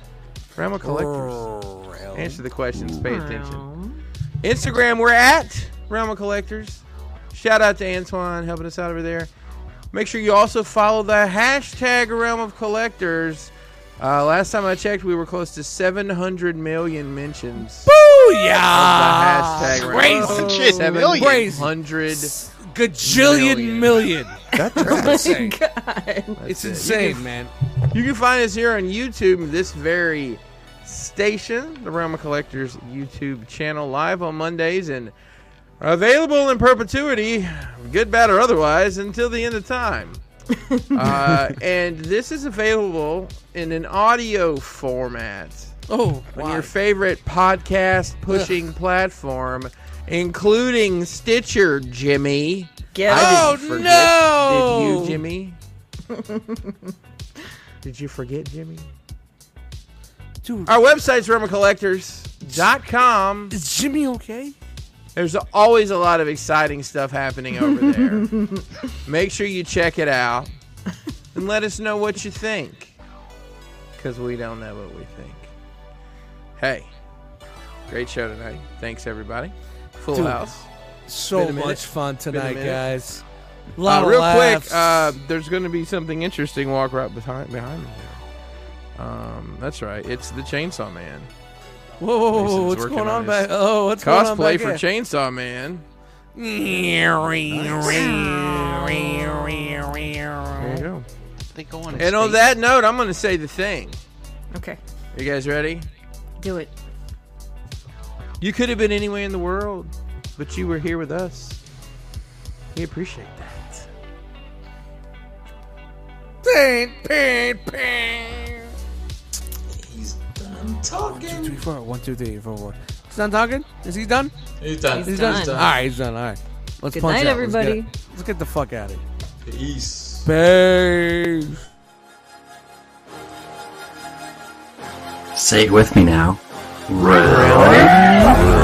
Realm of Collectors. Realm. Answer the questions. Pay attention. Instagram, we're at Realm of Collectors. Shout out to Antoine helping us out over there. Make sure you also follow the hashtag Realm of Collectors. Uh, last time I checked, we were close to 700 million mentions. Booyah! Of the hashtag Realm of Ah, Crazy. Collectors. Shit, million. 700 Gajillion million. That's insane. That's It's it. You insane, can- man. You can find us here on YouTube, this very station, the Realm of Collectors YouTube channel, live on Mondays and available in perpetuity, good, bad, or otherwise, until the end of time. uh, and this is available in an audio format Oh, on wow. your favorite podcast pushing platform, including Stitcher, Jimmy. Get I it. didn't forget. Oh, Did no. you, Jimmy? Did you forget, Jimmy? Dude. Our website's RomaCollectors.com. Is Jimmy okay? There's always a lot of exciting stuff happening over there. Make sure you check it out and let us know what you think. Because we don't know what we think. Hey, great show tonight. Thanks, everybody. Full Dude, house. So Been a minute. much fun Been a tonight, minute. guys. Uh, Lot of real laughs. quick, uh, there's going to be something interesting walk right behind behind me. There. Um, that's right. It's the Chainsaw Man. whoa, whoa, whoa, whoa, Mason's what's working going on his back? Oh, what's cosplay going on back for here? Chainsaw Man? There you go. They go on. And on that note, I'm going to say the thing. Okay, Are you guys ready? do it. You could have been anywhere in the world, but you were here with us. We appreciate that. Ping, ping, ping. He's done talking. One, two, three, four. One, two, three, four, four. He's done talking? Is he done? He's done. He's, He's done. done. All right, he's done. All right. Let's Good punch night, out. everybody. Let's get, let's get the fuck out of here. Peace. Peace. Say it with me now. Really?